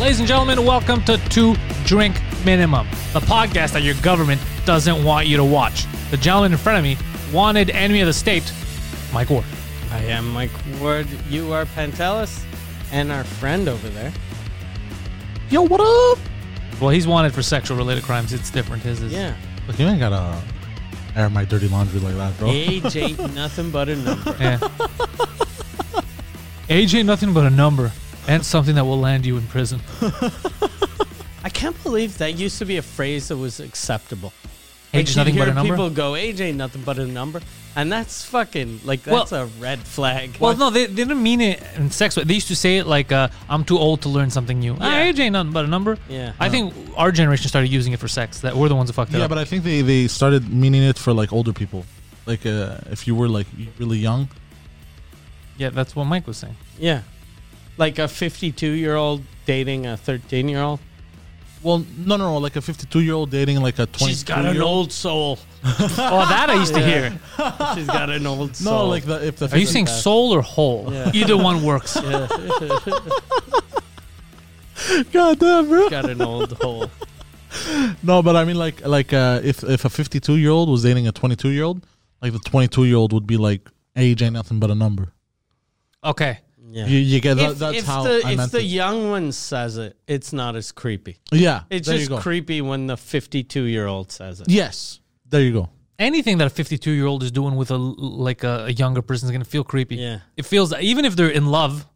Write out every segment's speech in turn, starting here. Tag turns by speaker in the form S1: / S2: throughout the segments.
S1: Ladies and gentlemen, welcome to Two Drink Minimum, the podcast that your government doesn't want you to watch. The gentleman in front of me wanted enemy of the state, Mike Ward.
S2: I am Mike Ward. You are Pantelis, and our friend over there.
S3: Yo, what up?
S1: Well, he's wanted for sexual related crimes. It's different. His is.
S2: Yeah.
S3: Look, you ain't gotta air my dirty laundry like that, bro.
S2: Age ain't nothing but a number.
S1: Yeah. Age ain't nothing but a number and something that will land you in prison.
S2: I can't believe that used to be a phrase that was acceptable.
S1: Age is
S2: you'd
S1: nothing but
S2: hear
S1: a number?
S2: People go, age ain't nothing but a number, and that's fucking like
S1: Well-
S2: that's a red flag.
S1: Well, no, they, they didn't mean it in sex. They used to say it like, uh, "I'm too old to learn something new." Ah,
S2: Yeah.
S1: age ain't nothing but a number.
S2: Yeah.
S1: I think our generation started using it for sex. That we're the ones who fucked it
S3: Yeah,
S1: up.
S3: but I think they, they started meaning it for like older people. Like uh, if you were like really young,
S1: yeah, that's what Mike was saying.
S2: yeah, like a fifty-two-year-old dating a thirteen-year-old.
S3: well, no, no, no, like a 52 year old dating like a 20.
S2: She's got an old soul.
S1: Oh, that I used to hear.
S2: Yeah. She's got an old
S3: No,
S2: soul.
S3: like the if the.
S1: Are you saying
S2: that.
S1: soul or whole?
S2: Yeah.
S1: Either one works.
S3: God damn, bro.
S2: got an old hole.
S3: No, but I mean like like uh, if if a 52 year old was dating a 22 year old, like the 22 year old would be like age ain't nothing but a number.
S1: Okay.
S2: Yeah.
S3: You, you get that?
S2: if,
S3: that's
S2: if
S3: how
S2: the,
S3: I
S2: if
S3: meant
S2: the
S3: it.
S2: young one says it, it's not as creepy.
S3: yeah,
S2: It's
S3: there you
S2: just
S3: go.
S2: creepy when the 52 year old says it.
S3: yes, there you go.
S1: Anything that a 52 year old is doing with a l- like a, a younger person is gonna feel creepy.
S2: Yeah.
S1: It feels even if they're in love,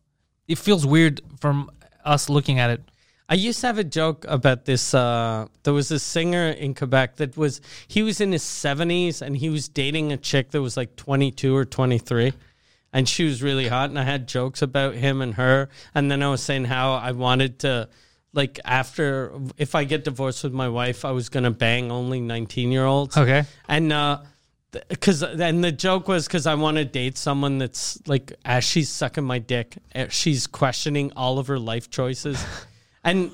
S1: it feels weird from us looking at it.
S2: I used to have a joke about this. Uh, there was a singer in Quebec that was, he was in his 70s and he was dating a chick that was like 22 or 23. And she was really hot. And I had jokes about him and her. And then I was saying how I wanted to, like, after, if I get divorced with my wife, I was going to bang only 19 year olds.
S1: Okay.
S2: and uh because and the joke was because i want to date someone that's like as she's sucking my dick eh, she's questioning all of her life choices and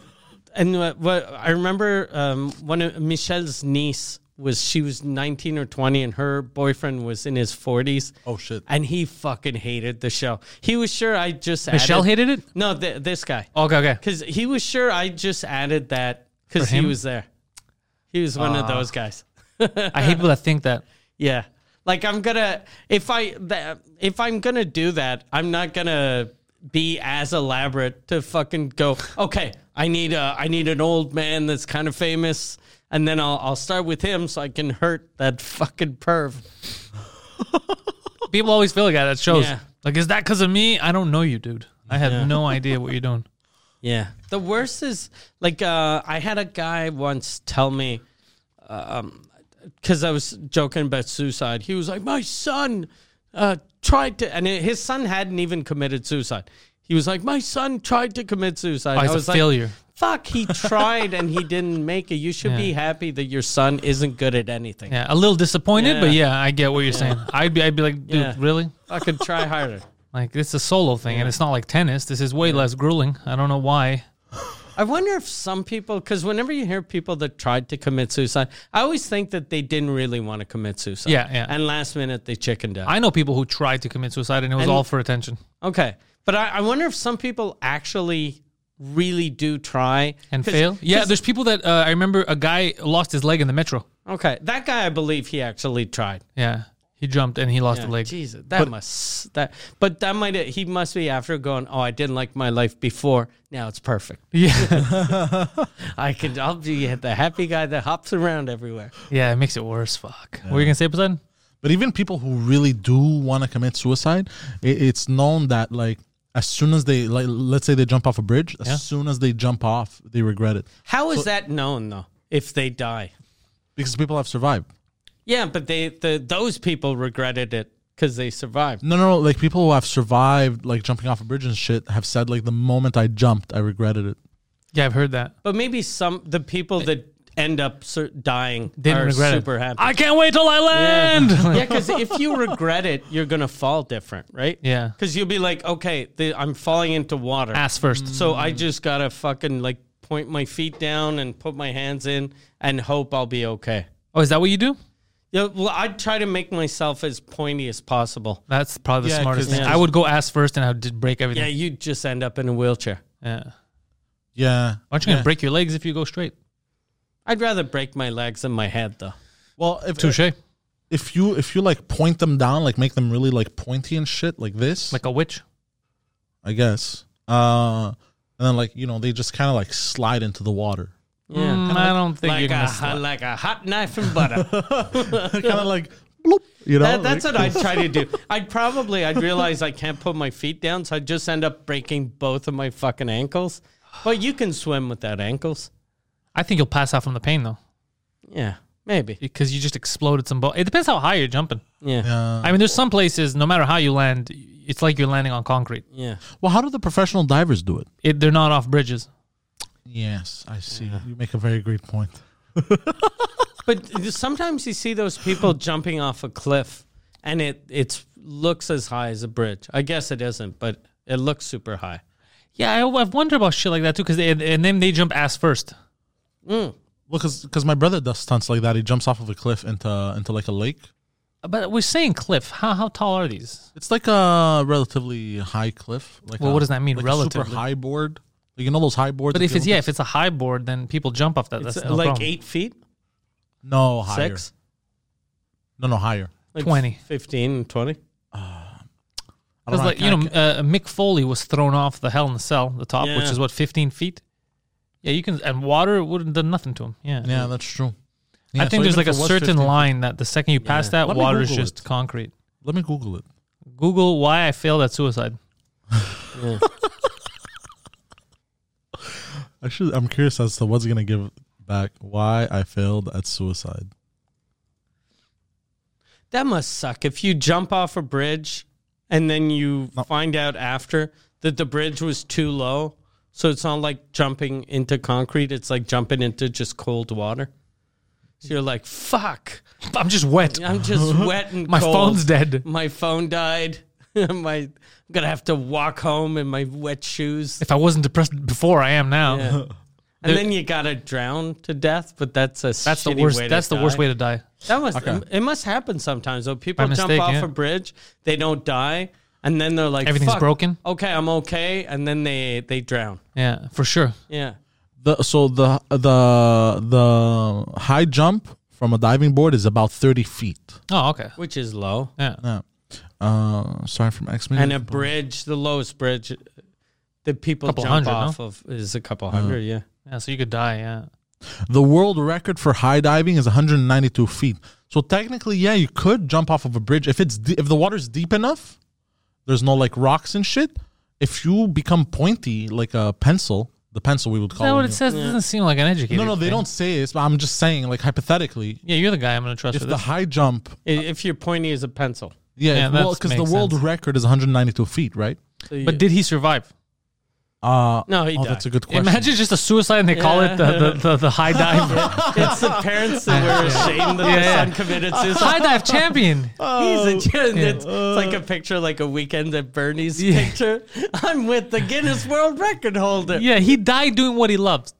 S2: and what, what i remember um one of michelle's niece was she was 19 or 20 and her boyfriend was in his 40s
S3: Oh, shit.
S2: and he fucking hated the show he was sure i just
S1: Michelle
S2: added,
S1: hated it.
S2: no th- this guy
S1: Okay. Okay.
S2: because he was sure I just added that because
S1: For
S2: he
S1: him? Ah.
S2: was there. He was one of those guys.
S1: I hate people that think that.
S2: Yeah. Like I'm gonna if I th- if I'm gonna do that, I'm not gonna be as elaborate to fucking go. Okay, I need a I need an old man that's kind of famous, and then I'll I'll start with him so I can hurt that fucking perv.
S1: People always feel like that. That shows.
S2: Yeah.
S1: Like, is that because of me? I don't know you, dude. I have no idea what you're doing.
S2: Yeah. The worst is like uh, I had a guy once tell me, because I was joking about suicide. He was like, my son uh, tried to, and his son hadn't even committed suicide. He was like, my son tried to commit suicide.
S1: Oh, he's
S2: I
S1: a
S2: was
S1: failure.
S2: Like, Fuck, he tried and he didn't make it. You should be happy that your son isn't good at anything.
S1: Yeah, a little disappointed, but
S2: Yeah.
S1: yeah, I get what you're saying. I'd be, I'd be like, dude,
S2: Yeah.
S1: really?
S2: Fucking try harder.
S1: Like, it's a solo thing, and it's not like tennis. This is way less grueling. I don't know why.
S2: I wonder if some people, because whenever you hear people that tried to commit suicide, I always think that they didn't really want to commit suicide.
S1: Yeah, yeah.
S2: And last minute they chickened out.
S1: I know people who tried to commit suicide, and it was
S2: And-
S1: all for attention.
S2: okay, but I, I wonder if some people actually really do try
S1: And
S2: 'Cause-
S1: fail? Yeah,
S2: 'cause-
S1: there's people that uh, I remember a guy lost his leg in the metro.
S2: okay, that guy I believe he actually tried.
S1: Yeah, he jumped and he lost
S2: Yeah,
S1: a leg.
S2: Jesus, that must that, but that might he must be after going. Oh, I didn't like my life before. Now it's perfect.
S1: Yeah,
S2: I can. I'll be the happy guy that hops around everywhere.
S1: yeah, it makes it worse. Fuck. What were you gonna say, Poseidon?
S3: But even people who really do want to commit suicide, it, it's known that like as soon as they like let's say they jump off a bridge, as
S1: Yeah.
S3: soon as they jump off, they regret it
S2: How is that known though? If they die,
S3: because people have survived.
S2: yeah, but they the those people regretted it because they survived.
S3: No, no, no, like people who have survived like jumping off a bridge and shit have said like the moment I jumped, I regretted it.
S1: Yeah, I've heard that.
S2: But maybe some the people that end up sur- dying
S1: Didn't
S2: are
S1: regret
S2: super
S1: it.
S2: happy.
S1: I can't wait till I land.
S2: yeah, because if you regret it, you're gonna fall different, right?
S1: Yeah.
S2: because you'll be like, okay, the, I'm falling into water.
S1: Ass first.
S2: So I just gotta fucking like point my feet down and put my hands in and hope I'll be okay.
S1: Oh, is that what you do?
S2: Yeah, well, I'd try to make myself as pointy as possible.
S1: That's probably the
S3: Yeah,
S1: smartest
S3: 'cause-
S1: thing.
S2: yeah.
S1: I would go ass first, and I would just break
S2: Yeah,
S1: everything.
S2: you'd just end up in a wheelchair.
S1: Yeah.
S3: Yeah.
S1: Aren't you
S3: Yeah.
S1: gonna break your legs if you go straight?
S2: I'd rather break my legs than my head, though.
S3: Well, if
S1: Touche.
S3: if you if you like point them down, like make them really like pointy and shit, like this,
S1: Like a witch.
S3: I guess. Uh, and then like you know they just kind of like slide into the water,
S2: Yeah,
S1: Mm, I don't think you're
S2: like
S1: gonna.
S2: a
S1: slap.
S2: like a hot knife and butter.
S3: kind of like bloop, you know.
S2: That, that's
S3: like,
S2: what I'd try to do. I'd probably I'd realize I can't put my feet down, so I'd just end up breaking both of my fucking ankles. But you can swim without ankles.
S1: I think you'll pass out from the pain though,
S2: Yeah, maybe.
S1: because you just exploded some. Bo- it depends how high you're jumping.
S2: Yeah, yeah.
S3: Uh,
S1: I mean, there's some places. No matter how you land, it's like you're landing on concrete.
S3: well, how do the professional divers do it?
S1: It, they're not off bridges.
S3: Yes, I see. You make a very great point.
S2: But sometimes you see those people jumping off a cliff, and it it looks as high as a bridge. I guess it isn't, but it looks super high.
S1: Yeah, I, I've wondered about shit like that too. Because and then they jump ass first.
S3: Well, because my brother does stunts like that. He jumps off of a cliff into into like a lake.
S1: But we're saying cliff. How how tall are these?
S3: It's like a relatively high cliff. Like
S1: Well,
S3: a-
S1: what does that mean,
S3: Like A
S1: relatively?
S3: super high board. Like, you know those high boards.
S1: But
S3: at
S1: if
S3: the
S1: it's yeah,
S3: Olympics?
S1: if it's a high board, then people jump off that. That's
S2: it's
S1: no
S2: like
S1: problem.
S2: eight feet,
S3: no higher.
S2: six,
S3: No, no higher.
S2: like
S1: 20.
S2: 15, 20.
S3: I
S1: Because
S3: don't
S1: like
S3: I
S1: you know,
S3: can't-
S1: uh, Mick Foley was thrown off the Hell in the Cell, the top, which
S2: Yeah.
S1: is what 15 feet. Yeah, you can, and water wouldn't done nothing to him. Yeah,
S3: yeah, that's true.
S1: I
S3: Yeah,
S1: think
S3: so
S1: there's
S3: even
S1: like a
S3: if it was
S1: certain
S3: 15
S1: line that the second you pass that,
S3: Let me
S1: water is
S3: Google
S1: just
S3: it.
S1: concrete.
S3: Let me Google it.
S1: Google why I failed at suicide.
S3: I should. I'm curious as to what's gonna give back. Why I failed at suicide.
S2: That must suck. If you jump off a bridge and then you find out after that the bridge was too low, so it's not like jumping into concrete, it's like jumping into just cold water. So you're like, fuck,
S1: I'm just wet.
S2: I'm just wet and
S1: My
S2: cold.
S1: phone's dead.
S2: My phone died. my, I'm going to have to walk home in my wet shoes.
S1: If I wasn't depressed before, I am now.
S2: Yeah. And then you gotta drown to death, but that's a
S1: That's the
S2: shitty
S1: worst.
S2: Way to
S1: That's the worst
S2: die.
S1: way to die.
S2: That must it must happen sometimes though. People
S1: By
S2: jump
S1: mistake,
S2: off
S1: yeah.
S2: a bridge, they don't die, and then they're like
S1: Everything's
S2: "Fuck,
S1: broken."
S2: Okay, I'm okay, and then they they drown.
S1: Yeah, for sure.
S2: Yeah,
S3: The so the the the high jump from a diving board is about 30 feet.
S1: Oh, okay.
S2: which is low.
S1: Yeah.
S3: Yeah. Uh, sorry from X Men.
S2: And a bridge, the lowest bridge that people
S1: Couple
S2: jump
S1: hundred, Uh-huh.
S2: off of is a couple hundred. Yeah,
S1: Yeah, so you could die. Yeah.
S3: The world record for high diving is 192 feet. So technically, yeah, you could jump off of a bridge if it's de- if the water's deep enough. There's no like rocks and shit. If you become pointy like a pencil, the pencil we would
S1: Is that
S3: call.
S1: what
S3: it.
S1: it says? It doesn't seem like an educated.
S3: No, no, they
S1: thing.
S3: don't say this. But I'm just saying, like hypothetically,
S1: Yeah, you're the guy I'm gonna trust
S3: if
S1: with
S3: the
S1: this.
S3: high jump,
S2: I- if you're pointy as a pencil.
S3: yeah,
S1: Yeah,
S3: if-
S1: that
S3: well, because the
S1: makes
S3: world
S1: sense.
S3: record is 192 feet, right?
S2: So you-
S1: But did he survive?
S3: Uh,
S2: no, he
S3: oh,
S2: died.
S3: that's a good question.
S1: Imagine just a suicide and they call it the, the, the, the high dive.
S2: it's the parents that were ashamed that their
S1: Yeah. Oh.
S2: son committed suicide.
S1: high dive champion.
S2: He's a it's, it's like a picture, like a weekend at Bernie's picture. I'm with the Guinness World Record holder.
S1: Yeah, he died doing what he loved,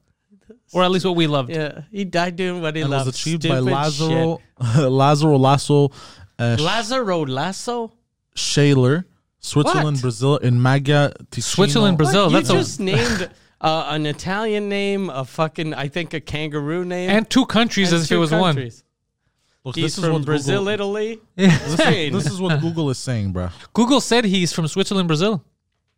S1: or at least what we loved.
S2: Yeah, he died doing what he
S3: It
S2: loved.
S3: was achieved by
S2: Stupid
S3: Lazaro, Lazaro Lasso, uh,
S2: shit. Lazaro Lasso.
S3: Shaler, Switzerland,
S2: What?
S3: Brazil, and Magia Ticino.
S1: Switzerland, Brazil.
S2: you
S1: that's
S2: just
S1: a,
S2: named uh, an Italian name, a fucking, I think, a kangaroo name,
S1: and two countries
S2: and
S1: as if it
S2: two
S1: was
S2: countries.
S3: Look,
S2: He's from Brazil, eh? Italy.
S3: Google,
S2: Spain.
S3: this is what Google is saying, bro.
S1: one. Google said he's from Switzerland, Brazil.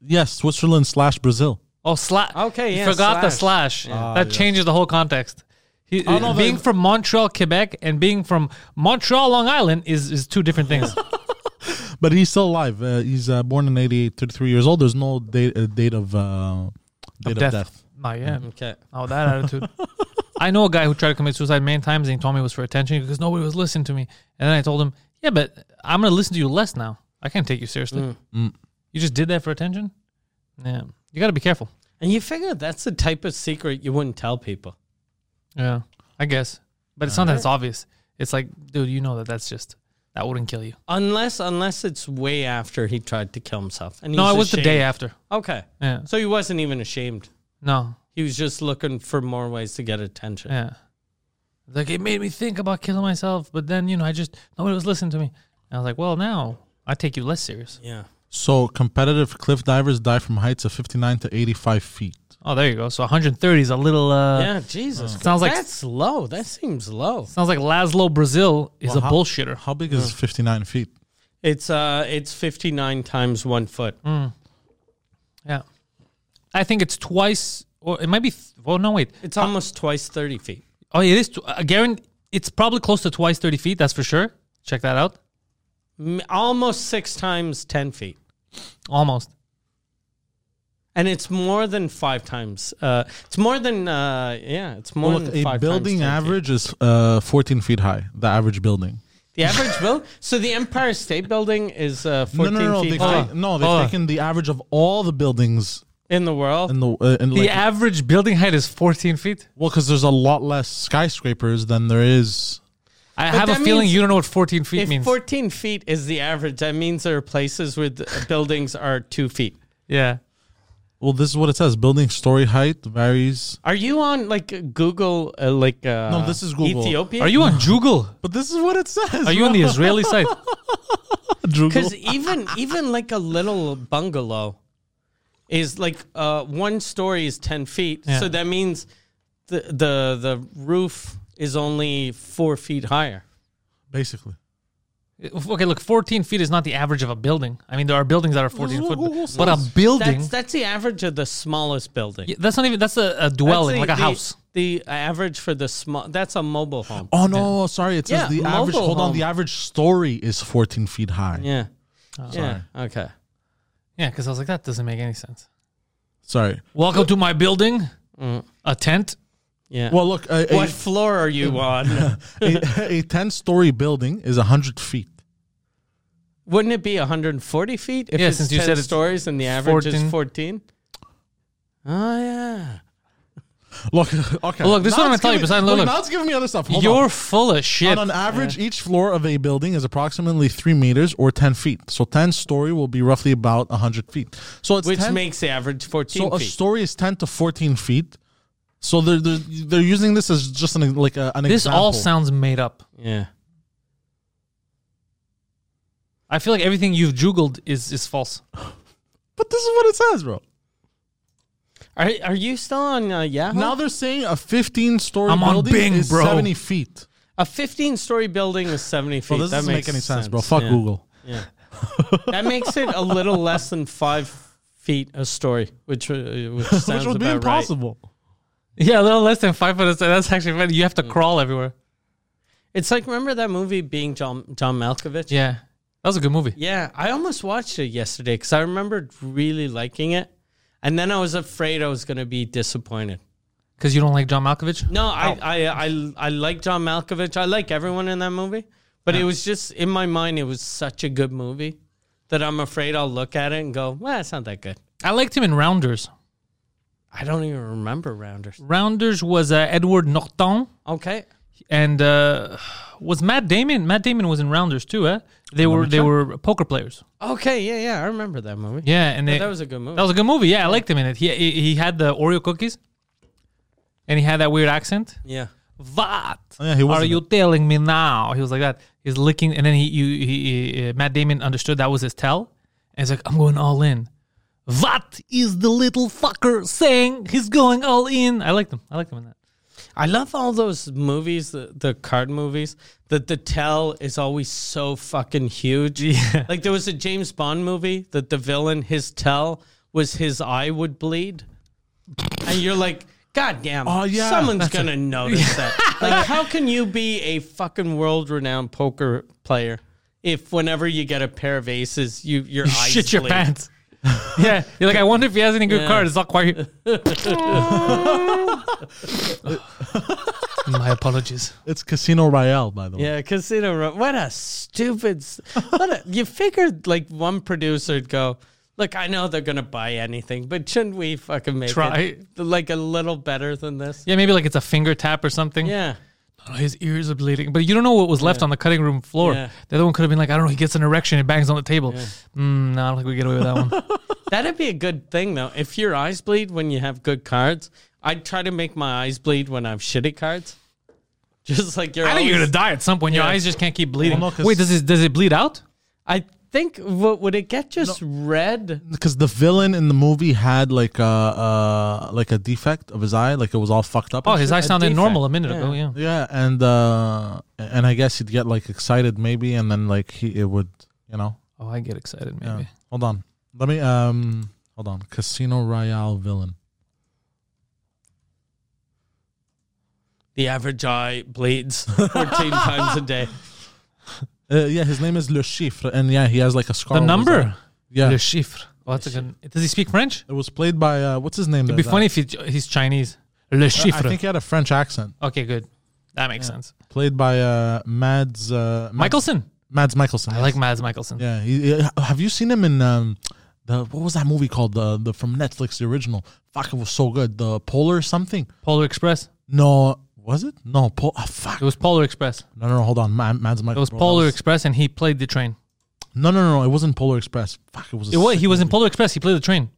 S3: Yes, Switzerland slash Brazil.
S1: Oh, slash.
S2: Okay,
S1: you
S2: yeah,
S1: forgot the
S2: slash.
S1: slash.
S3: Ah,
S1: that changes the whole context. He, uh,
S3: no,
S1: being
S3: they-
S1: from Montreal, Quebec, and being from Montreal, Long Island is is two different things.
S3: But he's still alive. Uh, he's uh, born in 88, 33 years old. There's no date, uh, date of uh, date of death.
S1: Not yet.
S2: Okay.
S1: Oh, that attitude. I know a guy who tried to commit suicide many times and he told me it was for attention because nobody was listening to me. And then I told him, yeah, but I'm going to listen to you less now. I can't take you seriously.
S2: Mm.
S3: Mm.
S1: You just did that for attention? Yeah. You got to be careful.
S2: And you figure that's the type of secret you wouldn't tell people.
S1: Yeah. I guess. But it's not that it's obvious. It's like, dude, you know that that's just, that wouldn't kill you.
S2: Unless, unless it's way after he tried to kill himself. And
S1: No,
S2: he's
S1: it was the day
S2: ashamed.
S1: after.
S2: Okay,
S1: Yeah.
S2: so he wasn't even ashamed.
S1: No.
S2: He was just looking for more ways to get attention.
S1: Yeah. Like, it made me think about killing myself, but then, you know, I just, nobody was listening to me. And I was like, well, now I take you less serious.
S2: Yeah.
S3: So competitive cliff divers dive from heights of 59 to 85 feet.
S1: Oh, there you go. So 130 is a little. Uh,
S2: yeah, Jesus.
S1: Sounds like-
S2: that's low. That seems low.
S1: Sounds like Laszlo Brazil is
S3: Well,
S1: a
S3: how-
S1: bullshitter.
S3: How big is 59 feet?
S2: It's uh, it's fifty nine times one foot.
S3: Mm.
S1: Yeah, I think it's twice, or it might be. Th- well, no, wait.
S2: It's almost twice thirty feet.
S1: Oh, it is. Tw- uh, Garen, it's probably close to twice 30 feet. That's for sure. Check that out.
S2: M- almost six times ten feet.
S1: Almost.
S2: And it's more than five times. Uh, it's more than uh, yeah. It's more
S3: Look,
S2: than
S3: a
S2: five
S3: building
S2: times 10 feet.
S3: average is uh, 14 feet high, the average building.
S2: The average build. So the Empire State Building is uh,
S3: No,
S2: fourteen
S3: no, no, no.
S2: feet
S3: They've,
S2: high
S3: ta- no, they've
S1: Hold on.
S3: taken the average of all the buildings
S2: in the world.
S3: in the uh, in
S1: The
S3: like,
S1: average building height is 14 feet.
S3: well, because there's a lot less skyscrapers than there is.
S1: I
S2: But
S1: have a
S2: that
S1: feeling
S2: means-
S1: you don't know what 14 feet
S2: if
S1: means.
S2: fourteen feet is the average, that means there are places where the buildings are two feet.
S1: yeah.
S3: Well, this is what it says: building story height varies.
S2: Are you on like Google? Uh, like uh,
S3: No, this is Google.
S2: Ethiopia.
S1: Are you on Joogle?
S3: But this is what it says.
S1: Are you on the Israeli side?
S2: Because even even like a little bungalow is like uh, one story is ten feet,
S1: Yeah.
S2: so that means the the the roof is only four feet higher.
S3: basically?
S1: Okay, look, 14 feet is not the average of a building. I mean, there are buildings that are 14
S3: Google-
S1: foot,
S3: Google
S1: but a
S3: says-
S1: building. That's,
S2: That's that's the average of the smallest building.
S1: that's not even, that's a, a
S2: That's
S1: dwelling,
S2: the-
S1: like a
S2: the-
S1: house.
S2: The average for the small that's a mobile home.
S3: Oh no, sorry. It says
S2: Yeah,
S3: the average.
S2: mobile
S3: Hold on,
S2: home.
S3: the average story is 14 feet high.
S2: Yeah.
S1: Oh.
S2: yeah. Okay.
S1: Yeah, because I was like, that doesn't make any sense.
S3: Sorry.
S1: Welcome to my building,
S2: Mm.
S1: a tent.
S2: Yeah.
S3: Well, look, a,
S2: what
S3: a,
S2: floor are you on?
S3: a, a 10 story building is 100 feet.
S2: Wouldn't it be 140 feet if
S1: Yeah,
S2: it's
S1: since
S2: 10
S1: you said it's
S2: stories and the average
S1: 14.
S2: is 14? Oh yeah.
S3: Look, okay.
S1: Look, this is
S3: Now
S1: what I'm gonna
S3: it's
S1: tell you,
S3: giving-
S1: Poseidon, look, look.
S3: Now it's giving me other stuff. Hold
S1: You're
S3: on.
S1: full of shit.
S3: And on average, each floor of a building is approximately three meters or 10 feet. So 10 story will be roughly about 100 feet. So it's
S2: Which
S3: 10
S2: makes the average 14
S3: so a
S2: feet.
S3: story is 10 to 14 feet. So they're they're, they're using this as just an like a, an
S1: this
S3: example.
S1: all sounds made up.
S2: yeah.
S1: I feel like everything you've juggled is, is false.
S3: but this is what it says, bro.
S2: Are are you still on uh, Yahoo?
S3: Now they're saying a 15 story
S1: I'm on
S3: building
S1: Bing,
S3: is
S1: bro.
S3: 70 feet.
S2: a 15 story building is 70 feet.
S3: Well, this
S2: that
S3: doesn't
S2: makes
S3: make any sense, bro. Fuck
S2: Yeah.
S3: Google.
S2: That makes it a little less than 5 feet a story, which uh, which sounds
S3: Which would be
S2: about right.
S3: impossible.
S1: Yeah, a little less than five foot. That's- That's actually funny. You have to
S2: Mm.
S1: crawl everywhere.
S2: It's like remember that movie being John John Malkovich?
S1: Yeah. That was a good movie.
S2: Yeah, I almost watched it yesterday because I remembered really liking it, and then I was afraid I was going to be disappointed.
S1: Because you don't like John Malkovich?
S2: No, I I, I I like John Malkovich. I like everyone in that movie, but it was just in my mind. It was such a good movie that I'm afraid I'll look at it and go, "Well, it's not that good."
S1: I liked him in Rounders.
S2: I don't even remember Rounders.
S1: Rounders was uh, Edward Norton
S2: Okay,
S1: and uh, was Matt Damon. Matt Damon was in Rounders too, eh? They were they were poker players.
S2: okay, yeah, yeah, I remember that movie.
S1: Yeah, and they,
S2: that was a good movie.
S1: that was a good movie. Yeah, I liked him in it. He he, he had the Oreo cookies, and he had that weird accent.
S2: yeah,
S1: What
S3: Oh, Yeah, he was
S1: are
S3: in
S1: you telling me now? He was like that. He's licking, and then he you he, he- uh, Matt Damon understood that was his tell, and he's like, "I'm going all in." What is the little fucker saying? He's going all in. I liked him. I liked him in that.
S2: I love all those movies, the, the card movies, that the tell is always so fucking huge.
S1: Yeah.
S2: Like there was a James Bond movie that the villain, his tell was his eye would bleed. And you're like, God damn,
S3: Oh, yeah.
S2: someone's gonna notice that. Like, how can you be a fucking world renowned poker player if whenever you get a pair of aces, you your eyes
S1: Shit your
S2: bleed?
S1: pants. yeah, you're like, I wonder if he has any good cards. It's not quite. My apologies.
S3: It's Casino Royale, by the way.
S2: Yeah, Casino Royale. What a stupid. s- What a, you figured like one producer'd go, look, I know they're gonna buy anything, but shouldn't we fucking make
S1: Try.
S2: it like a little better than this?
S1: Yeah, maybe like it's a finger tap or something.
S2: Yeah.
S1: Oh, his ears are bleeding, but you don't know what was left on the cutting room floor.
S2: Yeah.
S1: The other one could have been like, I don't know. He gets an erection and bangs on the table. Mm, no, I don't think we get away with that one.
S2: That'd be a good thing though. If your eyes bleed when you have good cards, I'd try to make my eyes bleed when I have shitty cards. Just like your.
S1: I think you're gonna die at some point. Your
S2: Yeah.
S1: eyes just can't keep bleeding.
S3: Well, no, 'cause-
S1: Wait, does it does it bleed out?
S2: I think w- would it get just red?
S3: because the villain in the movie had like a uh, like a defect of his eye, like it was all fucked up.
S1: Oh,
S3: and
S1: his
S3: shit.
S1: eye sounded
S2: defect.
S1: normal a minute ago.
S2: Yeah.
S1: Yeah.
S3: Yeah, and uh, and I guess he'd get like excited maybe, and then like he it would, you know.
S1: Oh, I get excited.
S3: Yeah.
S1: Maybe.
S3: Hold on, let me um, hold on. Casino Royale villain.
S2: The average eye bleeds 14 times a day.
S3: Uh, yeah, his name is Le Chiffre, and yeah, he has like a scar.
S1: The
S3: over his eye.
S1: number,
S3: Yeah,
S1: Le Chiffre. Oh, that's a good. Does he speak French?
S3: it was played by uh, what's his name?
S1: It'd be
S3: That-
S1: funny if he, he's Chinese. Le
S3: Uh, I-
S1: Chiffre.
S3: I think he had a French accent.
S1: okay, good. That makes sense.
S3: Played by uh, Mads, uh, Mads
S1: Michelson.
S3: Mads Michelson.
S1: I like Mads Michelson.
S3: Yeah, he, he- have you seen him in um, the what was that movie called? The the from Netflix, the original. Fuck, it was so good. The Polar something.
S1: Polar Express.
S3: No, was it? No, Pol- oh, fuck.
S1: It was Polar Express.
S3: No, no, no, hold on. Ma- Mads
S1: It
S3: Michelson.
S1: was Polar Express, and he played the train.
S3: No, no, no, no, it wasn't Polar Express. Fuck, it was. A
S1: It was,
S3: sick
S1: he was in
S3: movie.
S1: Polar Express. He played the train.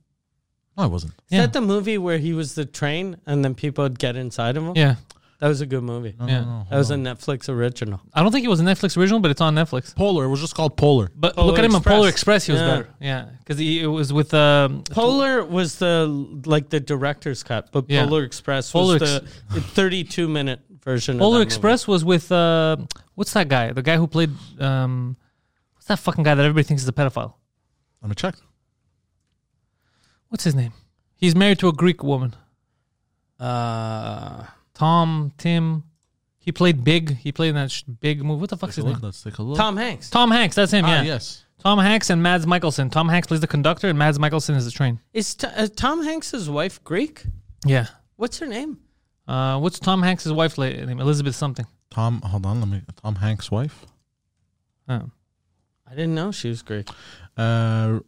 S3: No, it wasn't.
S2: Is
S1: Yeah.
S2: that the movie where he was the train and then people would get inside of him?
S1: Yeah.
S2: That was a good movie.
S3: No,
S1: Yeah.
S3: no, no, hold
S2: That was a
S3: on.
S2: Netflix original.
S1: I don't think it was a Netflix original, but it's on Netflix.
S3: Polar. It was just called Polar.
S1: But
S2: Polar
S1: look at him
S2: Express.
S1: on Polar Express. He was
S2: Yeah.
S1: better. Yeah, because it was with um,
S2: Polar was the like the director's cut, but
S1: Yeah.
S2: Polar Express
S1: Polar
S2: was
S1: Ex-
S2: the 32 minute version.
S1: Polar
S2: of that
S1: Express was with uh, what's that guy? The guy who played um, what's that fucking guy that everybody thinks is a pedophile?
S3: Let me check.
S1: What's his name? He's married to a Greek woman.
S2: Movie. Uh,
S1: Tom Tim. He played Big. He played in that sh- Big movie. What the fuck's
S3: Take a
S1: his
S3: look.
S1: name?
S3: Let's take a look.
S2: Tom Hanks.
S1: Tom Hanks. That's him.
S3: Ah,
S1: yeah.
S3: Yes.
S1: Tom Hanks and Mads Mikkelsen. Tom Hanks plays the conductor, and Mads Mikkelsen is the train.
S2: Is T- uh, Tom Hanks' wife Greek?
S1: Yeah.
S2: What's her name?
S1: Uh, what's Tom Hanks' wife's la- name? Elizabeth something.
S3: Tom. Hold on. Let me. Tom Hanks' wife.
S1: Uh,
S2: I didn't know she was Greek.
S3: Uh,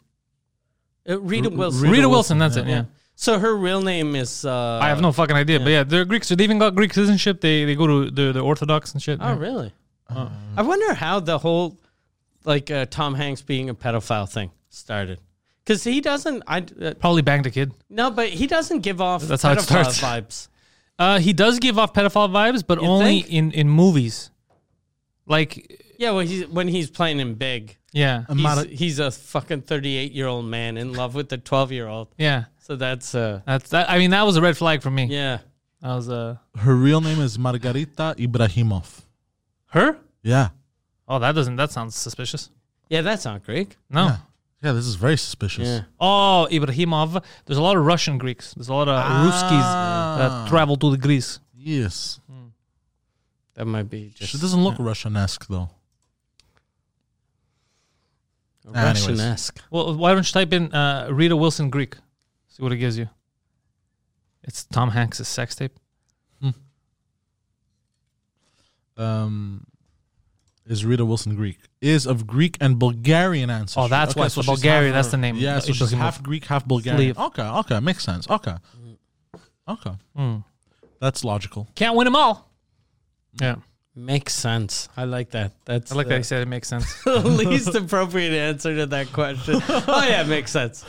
S2: Uh, Rita
S3: R-
S2: Wilson.
S1: Rita, Wilson. That's it. Yeah.
S2: So her real name is. Uh,
S1: I have no fucking idea,
S2: yeah.
S1: but yeah, they're Greeks. So they even got Greek citizenship. They they go to the the Orthodox and shit.
S2: Oh,
S1: yeah.
S2: really?
S1: Uh,
S2: I wonder how the whole, like uh, Tom Hanks being a pedophile thing started, because he doesn't. I uh,
S1: Probably banged a kid.
S2: no, but he doesn't give off
S1: That's how it
S2: pedophile
S1: starts.
S2: vibes.
S1: Uh, he does give off pedophile vibes, but
S2: You
S1: only
S2: think?
S1: in in movies. Like,
S2: Yeah, well, he's when he's playing in big.
S1: yeah,
S3: I'm
S2: He's,
S3: not a-
S2: he's a fucking 38 year old man in love with a 12 year old.
S1: yeah.
S2: So that's, uh,
S1: That's that. I mean, that was a red flag for me.
S2: yeah.
S1: I was uh,
S3: her real name is Margarita Ibrahimov.
S1: her.
S3: Yeah.
S1: Oh, that doesn't. That sounds suspicious.
S2: Yeah, that's not Greek.
S1: No.
S3: Yeah. Yeah, this is very suspicious.
S2: Yeah.
S1: Oh, Ibrahimov. There's a lot of Russian Greeks. There's a lot of Ruskies uh,
S3: Ah.
S1: that travel to the Greece.
S3: Yes.
S2: That might be just
S3: She doesn't look Russian esque though. anyways.
S2: Russian esque.
S1: Well, why don't you type in uh, Rita Wilson Greek? See what it gives you. It's Tom Hanks' sex tape.
S3: Um is Rita Wilson Greek? Is of Greek and Bulgarian ancestry.
S1: Oh, that's
S3: Okay,
S1: why. So
S3: so she's
S1: Bulgaria.
S3: half-
S1: That's the name.
S3: Yeah, so she's
S1: Ibrahimov.
S3: half Greek, half Bulgarian.
S1: Sleeve.
S3: Okay, okay, makes sense. Okay, okay,
S1: Mm.
S3: that's logical.
S1: Can't win them all. Yeah,
S2: Makes sense. I like that. That's
S1: I like
S2: the,
S1: that he said it makes sense.
S2: the least appropriate answer to that question. Oh yeah, makes sense.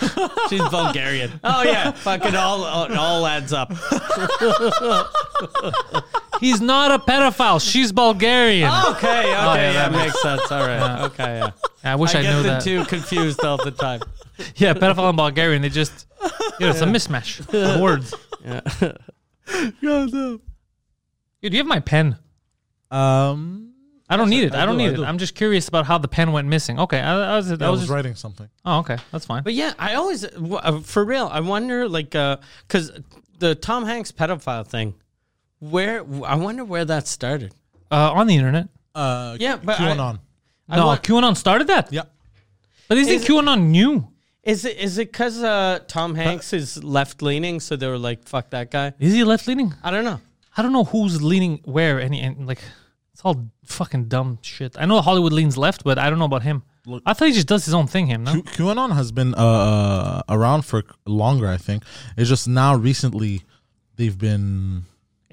S2: She's Bulgarian. Oh yeah, fucking all all, all adds up.
S1: He's not a pedophile. She's Bulgarian.
S3: Oh.
S2: Okay, okay,
S1: yeah,
S2: Oh, yeah,
S1: that
S2: makes sense. All right, okay, yeah.
S1: I wish
S2: I,
S1: I,
S2: get
S1: knew
S2: the
S1: that.
S2: two confused all the time.
S1: Yeah, pedophile and Bulgarian. They just, you know, it's a mismatch of words.
S2: Yeah.
S1: Dude, you have my pen.
S3: Um,
S1: I don't need it.
S3: I
S1: I don't
S3: do, I
S1: need
S3: do.
S1: it. I'm just curious about how the pen went missing. Okay, I, I was,
S3: I
S1: I was
S3: was
S1: just,
S3: writing something.
S1: Oh, okay, that's fine.
S2: But yeah, I always w- uh, for real. I wonder, like, because the Tom Hanks pedophile thing, where I wonder where that started.
S1: Uh, on the internet.
S3: Uh,
S2: Yeah, but I-
S3: QAnon.
S2: I
S1: No,
S2: want-
S1: QAnon started that.
S3: yeah,
S1: But isn't
S2: Is-
S1: QAnon new?
S2: Is it is it because uh, Tom Hanks is left leaning, so they were like, "Fuck that guy."
S1: Is he left leaning?
S2: I don't know.
S1: I don't know who's leaning where. Any and like, it's all fucking dumb shit. I know Hollywood leans left, but I don't know about him.
S3: Look-
S1: I thought he just does his own thing. Him, no?
S3: Q- QAnon has been uh around for longer. I think it's just now recently they've been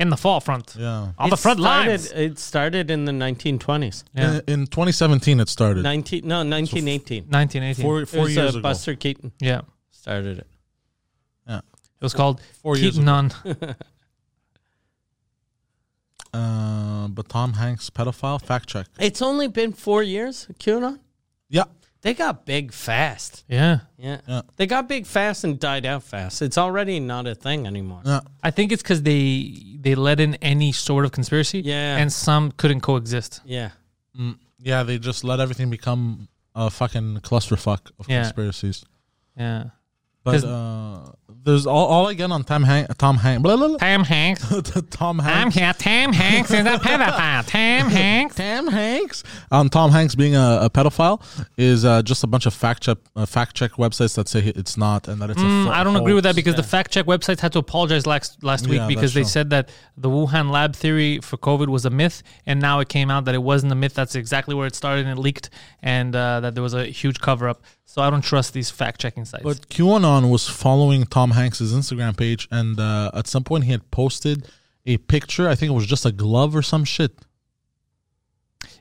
S1: in the fall front,
S3: yeah.
S1: on the
S2: It
S1: front
S2: started,
S1: lines.
S2: It started in the 1920s.
S1: Yeah.
S3: In, in 2017, it started.
S2: 19 no 1918.
S1: 1918.
S3: Four,
S2: it
S3: four
S2: was,
S3: years
S2: uh,
S3: ago.
S2: Buster Keaton
S1: Yeah, it
S2: started it.
S1: was called
S3: Four years ago.
S1: QAnon.
S3: Uh, but Tom Hanks pedophile fact check.
S2: It's only been four years. QAnon.
S3: Yeah,
S2: They got big fast.
S1: Yeah.
S2: Yeah.
S3: Yeah.
S2: They got big fast and died out fast. It's already not a thing anymore.
S3: Yeah.
S1: I think it's because they they let in any sort of conspiracy.
S2: Yeah.
S1: And some couldn't coexist.
S2: Yeah.
S3: Mm. Yeah, they just let everything become a fucking clusterfuck of
S1: Yeah.
S3: conspiracies.
S1: Yeah.
S3: But
S1: 'Cause-
S3: uh, there's all, all I get on Tom Hanks. Tom Hanks. Blah, blah,
S1: Tam Hanks.
S3: blah. Tom
S1: I'm
S3: Hanks.
S1: here. Tam Hanks is a pedophile. Tam Hanks.
S3: Tom Hanks on Tom Hanks being a, a pedophile is uh, just a bunch of fact check uh, fact check websites that say it's not and that it's. a
S1: Mm,
S3: fo-
S1: I don't agree with that because the
S2: Yeah.
S1: fact check websites had to apologize last last week
S3: Yeah,
S1: because
S3: that's
S1: they
S3: true.
S1: said that the Wuhan lab theory for COVID was a myth, and now it came out that it wasn't a myth. That's exactly where it started and it leaked, and uh, that there was a huge cover up. So I don't trust these fact checking sites.
S3: But QAnon was following Tom Hanks's Instagram page, and uh, at some point he had posted a picture. I think it was just a glove or some shit.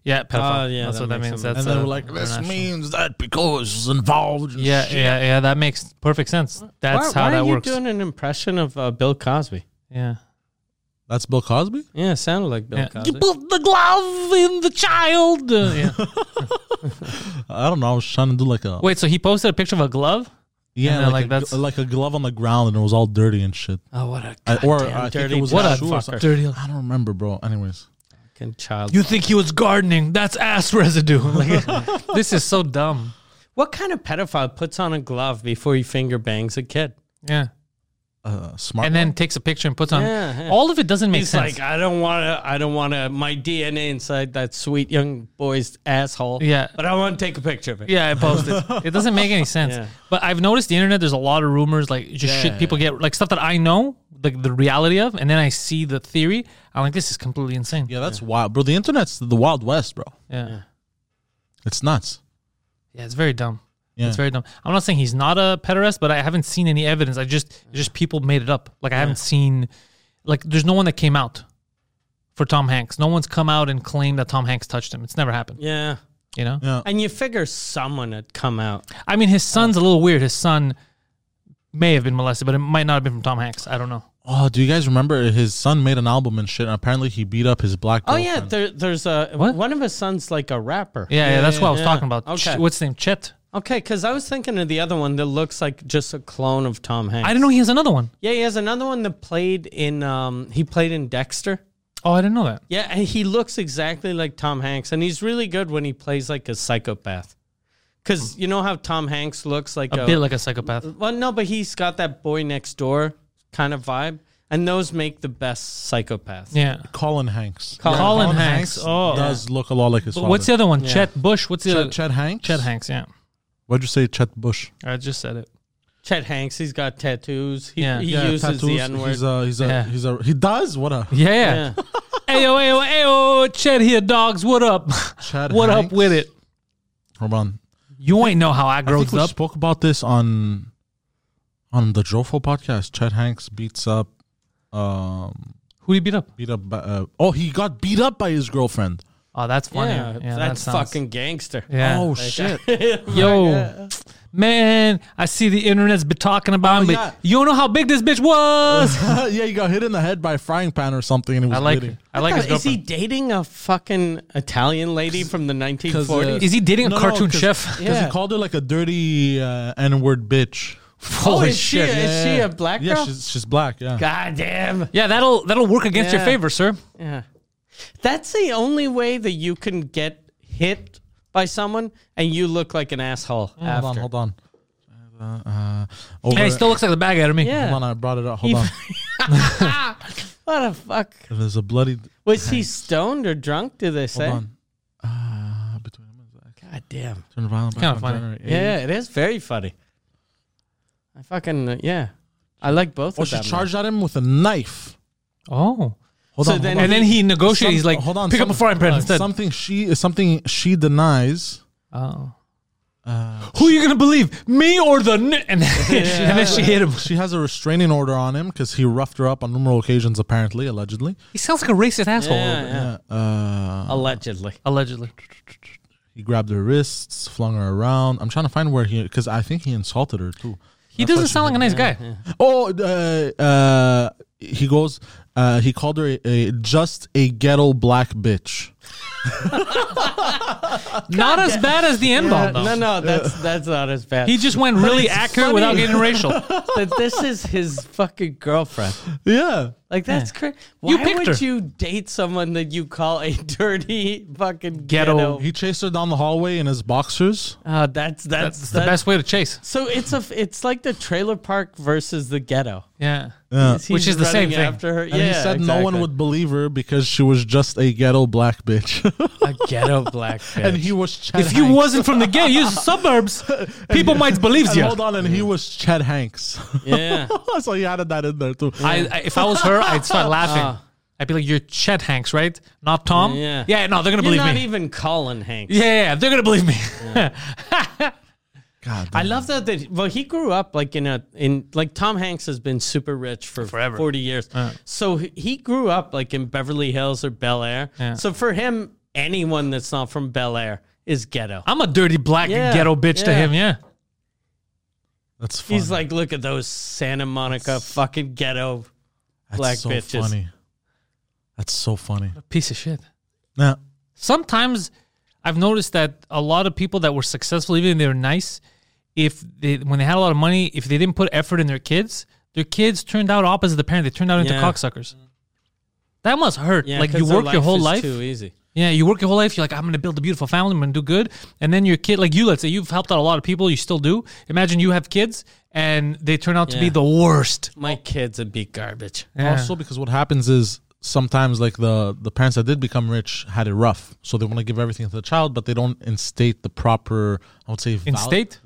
S1: yeah, pedophile.
S2: Oh, yeah,
S1: that's
S2: that
S1: what that
S2: makes
S1: means.
S2: sense.
S1: That's
S3: and they
S1: uh,
S3: were like, "This
S1: international."
S3: means that because it's involved." and
S1: Yeah,
S3: shit."
S1: yeah, yeah. That makes perfect sense. That's
S2: why,
S1: how
S2: why
S1: that
S2: are you
S1: works.
S2: doing an impression of uh, Bill Cosby?
S1: yeah.
S3: That's Bill Cosby.
S2: Yeah, it sounded like Bill
S1: Yeah.
S2: Cosby.
S1: put the glove in the child. Uh, yeah.
S3: I don't know. I was trying to do like a
S1: Wait, so he posted a picture of a glove? and
S3: yeah,
S1: then,
S3: like,
S1: like,
S3: a,
S1: that's-
S3: like a glove on the ground, and it was all dirty and shit.
S2: Oh, what a
S3: I, Uh, or
S2: goddamn
S3: I think
S2: dirty
S3: it was
S2: what
S3: a
S2: a
S3: shoe or something.
S2: fucker.
S1: Dirty.
S3: I don't remember, bro. Anyways,
S2: Fucking child.
S1: You think he was gardening? That's ass residue. Like, this is so dumb.
S2: what kind of pedophile puts on a glove before he finger bangs a kid?
S1: Yeah.
S3: uh, smart.
S1: And then takes a picture and puts on.
S2: Yeah, yeah.
S1: All of it doesn't make
S2: He's
S1: sense.
S2: like, I don't want to. I don't want to. My DNA inside that sweet young boy's asshole.
S1: Yeah.
S2: but I want to take a picture of it.
S1: yeah, I posted. It doesn't make any sense.
S2: Yeah.
S1: But I've noticed the internet. There's a lot of rumors, like just shit people get, like stuff that I know, like the reality of, and then I see the theory. I'm like, this is completely insane.
S3: yeah, that's wild, bro. The internet's the wild west, bro.
S1: Yeah. yeah,
S3: It's nuts.
S1: it's very dumb.
S3: Yeah,
S1: It's very dumb. I'm not saying he's not a pederast, but I haven't seen any evidence. I just it's just people made it up. Like I haven't seen like there's no one that came out for Tom Hanks. No one's come out and claimed that Tom Hanks touched him. It's never happened.
S2: yeah.
S1: You know?
S3: yeah.
S2: And you figure someone had come out.
S1: I mean his son's a little weird. His son may have been molested, but it might not have been from Tom Hanks. I don't know.
S3: Oh, do you guys remember his son made an album and shit? And apparently, he beat up his black.
S2: Oh yeah,
S3: girlfriend.
S2: there, there's a
S1: What?
S2: one of his sons like a rapper.
S1: Yeah, yeah, that's what I was
S2: yeah.
S1: talking about.
S2: Okay.
S1: Ch- what's his name? Chet.
S2: Okay, because I was thinking of the other one that looks like just a clone of Tom Hanks.
S1: I didn't know he has another one.
S2: Yeah, he has another one that played in. Um, he played in Dexter.
S1: Oh, I didn't know that.
S2: Yeah, and he looks exactly like Tom Hanks, and he's really good when he plays like a psychopath. Because you know how Tom Hanks looks like
S1: A bit like a psychopath.
S2: Well, no, but he's got that boy next door kind of vibe, and those make the best psychopaths.
S1: Yeah.
S3: Colin Hanks.
S1: Colin, Hanks. Oh.
S3: does look a lot like his
S1: But
S3: father.
S1: what's the other one?
S2: Yeah.
S1: Chet Bush. What's the
S3: Chet,
S1: other?
S3: Chet Hanks?
S1: Chet Hanks, yeah.
S3: What'd you say, Chet Bush?
S1: I just said it.
S2: Chet Hanks, he's got tattoos. He,
S1: Yeah.
S2: he
S1: Yeah,
S2: uses the N word.
S3: He's a, he's a,
S1: Yeah.
S3: he's a, he does? What a.
S1: Yeah, yeah.
S2: Yeah.
S1: Ayo, ayo, ayo, Chet here, dogs. What up?
S3: Chet
S1: what up
S3: Hanks?
S1: with it?
S3: Hold on.
S1: You ain't know how I
S3: I think
S1: grows
S3: we
S1: up.
S3: spoke about this on on the Joeful podcast. Chet Hanks beats up, um,
S1: Who do you beat up?
S3: beat up, by, uh, oh, he got beat up by his girlfriend.
S1: Oh, that's funny.
S2: Yeah,
S1: Yeah, that
S2: that's
S1: sounds-
S2: fucking gangster.
S1: Yeah.
S3: Oh, shit.
S1: Yo, man, I see the internet's been talking about him, but
S3: yeah.
S1: you don't know how big this bitch was.
S3: yeah, he got hit in the head by a frying pan or something and he was
S1: I like,
S3: bleeding.
S1: I like his
S2: Is he
S1: girlfriend.
S2: dating a fucking Italian lady from the 1940s?
S1: Is he dating a
S3: No, no,
S1: cartoon
S3: 'cause-
S1: chef?
S3: Because he called her like a dirty uh, N word bitch.
S1: Holy
S2: is she a-
S1: shit!
S2: is
S1: yeah.
S2: she a black
S3: Yeah,
S2: girl?
S3: she's, she's black. Yeah.
S2: God damn.
S1: Yeah, that'll that'll work against
S2: Yeah.
S1: your favor, sir.
S2: Yeah. That's the only way that you can get hit by someone and you look like an asshole after.
S3: Hold on, hold on. Uh, uh, over,
S1: Yeah, he still looks like the bag out of me.
S2: Yeah.
S3: Hold on, I brought it up. Hold on.
S2: What the fuck?
S3: There's a bloody.
S2: Was he stoned or drunk? Do they say?
S3: Hold on. Uh, between them is act-
S2: God damn.
S3: turn violent back
S1: kinda
S3: on
S1: funny.
S3: January 8th.
S2: Yeah, it is very funny. I fucking uh, yeah. I like both
S3: Oh,
S2: of
S3: she
S2: them.
S3: charged at him with a knife.
S1: Oh.
S3: Hold
S2: So
S3: on.
S2: then-
S3: hold on.
S1: And then he negotiated.
S3: Some-
S1: Oh, he's like,
S3: hold on,
S1: pick up a
S3: some- uh,
S1: frying pan instead.
S3: something she something she denies.
S1: oh.
S3: Uh,
S1: Who are you gonna believe, me or the? N-? And, then, and then she hit him.
S3: she has a restraining order on him because he roughed her up on numerous occasions, apparently, allegedly.
S1: He sounds like a racist
S2: Yeah,
S1: asshole.
S2: yeah.
S3: Yeah. Uh,
S2: Allegedly.
S1: Allegedly.
S3: he grabbed her wrists, flung her around. I'm trying to find where he because I think he insulted her too.
S1: He
S3: That's why
S1: doesn't
S3: she
S1: sound like a nice guy.
S3: Oh, uh, uh, he goes. Uh, he called her a, a, just a ghetto black bitch.
S1: Not as bad as the end ball, though.
S2: no, no, that's that's not as bad.
S1: He just went really accurate without
S2: funny.
S1: getting racial.
S2: But this is his fucking girlfriend.
S3: Yeah.
S2: Like that's crazy. Why
S1: You picked
S2: would
S1: her.
S2: you date someone that you call a dirty fucking
S1: Ghetto.
S2: ghetto?
S3: He chased her down the hallway in his boxers.
S2: Oh, that's that's that's,
S1: It's the best way to chase.
S2: So it's a it's like the trailer park versus the ghetto.
S1: Yeah.
S3: Yeah.
S2: He's
S1: Which is the same
S2: running
S1: thing.
S2: After her.
S3: And
S2: yeah,
S3: he said no
S2: exactly.
S3: one would believe her because she was just a ghetto black bitch.
S2: a ghetto black bitch.
S3: and he was Chad
S1: If you
S3: Hanks.
S1: wasn't from the ghetto, you suburbs, people might believe
S3: And
S1: you.
S3: hold on, and he was Chad Hanks.
S2: yeah.
S3: so he added that in there too.
S1: I, I, if I was her, I'd start laughing.
S2: Ah.
S1: I'd be like, "You're Chet Hanks, right? Not Tom."
S2: Yeah.
S1: Yeah. No, they're gonna
S2: You're
S1: believe
S2: not
S1: me.
S2: even Colin Hanks.
S1: yeah, yeah, yeah, they're gonna believe me.
S3: God,
S2: I love that. That well, he grew up like in a in like Tom Hanks has been super rich for
S1: Forever.
S2: forty years. So he- he grew up like in Beverly Hills or Bel Air.
S1: Yeah.
S2: So for him, anyone that's not from Bel Air is ghetto.
S1: I'm a dirty black
S2: Yeah,
S1: ghetto bitch to
S2: yeah.
S1: him. Yeah.
S3: that's funny.
S2: He's like, look at those Santa Monica fucking ghetto.
S3: that's
S2: black
S3: so
S2: bitches.
S3: funny. That's so funny.
S1: Piece of shit.
S3: Yeah.
S1: Sometimes I've noticed that a lot of people that were successful, even if they were nice, if they when they had a lot of money, if they didn't put effort in their kids, their kids turned out opposite the parent. They turned out into
S2: Yeah.
S1: cocksuckers. That must hurt.
S2: Yeah,
S1: like
S2: 'cause
S1: you
S2: their
S1: work your whole
S2: is
S1: life.
S2: Too easy.
S1: Yeah, you work your whole life. You're like, I'm gonna build a beautiful family. I'm gonna do good. And then your kid, like you, let's say you've helped out a lot of people. You still do. Imagine you have kids and they turn out to be
S2: Yeah.
S1: the worst.
S2: My kids would be garbage.
S3: Also, because what happens is sometimes like the the parents that did become rich had it rough, so they want to give everything to the child, but they don't instate the proper, I would say,
S1: in
S3: val-
S1: state.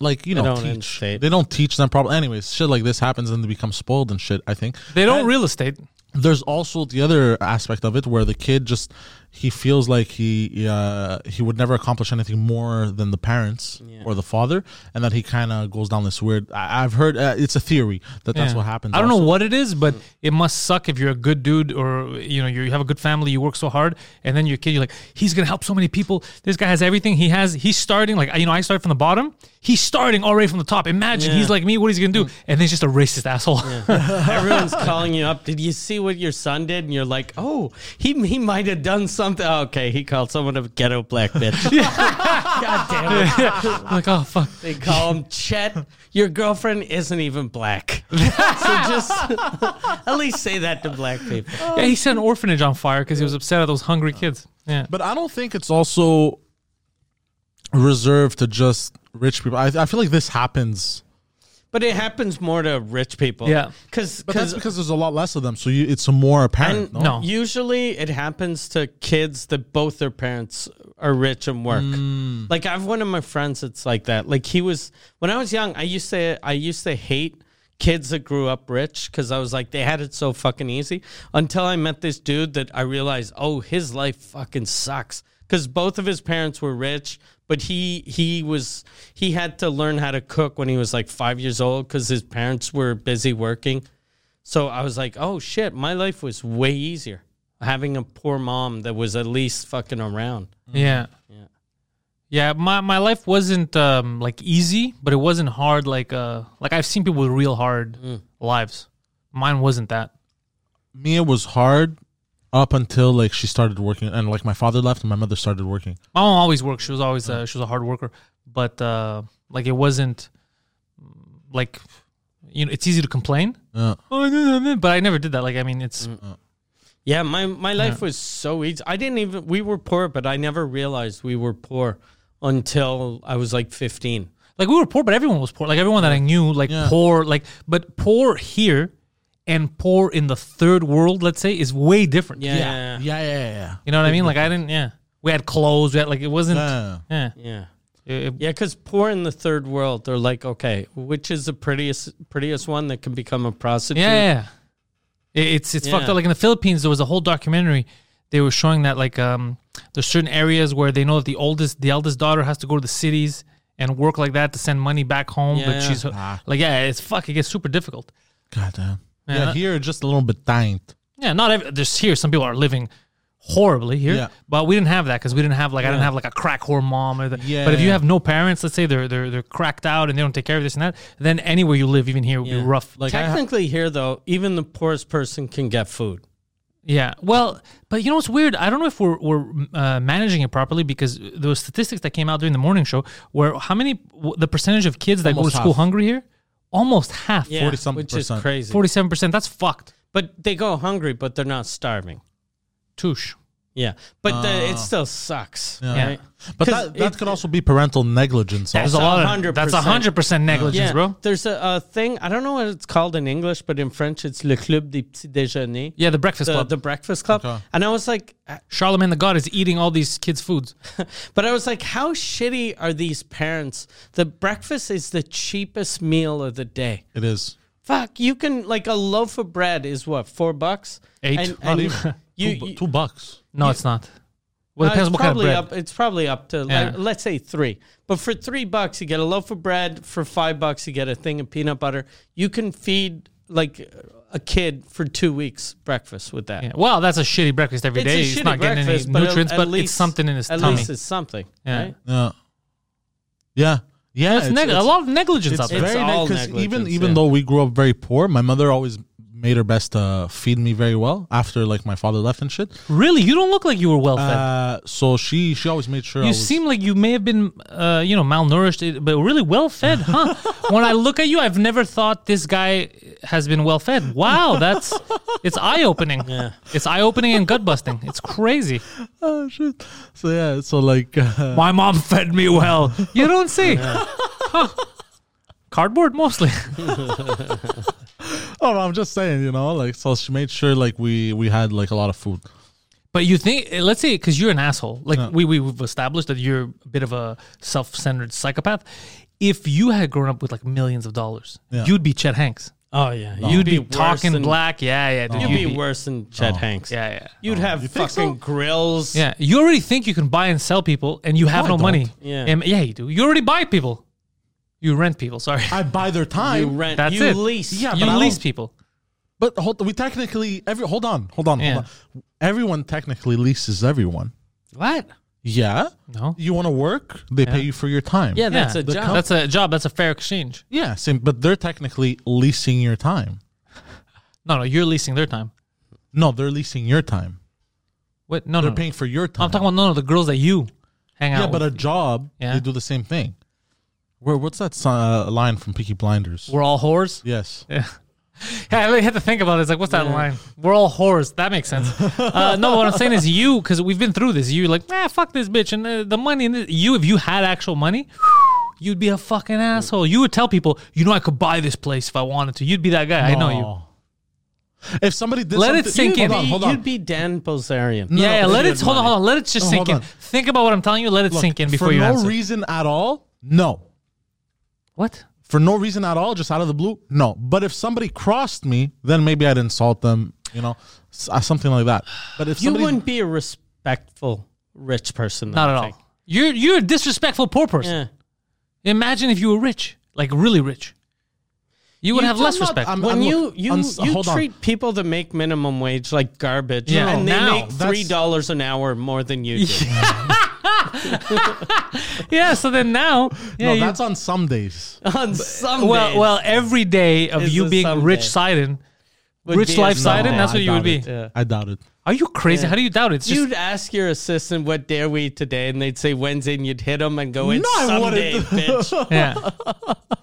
S3: like you know,
S2: don't
S3: teach.
S2: instate.
S3: They don't teach them proper. Anyways, shit like this happens and they become spoiled and shit. I think
S1: They don't real estate.
S3: there's also the other aspect of it where the kid just he feels like he uh, he would never accomplish anything more than the parents or the father, and that he kind of goes down this weird. I, I've heard uh, it's a theory that that's
S1: Yeah.
S3: what happens.
S1: I don't
S3: also.
S1: know what it is, but it must suck if you're a good dude or you know you have a good family, you work so hard, and then your kid, you're like, he's gonna help so many people. This guy has everything. He has. He's starting like you know I started from the bottom. He's starting already from the top. Imagine
S2: Yeah.
S1: he's like me. What he's gonna do? And he's just a racist asshole.
S2: Everyone's calling you up. Did you see what your son did? And you're like, oh, he he might have done something. Oh, okay, he called someone a ghetto black bitch. God damn it!
S1: like oh fuck.
S2: They call him Chet. Your girlfriend isn't even black. so just at least say that to black people.
S1: Yeah, he set an orphanage on fire because he was upset at those hungry kids. Yeah.
S3: But I don't think it's also reserved to just rich people. I, I feel like this happens,
S2: But it happens more to rich people.
S1: Yeah.
S2: because
S3: but that's because there's a lot less of them. So you, it's more
S2: And
S3: apparent. No?
S1: No.
S2: Usually it happens to kids that both their parents are rich and work. Like I've one of my friends that's like that. Like he was when I was young, I used to I used to hate kids that grew up rich cuz I was like they had it so fucking easy until I met this dude that I realized, "Oh, his life fucking sucks." Cuz both of his parents were rich, but he he was he had to learn how to cook when he was like 5 years old cuz his parents were busy working. So I was like, oh shit, my life was way easier having a poor mom that was at least fucking around.
S1: Yeah. Yeah. my, my life wasn't um, like easy, but it wasn't hard. Like uh, like I've seen people with real hard
S2: Mm.
S1: lives. Mine wasn't that.
S3: Mia was hard up until like she started working, and like my father left and my mother started working.
S1: My mom always worked. She was always uh, she was a hard worker, but uh, like it wasn't mm, like you know it's easy to complain.
S3: Yeah.
S1: Oh, no, no, no, But I never did that. Like I mean, it's
S2: Mm. Yeah, my, my life was so easy. I didn't even, we were poor, but I never realized we were poor until I was like 15.
S1: like we were poor, but everyone was poor. Like everyone that I knew, like poor, like but poor here and poor in the third world, let's say, is way different.
S2: Yeah. Yeah.
S3: yeah, yeah, yeah.
S1: You know what I mean? Like I didn't. Yeah, we had clothes. We had like it wasn't.
S3: Yeah.
S1: Yeah.
S2: Yeah.
S1: It- it-
S2: because poor in the third world, they're like, okay, which is the prettiest prettiest one that can become a prostitute?
S1: Yeah, yeah. It- it's it's fucked
S2: Yeah.
S1: up. Like in the Philippines, there was a whole documentary. They were showing that like um, there's certain areas where they know that the oldest, the eldest daughter has to go to the cities and work like that to send money back home.
S2: Yeah,
S1: but
S2: yeah.
S1: she's like, yeah, it's fuck. It gets super difficult.
S3: God damn. Yeah.
S1: Yeah.
S3: here just a little bit taint.
S1: Yeah, not every, there's here. Some people are living horribly here,
S3: Yeah.
S1: but we didn't have that because we didn't have like I didn't have like a crack whore mom. Or the,
S3: Yeah.
S1: But if you have no parents, let's say they're they're they're cracked out and they don't take care of this and that, then anywhere you live, even here, would
S2: Yeah.
S1: be rough. Like
S2: Technically, here though, even the poorest person can get food.
S1: Yeah. Well, but you know what's weird? I don't know if we're, we're uh, managing it properly because those statistics that came out during the morning show were how many, w- the percentage of kids that go
S3: Almost
S1: to school
S3: half.
S1: hungry here? Almost half.
S2: Yeah,
S3: 40-something
S2: which
S3: percent.
S2: is crazy.
S1: 47%. That's fucked.
S2: But they go hungry, but they're not starving.
S1: Touche.
S2: Yeah, but the, it still sucks.
S1: Oh. Yeah.
S2: Right?
S3: But
S2: 'Cause
S3: that, that
S2: it-
S3: could also be parental negligence.
S1: There's
S3: also.
S1: a lot of,
S2: 100%.
S1: that's 100% negligence,
S2: yeah.
S1: bro.
S2: There's a, a thing I don't know what it's called in English, but in French it's le club des petits déjeuners.
S1: Yeah, the Breakfast
S2: The,
S1: Club.
S2: the breakfast club,
S3: Okay.
S2: and I was like, uh,
S1: Charlemagne the God is eating all these kids' foods.
S2: but I was like, how shitty are these parents? The breakfast is the cheapest meal of the day.
S3: It is.
S2: Fuck, you can like a loaf of bread is what four bucks,
S1: Eight.
S2: And,
S1: Not
S2: and
S3: even.
S2: You,
S3: two, bu-
S2: you-
S3: two bucks.
S1: No, it's not. Well,
S2: Uh,
S1: it depends
S2: it's
S1: what kind of
S2: probably
S1: bread.
S2: up. It's probably up to
S1: Yeah.
S2: like, let's say three. But for three bucks, you get a loaf of bread. For five bucks, you get a thing of peanut butter. You can feed like a kid for two weeks breakfast with that.
S1: Yeah. Well, that's a shitty breakfast every
S2: It's a
S1: day.
S2: shitty
S1: He's not getting any
S2: breakfast, but at-
S1: nutrients,
S2: at
S1: but it's
S2: least-
S1: something in his
S2: At
S1: tummy.
S2: least it's something.
S1: Yeah.
S2: Right?
S3: Yeah. Yeah. Yeah.
S1: That's
S3: it's-
S1: neg- a
S3: it's-
S1: lot of negligence out
S3: It's
S1: there.
S3: very
S2: all
S3: nice because even
S2: negligence,
S3: even
S2: yeah.
S3: though we grew up very poor, my mother always made her best to feed me very well after like my father left and shit.
S1: Really, you don't look like you were well fed.
S3: Uh, so she she always made sure. I
S1: you
S3: was,
S1: seem like you may have been, uh, you know, malnourished, eh, but really well fed, huh? when I look at you, I've never thought this guy has been well fed. Wow, that's it's eye opening. Yeah. It's eye opening and gut busting. It's crazy.
S3: oh shit. So yeah, so like uh,
S1: My mom fed me well. You don't see. Huh. Cardboard mostly.
S3: oh, I'm just saying, you know, like so she made sure like we we had like a lot of food.
S1: But you think, eh, let's say, because you're an asshole. Like we, we we've established that you're a bit of a self-centered psychopath. If you had grown up with like millions of dollars,
S3: Yeah.
S1: you'd be Chet Hanks.
S2: Oh yeah.
S1: You'd be,
S2: worse
S1: talking
S2: than-
S1: black. Yeah, yeah. dude,
S2: You'd be, worse than Chet Hanks.
S1: Yeah, yeah.
S2: You'd have
S3: think so?
S2: fucking grills.
S1: Yeah, you already think you can buy and sell people, and you have
S3: I
S1: no
S3: don't.
S1: money.
S2: Yeah.
S1: Um, yeah, you do. You already buy people. You rent people. Sorry,
S3: I buy their
S2: You
S3: time,
S2: rent.
S1: that's
S2: you
S1: it.
S2: lease.
S3: Yeah,
S1: you
S3: but I
S1: lease
S3: don't-
S1: people.
S3: but hold, we technically every hold on, hold on,
S1: Yeah.
S3: hold on. Everyone technically leases everyone.
S1: What?
S3: Yeah.
S1: No.
S3: You want to work? They pay you for your time.
S2: Yeah, that's a
S1: The
S2: job.
S1: com- That's a job. That's a fair exchange.
S3: Yeah, same, but they're technically leasing your time.
S1: No, no, you're leasing their time.
S3: No, they're leasing your time.
S1: What? No,
S3: They're
S1: no.
S3: paying for your time.
S1: Oh. I'm talking about no, no, the girls that you hang
S3: yeah,
S1: out.
S3: but a
S1: with.
S3: job
S1: Yeah.
S3: they do the same thing. Where what's that si- uh, line from Peaky Blinders?
S1: we're all whores.
S3: yes,
S1: Yeah, I really had to think about this. Like, what's that line? We're all whores. That makes sense. Uh, no, what I'm saying is you, because we've been through this. You're like, nah, fuck this bitch. And uh, the money, and this. you, if you had actual money, you'd be a fucking asshole. You would tell people, you know, I could buy this place if I wanted to. You'd be that guy. I know you.
S3: you. Oh. If somebody did
S1: Let it
S3: something-
S1: sink
S3: Hold
S1: in.
S3: on, hold on.
S2: You'd be Dan Bilzerian.
S3: No,
S1: yeah, yeah,
S3: no,
S1: let
S3: you
S1: it,
S3: had
S1: hold on,
S3: money.
S1: hold on. Let it just
S3: No,
S1: sink in.
S3: hold on.
S1: Think about what I'm telling you. Let it
S3: Look,
S1: sink in before
S3: for
S1: you
S3: no
S1: answer.
S3: reason at all. No,
S1: what?
S3: for no reason at all, just out of the blue. No, but if somebody crossed me, then maybe I'd insult them. You know, s- uh, something like that. But if
S2: You
S3: somebody
S2: wouldn't be a respectful rich person. though,
S1: Not at
S2: I
S1: all.
S2: think.
S1: You're, you're a disrespectful poor person.
S2: Yeah.
S1: Imagine if you were rich, like really rich. You would
S2: You
S1: have
S2: do
S1: less
S2: not-
S1: respect.
S3: I'm-
S2: when you
S3: look,
S2: you,
S3: uns-
S2: you
S3: hold on.
S2: treat people that make minimum wage like garbage,
S1: Yeah.
S2: and they
S1: Now,
S2: make
S3: that's-
S2: three dollars an hour more than you do.
S1: yeah, so then now. Yeah,
S3: no,
S1: you-
S3: that's on some days.
S2: On some
S1: Well,
S2: days
S1: well, every day of
S2: It's
S1: you
S2: a
S1: being
S2: someday.
S1: rich Sidon,
S2: would
S1: rich
S2: be a
S1: life
S2: song.
S1: Sidon, that's
S3: I
S1: what you would
S3: doubt
S1: be.
S3: it. I doubt it.
S1: Are you crazy? How do you doubt it? It's just,
S2: You'd ask your assistant what day are we today, and they'd say Wednesday, and you'd hit them and go, "It's
S3: No, I
S2: someday,
S3: wouldn't."
S2: bitch."
S1: yeah.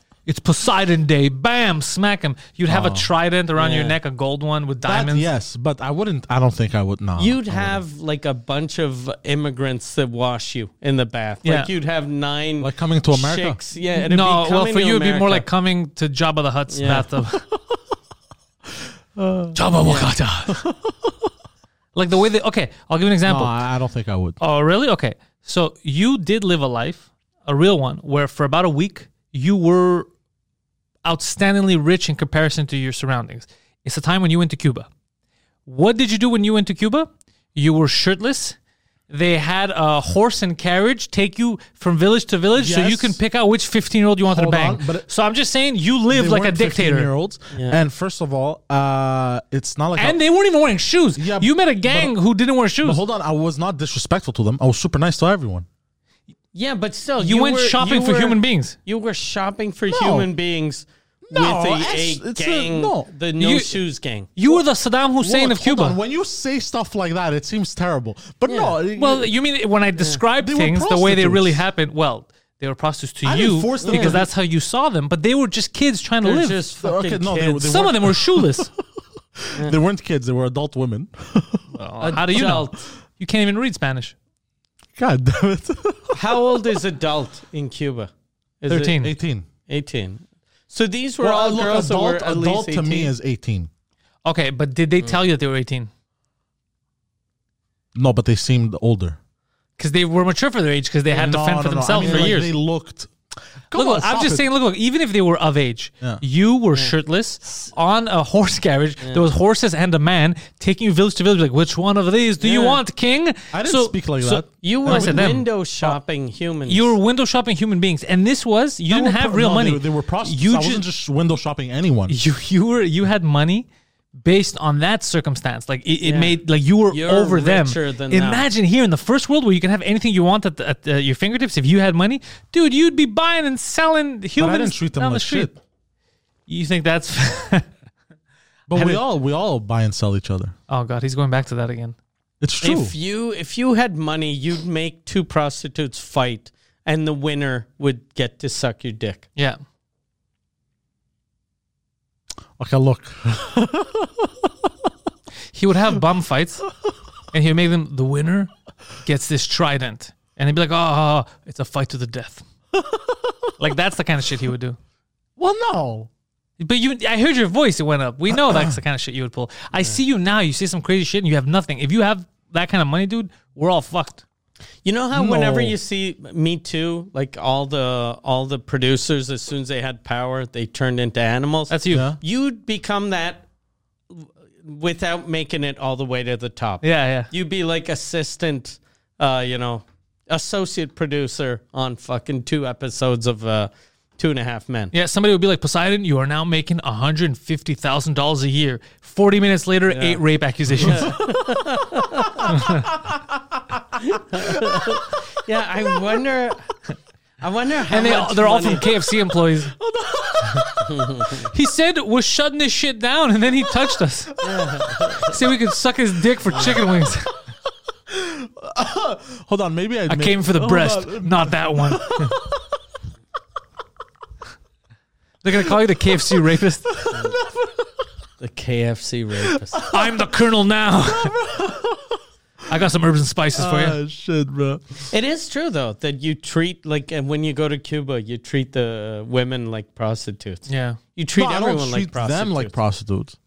S1: it's Poseidon Day. Bam, smack him. You'd have a trident around your
S2: Oh. Yeah.
S1: neck, a gold one with
S3: That,
S1: diamonds.
S3: yes, but I wouldn't. I don't think I would. No,
S2: You'd
S3: I
S2: have like a bunch of immigrants that wash you in the bath. Like
S1: Yeah.
S2: you'd have nine,
S3: Like coming to America?
S2: chicks. Yeah, and it'd be
S1: No, well,
S2: coming
S1: for
S2: to
S1: you, it'd be more
S2: America.
S1: like coming to Jabba the Hutt's
S2: Yeah.
S1: bathtub. Jabba Wakata. like the way they. Okay, I'll give you an
S3: No,
S1: example.
S3: I I don't think I would.
S1: Oh, really? Okay. So you did live a life, a real one, where for about a week you were outstandingly rich in comparison to your surroundings. It's a time when you went to Cuba. What did you do when you went to Cuba? You were shirtless. They had a horse and carriage take you from village to village so you
S3: Yes.
S1: can pick out which 15 year old you wanted
S3: Hold
S1: to bang.
S3: on, but it-
S1: so I'm just saying you lived like a dictator.
S3: Year olds, and first of all, uh, it's not like. I-
S1: And they weren't even wearing shoes.
S3: Yeah,
S1: you met a
S3: but-
S1: gang who didn't wear
S3: but
S1: shoes.
S3: hold on, I was not disrespectful to them. I was super nice to everyone.
S2: yeah, but still,
S1: You, went
S2: were-
S1: shopping
S2: you
S1: for
S2: were-
S1: human beings.
S2: You were shopping for human beings
S3: No,
S2: with a,
S3: it's-
S2: a
S3: it's a-
S2: gang,
S3: no.
S2: the no
S1: You-
S2: shoes gang.
S1: You were the Saddam Hussein
S3: Look,
S1: of
S3: hold
S1: Cuba.
S3: on. When you say stuff like that, it seems terrible. But no,
S1: Well, you mean when I describe
S3: They were
S1: things the way they really
S3: prostitutes.
S1: happened? Well, they were prostitutes to
S3: I didn't
S1: you
S3: force them
S1: because
S3: to be-
S1: that's how you saw them. But they were just kids trying to
S2: They're
S1: live.
S2: just
S3: Okay,
S2: fucking
S3: no, they-
S2: kids.
S3: they
S1: Some of
S3: weren't-
S1: them were shoeless.
S3: they weren't kids; they were adult women. Oh,
S1: Well, how do you know?
S2: Adult.
S1: You can't even read Spanish.
S3: God damn it!
S2: How old is adult in Cuba? Is it
S1: Thirteen.
S3: Eighteen.
S2: 18. So these were
S3: Well,
S2: all
S3: look,
S2: uh, girls
S3: adult,
S2: that were at
S3: adult
S2: least 18.
S3: to me is eighteen.
S1: Okay, but did
S3: Mm.
S1: they tell you that they were eighteen?
S3: No, but they seemed older.
S1: Because they were mature for their age. Because they had
S3: no,
S1: to fend
S3: no,
S1: for
S3: no. I
S1: themselves
S3: mean,
S1: for
S3: like,
S1: years.
S3: They looked. Come
S1: Look,
S3: on,
S1: look, I'm
S3: stop
S1: just
S3: it.
S1: saying. Look, look. Even if they were of age,
S3: Yeah.
S1: you were shirtless on a horse carriage. There was horses and a man taking you village to village. Like, which one of these do you
S2: Yeah.
S1: want, King?
S3: I didn't
S1: So-
S3: speak like
S1: so
S3: that.
S2: You
S1: I
S2: were
S1: said them.
S2: window shopping
S3: Uh,
S2: humans.
S1: You were window shopping human beings, and this was you
S3: They
S1: didn't
S3: were
S1: have
S3: pro-
S1: real
S3: no,
S1: money.
S3: They, they were prostitutes.
S1: You
S3: I wasn't just window shopping anyone.
S1: you you were you had money based on that circumstance. Like it, it
S2: Yeah.
S1: made like you were
S2: You're
S1: over them.
S2: richer than them.
S1: Imagine here in the first world where you can have anything you want at, the, at uh, your fingertips. If you had money, dude, you'd be buying and selling humans.
S3: but I didn't treat them
S1: down the
S3: like
S1: street.
S3: shit.
S1: You think that's?
S3: But
S1: I
S3: we
S1: didn't-
S3: all we all buy and sell each other.
S1: oh god, he's going back to that again.
S3: It's true.
S2: if you if you had money, you'd make two prostitutes fight and the winner would get to suck your dick.
S1: Yeah.
S3: Okay, look.
S1: he would have bum fights and he would make them the winner gets this trident and he'd be like oh it's a fight to the death like that's the kind of shit he would do
S3: Well, no.
S1: but you i heard your voice it went up we know that's the kind of shit you would pull i see you now you see some crazy shit and you have nothing if you have that kind of money dude we're all fucked
S2: You know how whenever
S3: No.
S2: you see Me Too, like all the all the producers, as soon as they had power, they turned into animals.
S1: that's you yeah
S3: Yeah.
S2: You'd become that w- without making it all the way to the top.
S1: yeah,
S2: You'd be like assistant, uh, you know, associate producer on fucking two episodes of uh, Two and a Half Men.
S1: Yeah, somebody would be like, Poseidon, you are now making $150,000 a year. 40 minutes later, eight rape accusations.
S2: Yeah, I wonder. I wonder how
S1: And they,
S2: much
S1: they're all
S2: money-
S1: from KFC employees. he said we're shutting this shit down, and then he touched us. Said we could suck his dick for chicken wings.
S3: Hold on. Maybe Oh I'd
S1: I
S3: make-
S1: came for the
S3: Hold
S1: breast,
S3: on.
S1: not that one. They're gonna call you the KFC rapist.
S2: the KFC rapist.
S1: I'm the colonel now. I got some herbs and spices for you.
S3: Ah, shit, bro.
S2: It is true though that you treat like and when you go to Cuba, you treat the women like prostitutes.
S1: Yeah.
S2: You treat
S3: No, I
S2: everyone
S3: don't
S2: like
S3: treat
S2: prostitutes.
S3: them like prostitutes.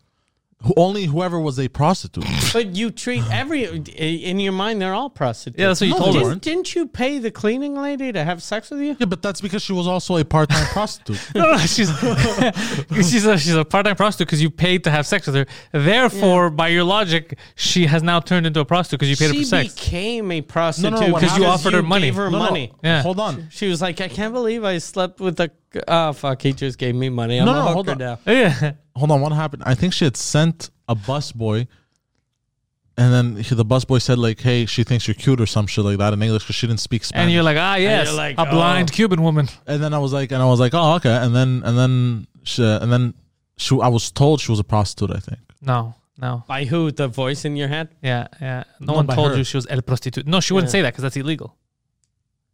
S3: Who, only whoever was a prostitute.
S2: but you treat every in your mind they're all prostitutes.
S1: Yeah, that's what you
S3: No,
S1: told
S3: they
S1: us.
S2: didn't, didn't you pay the cleaning lady to have sex with you?
S3: yeah, but that's because she was also a part-time prostitute.
S1: No, no, she's she's a, she's a part-time prostitute because you paid to have sex with her. Therefore, by your logic, she has now turned into a prostitute because you paid her
S2: She
S1: for sex.
S2: became a prostitute
S3: No, no, what
S2: because
S3: happened-
S2: you offered her money. Gave her
S3: No, no,
S2: money.
S1: Yeah.
S3: Hold on.
S2: She was like, I can't believe I slept with a. Oh, fuck. He just gave me money. I'm
S3: No,
S2: a
S3: no,
S2: hooker
S3: hold on.
S2: now.
S1: yeah,
S3: Hold on. What happened? I think she had sent a busboy, and then he, the busboy said like, "Hey, she thinks you're cute" or some shit like that in English because she didn't speak Spanish.
S1: and you're like, ah, yes,
S2: you're like,
S1: a blind
S2: oh.
S1: Cuban woman.
S3: and then I was like, and I was like, oh, okay. And then, and then, she, and then, she, I was told she was a prostitute. I think.
S1: No, no,
S2: By who? The voice in your head?
S1: yeah, yeah. No
S3: Not
S1: one
S3: by
S1: told
S3: her.
S1: you she was el prostitute. No, she wouldn't
S2: Yeah.
S1: say that because that's illegal,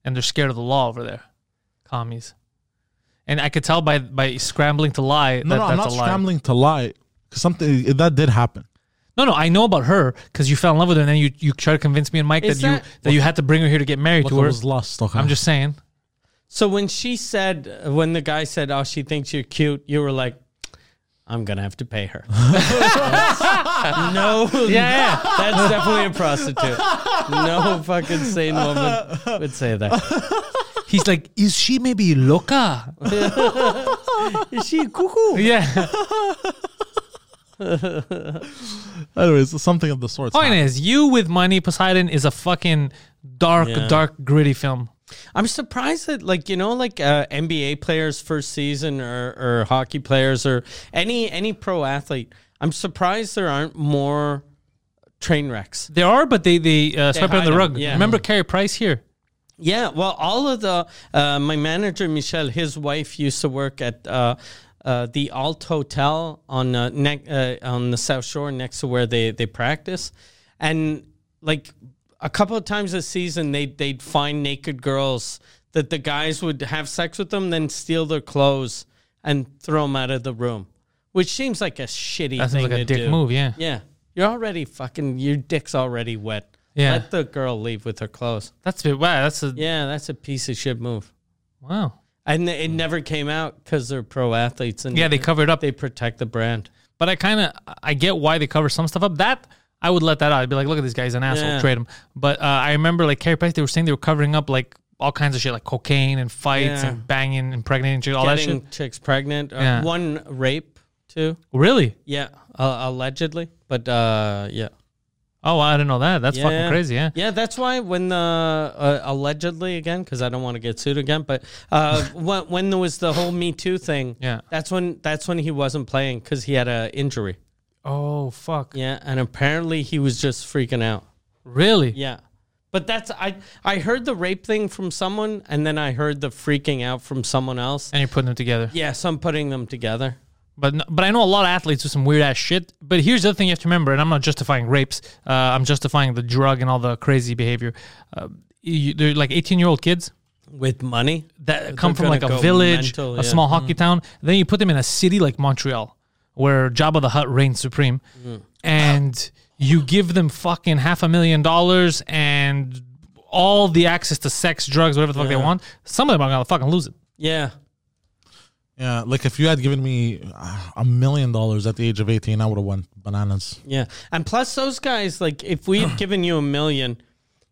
S1: and they're scared of the law over there, commies. And I could tell by by scrambling to lie that
S3: No, no, I'm
S1: that's
S3: not
S1: a lie.
S3: scrambling to lie because something that did happen.
S1: No, no, I know about her because you fell in love with her, and then you you tried to convince me and Mike that,
S2: Is
S1: you
S2: that-
S1: that you had to bring her here to get married
S3: But
S1: to
S3: I
S1: her.
S3: was lost. Okay.
S1: I'm just saying.
S2: So when she said, when the guy said, oh, she thinks you're cute, you were like, I'm going to have to pay her. no.
S1: Yeah,
S2: That's definitely a prostitute. No fucking sane woman would say that.
S1: He's like, is she maybe loca?
S2: Is she a cuckoo?
S1: yeah.
S3: Anyways, something of the sort.
S1: Point is, you with money, Poseidon is a fucking dark,
S2: Yeah.
S1: dark, gritty film.
S2: I'm surprised that, like, you know, like uh, NBA players first season or, or hockey players or any any pro athlete. I'm surprised there aren't more train wrecks.
S1: There are, but they they uh, swept it
S2: hide
S1: under the
S2: them,
S1: rug.
S2: yeah.
S1: Remember Carrie Price here?
S2: Yeah, well, all of the uh, my manager Michelle, his wife used to work at uh, uh, the Alt Hotel on uh, ne- uh, on the South Shore next to where they they practice, and like a couple of times a season they they'd find naked girls that the guys would have sex with them, then steal their clothes and throw them out of the room, which seems like a shitty
S1: That
S2: thing
S1: seems like
S2: to
S1: a dick
S2: do.
S1: move. Yeah.
S2: Yeah, you're already fucking your dick's already wet.
S1: Yeah.
S2: Let the girl leave with her clothes.
S1: That's a bit wow. That's a
S2: Yeah, that's a piece of shit move.
S1: wow.
S2: And it never came out because they're pro athletes and
S1: Hmm. Yeah, they cover it up.
S2: they protect the brand.
S1: But I kind of I get why they cover some stuff up. That I would let that out. I'd be like, look at this guy, he's an asshole,
S2: Yeah.
S1: trade him. But uh, I remember like Carrie Price, they were saying they were covering up like all kinds of shit, like cocaine and fights
S2: Yeah.
S1: and banging and pregnant and all that
S2: Getting
S1: shit.
S2: chicks pregnant. Uh,
S1: Yeah.
S2: One rape too.
S1: Really?
S2: Yeah, uh, allegedly. But uh, yeah,
S1: Oh, I didn't know that. That's
S2: Yeah.
S1: fucking crazy. Yeah.
S2: yeah. That's why when the uh, allegedly again, because I don't want to get sued again. But uh, when when there was the whole Me Too thing,
S1: Yeah.
S2: that's when that's when he wasn't playing because he had a injury.
S1: Oh fuck.
S2: Yeah, and apparently he was just freaking out.
S1: Really?
S2: Yeah. But that's I I heard the rape thing from someone and then I heard the freaking out from someone else.
S1: And you're putting them together.
S2: Yeah, so I'm putting them together.
S1: But n- but I know a lot of athletes do some weird ass shit. But here's the other thing you have to remember, and I'm not justifying rapes. Uh, I'm justifying the drug and all the crazy behavior. Uh, you, they're like 18 year old kids.
S2: With money?
S1: that come from
S2: gonna
S1: like a
S2: go
S1: village,
S2: mental,
S1: a
S2: yeah. Mm-hmm.
S1: small hockey town. Then you put them in a city like Montreal, where Jabba the Hutt reigns supreme,
S2: Mm.
S1: and you give them fucking half a million dollars and all the access to sex, drugs, whatever the fuck they want. Some of them are gonna fucking lose it.
S2: Yeah.
S3: Yeah, like if you had given me uh, a million dollars at the age of 18, I would have went bananas.
S2: Yeah. And plus those guys, like if we had given you a million,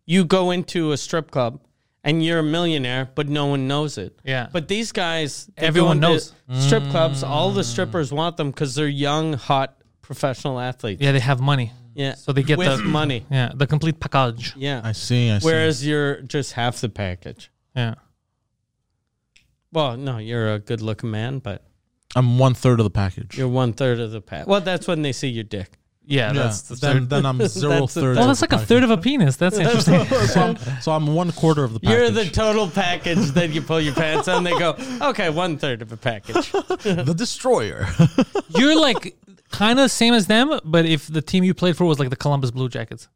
S2: you go into a strip club and you're a millionaire, but no one knows it.
S1: Yeah.
S2: But these guys they go
S1: Everyone
S2: into
S1: knows. Mm.
S2: strip clubs, all the strippers want them because they're young, hot professional athletes.
S1: Yeah, they have money,
S2: Yeah.
S1: so they get
S2: with
S1: the
S2: money.
S1: Yeah, the complete package.
S2: Yeah.
S3: I see. I see.
S2: Whereas you're just half the package.
S1: Yeah,
S2: Well, no, you're a good looking man, but
S3: I'm one third of the package.
S2: you're one third of the pack. Well, that's when they see your dick.
S1: yeah.
S3: yeah,
S1: That's the
S3: then,
S1: third.
S3: then I'm zero
S2: That's the
S3: thirds.
S1: Well,
S3: of
S1: that's
S3: the
S1: like a third of a penis. That's interesting.
S3: package. so, I'm, so I'm one quarter of the package.
S2: You're the total package. then you pull your pants on. They go, okay, one third of a package.
S3: the destroyer.
S1: You're like kind of same as them, but if the team you played for was like the Columbus Blue Jackets.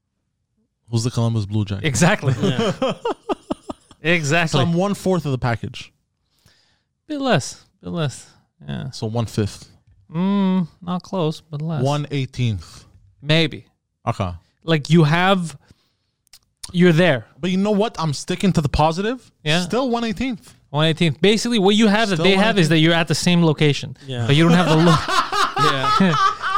S3: Who's the Columbus Blue Jacket?
S1: Exactly.
S3: So
S1: exactly.
S3: I'm one fourth of the package.
S1: bit less. Bit less. Yeah.
S3: So one fifth,
S1: Mm, not close, but less.
S3: one eighteenth.
S1: maybe.
S3: Okay,
S1: Like you have, you're there.
S3: but you know what? I'm sticking to the positive.
S1: Yeah.
S3: still one eighteenth.
S1: One eighteenth. Basically, what you have that
S3: Still
S1: they have is
S3: 118th.
S1: that you're at the same location.
S2: Yeah.
S1: But you don't have the look.
S2: yeah.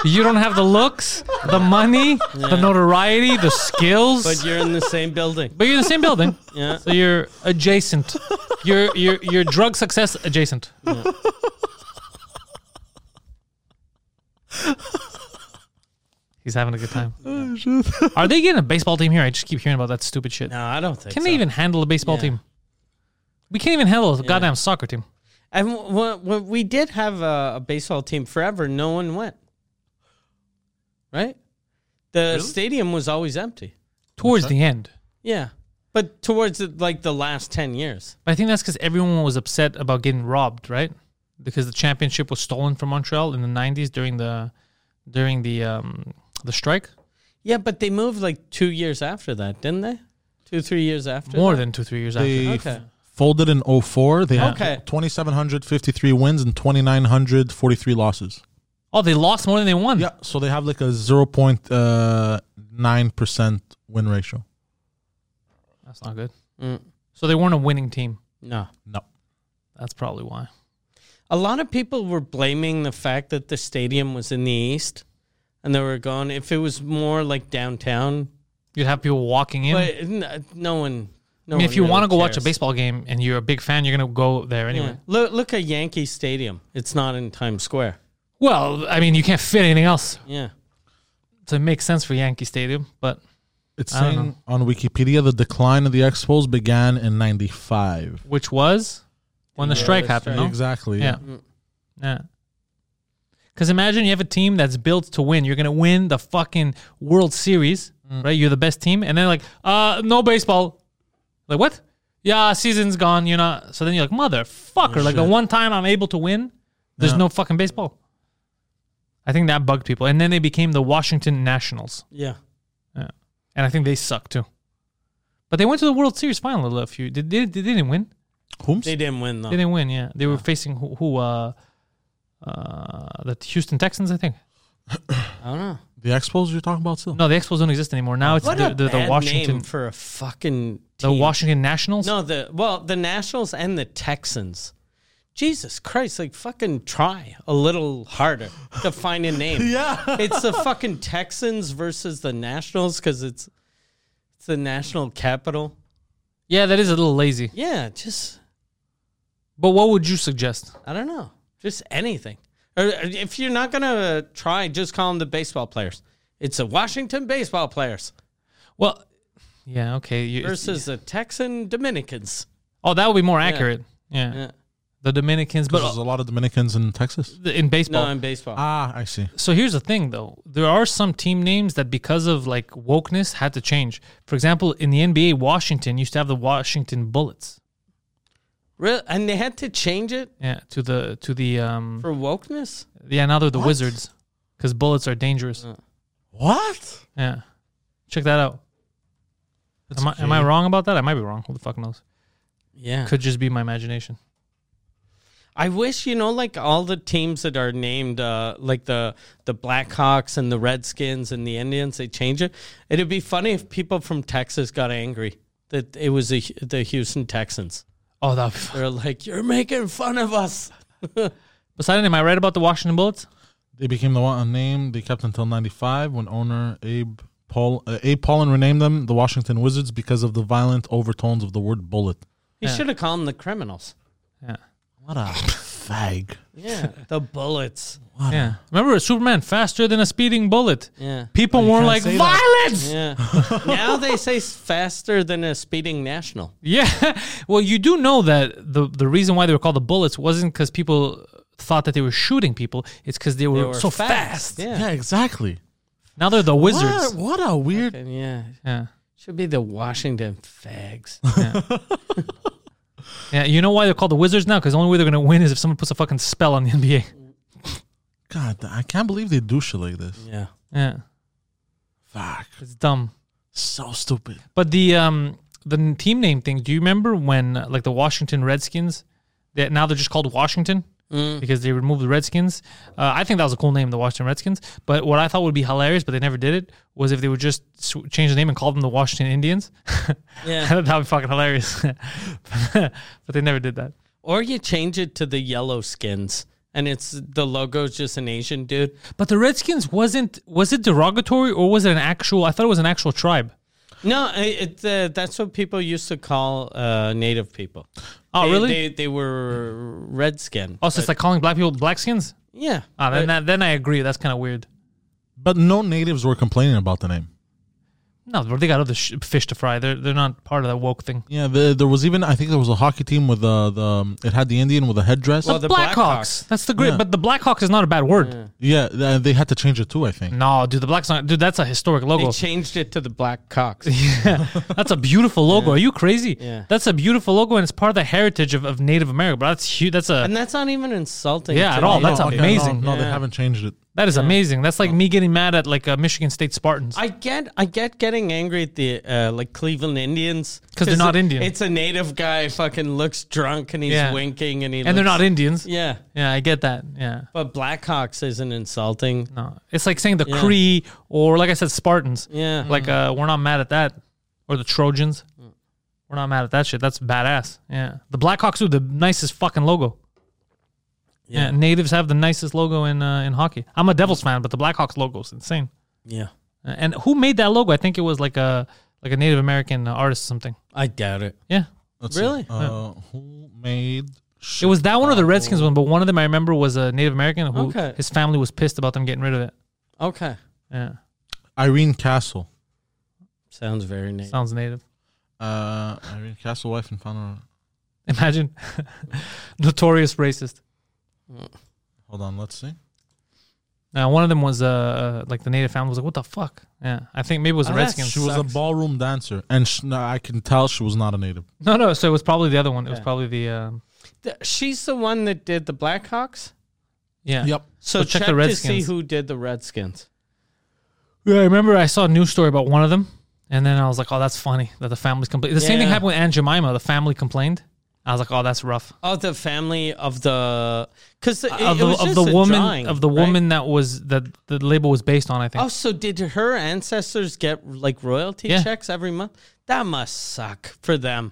S1: You don't have the looks, the money, the notoriety, the skills.
S2: But you're in the same building.
S1: but you're in the same building.
S2: Yeah.
S1: So you're adjacent. You're you're you're drug success adjacent. He's having a good time. Are they getting a baseball team here? I just keep hearing about that stupid shit.
S2: No, I don't think
S1: Can
S2: so.
S1: they even handle a baseball
S2: Yeah.
S1: team? We can't even handle a goddamn soccer team.
S2: And w- w- w- we did have a, a baseball team forever. No one went. Right? The stadium was always empty.
S1: Towards the end.
S2: Yeah. But towards the, like the last 10 years.
S1: But I think that's because everyone was upset about getting robbed, right? Because the championship was stolen from Montreal in the '90s during the during the um, the strike.
S2: Yeah, but they moved like two years after that, didn't they? Two, three years after.
S1: More than two, three years after.
S3: They
S2: Okay.
S3: f- folded in 04. They
S2: Okay.
S3: had 2,753 wins and 2,943 losses.
S1: Oh, they lost more than they won.
S3: Yeah, so they have like a 0.9% win ratio.
S1: That's not good.
S2: Mm.
S1: So they weren't a winning team.
S2: No.
S3: No.
S1: That's probably why.
S2: A lot of people were blaming the fact that the stadium was in the east and they were gone. If it was more like downtown,
S1: You'd have people walking in.
S2: but n- no one. No
S1: I mean, if you
S2: want to
S1: go watch a baseball game and you're a big fan, you're going to go there anyway.
S2: Look, look at Yankee Stadium. It's not in Times Square.
S1: Well, I mean, you can't fit anything else
S2: Yeah.
S1: to make sense for Yankee Stadium, but
S3: It's
S1: I don't
S3: saying on Wikipedia the decline of the Expos began in 95.
S1: which was when the
S2: Yeah,
S1: strike
S2: the
S1: happened. no?
S2: strike.
S3: Exactly.
S1: Yeah. Yeah. Because imagine you have a team that's built to win. You're going to win the fucking World Series, right? You're the best team. And then, like, uh, no baseball. Like, what? Yeah, season's gone. You're not. So then you're like, motherfucker. like, the one time I'm able to win, There's
S3: Yeah.
S1: no fucking baseball. I think that bugged people. And then they became the Washington Nationals.
S2: Yeah.
S1: And I think they suck too. But they went to the World Series final a few. Did they, they didn't win?
S3: Whom's?
S2: They didn't win though.
S1: They didn't win, yeah. They were facing who, who uh uh the Houston Texans, I think.
S2: I don't know.
S3: The Expos you're talking about still?
S1: No, the Expos don't exist anymore. Now it's
S2: What
S1: the,
S2: a
S1: the, the
S2: bad
S1: Washington
S2: name for a fucking
S1: the
S2: team.
S1: Washington Nationals.
S2: No, the well, the Nationals and the Texans. Jesus Christ, like fucking try a little harder to find a name.
S3: Yeah.
S2: It's the fucking Texans versus the Nationals because it's it's the national capital.
S1: Yeah, that is a little lazy.
S2: Yeah, just
S1: But what would you suggest?
S2: I don't know, just anything. Or if you're not gonna try, just call them the baseball players. It's the Washington baseball players
S1: Well, yeah, okay. You,
S2: versus the Texan Dominicans. Uh,
S1: oh, that would be more accurate. Yeah,
S2: Yeah. uh,
S1: the Dominicans, but
S3: There's a lot of Dominicans in Texas.
S1: uh, in
S2: No,
S1: baseball.
S2: in baseball.
S3: Ah, I see.
S1: so here's the thing, though. There are some team names that, because of like wokeness, had to change. For example, in the NBA, Washington used to have the Washington Bullets.
S2: Real and they had to change it
S1: Yeah, to the to the um.
S2: for wokeness.
S1: yeah, now they're the
S3: What? Uh.
S1: Wizards because bullets are dangerous.
S3: What?
S1: Yeah, check that out. Am I, am I wrong about that? I might be wrong. Who the fuck knows?
S2: Yeah.
S1: Could just be my imagination.
S2: I wish you know, like all the teams that are named, uh, like the the Blackhawks and the Redskins and the Indians, they change it. It'd be funny if people from Texas got angry that it was the the Houston Texans.
S1: Oh, that. would be fun.
S2: They're like, "You're making fun of us."
S1: Poseidon, am I right about the Washington Bullets?
S3: They became the one name they kept until '95 when owner Abe Paul uh, Abe Paulin renamed them the Washington Wizards because of the violent overtones of the word bullet.
S2: You
S1: Yeah.
S2: should have called them the criminals.
S1: Yeah.
S3: What a fag!
S2: Yeah, the bullets.
S3: What a-
S1: Yeah. Remember Superman faster than a speeding bullet.
S2: Yeah,
S1: People
S3: you
S1: were
S3: can't
S1: like
S3: say that.
S1: violence.
S2: yeah. now they say s- faster than a speeding national.
S1: Yeah. Well, you do know that the the reason why they were called the bullets wasn't because people thought that they were shooting people. It's because they, were
S2: were
S1: so
S2: fast.
S1: fast.
S2: Yeah.
S3: yeah. exactly.
S1: Now they're the wizards.
S3: What, what a weird.
S2: And yeah,
S1: Yeah.
S2: should be the Washington fags.
S1: Yeah. You know why they're called the wizards now? Because the only way they're gonna win is if someone puts a fucking spell on the NBA.
S3: God, I can't believe they do shit like this.
S2: yeah.
S1: Yeah.
S3: Fuck,
S1: It's dumb.
S3: so stupid.
S1: But the um the n- team name thing. Do you remember when uh, like the Washington Redskins? That now they're just called Washington because they removed the Redskins. Uh, I think that was a cool name, the Washington Redskins. But what I thought would be hilarious, but they never did it, was if they would just sw- change the name and call them the Washington Indians.
S2: Yeah.
S1: that would be fucking hilarious. but they never did that.
S2: Or you change it to the yellow skins and it's the logo's just an Asian dude.
S1: But the Redskins wasn't was it derogatory or was it an actual? I thought it was an actual tribe.
S2: No, I- it, uh, that's what people used to call uh, native people.
S1: Oh,
S2: They-
S1: really?
S2: They, they were red skin.
S1: Also, Oh, it's like calling black people blackskins.
S2: Yeah.
S1: Ah, then
S2: But
S1: that, then I agree. That's kind of weird.
S3: But no natives were complaining about the name.
S1: No, bro, they got other sh- fish to fry. They're they're not part of that woke thing.
S3: Yeah, the, there was even I think there was a hockey team with the the um, it had the Indian with a headdress.
S2: Well, the- Blackhawks.
S1: That's the great,
S3: Yeah.
S1: but the Blackhawks is not a bad word.
S3: yeah, th- uh, they had to change it too. I think.
S1: No, dude, the Blackhawks, not- dude, that's a historic
S2: they
S1: logo.
S2: changed it to the black cocks.
S1: that's a beautiful logo. Are you crazy?
S2: Yeah.
S1: That's a beautiful logo, and it's part of the heritage of, of Native America. But that's huge. That's a
S2: and that's not even insulting.
S1: Yeah,
S2: to
S1: at all.
S2: native
S1: That's
S2: people.
S1: a-
S3: Okay,
S1: amazing.
S3: No, no,
S2: Mm.
S3: they
S2: Yeah. Oh.
S3: haven't changed it.
S1: that is amazing. That's like me getting mad at like uh, Michigan State Spartans.
S2: I get, I get getting angry at the uh, like Cleveland Indians
S1: 'Cause they're not
S2: it-
S1: Indian.
S2: It's a native guy fucking looks drunk and he's
S1: Yeah.
S2: winking and he
S1: and they're not Indians. Yeah.
S2: Yeah,
S1: I get that. Yeah.
S2: but Blackhawks isn't insulting.
S1: No, it's like saying the Cree or like I said, Spartans.
S2: Yeah,
S1: Like uh, we're not mad at that, or the Trojans.
S2: Mm.
S1: We're not mad at that shit. That's badass. Yeah, the Blackhawks do the nicest fucking logo. Yeah.
S2: Yeah.
S1: natives have the nicest logo in uh, in hockey. I'm a Devils fan, but the Blackhawks logo is insane.
S2: yeah.
S1: Uh, And who made that logo? I think it was like a like a Native American uh, artist or something.
S2: I doubt it.
S1: Yeah,
S3: Let's
S2: Really?
S3: Uh, who made?
S1: it was that one or the Redskins one, but one of them I remember was a Native American who
S2: Okay.
S1: his family was pissed about them getting rid of it.
S2: Okay.
S1: Yeah,
S3: Irene Castle.
S2: Sounds very neat.
S1: sounds Native.
S3: Uh, Irene Castle, wife and founder.
S1: Imagine notorious racist.
S3: Hold on, let's see.
S1: Now one of them was uh like the Native family was like, what the fuck? Yeah, I think maybe it was the
S2: Oh, that's
S1: Redskins.
S3: She was a
S2: Sucks.
S3: ballroom dancer, and sh no, I can tell she was not a native.
S1: No, no. So it was probably the other one. It was
S2: Yeah.
S1: probably the um,
S2: Th- She's the one that did the Blackhawks.
S1: Yeah.
S3: Yep.
S2: So,
S1: So
S2: check,
S1: check the
S2: to see
S1: Redskins.
S2: who did the Redskins.
S1: Yeah, I remember I saw a news story about one of them, and then I was like, "Oh, that's funny that the family's complaining." The same thing
S2: Yeah.
S1: happened with Aunt Jemima. The family complained. I was like, "Oh, that's rough."
S2: Oh, the family of the because it,
S1: Uh, of
S2: it
S1: the,
S2: was
S1: of
S2: just
S1: the
S2: a
S1: woman
S2: drawing,
S1: of the
S2: right?
S1: woman that was that the label was based on. I think.
S2: Oh, so did her ancestors get like royalty
S1: Yeah.
S2: checks every month? That must suck for them.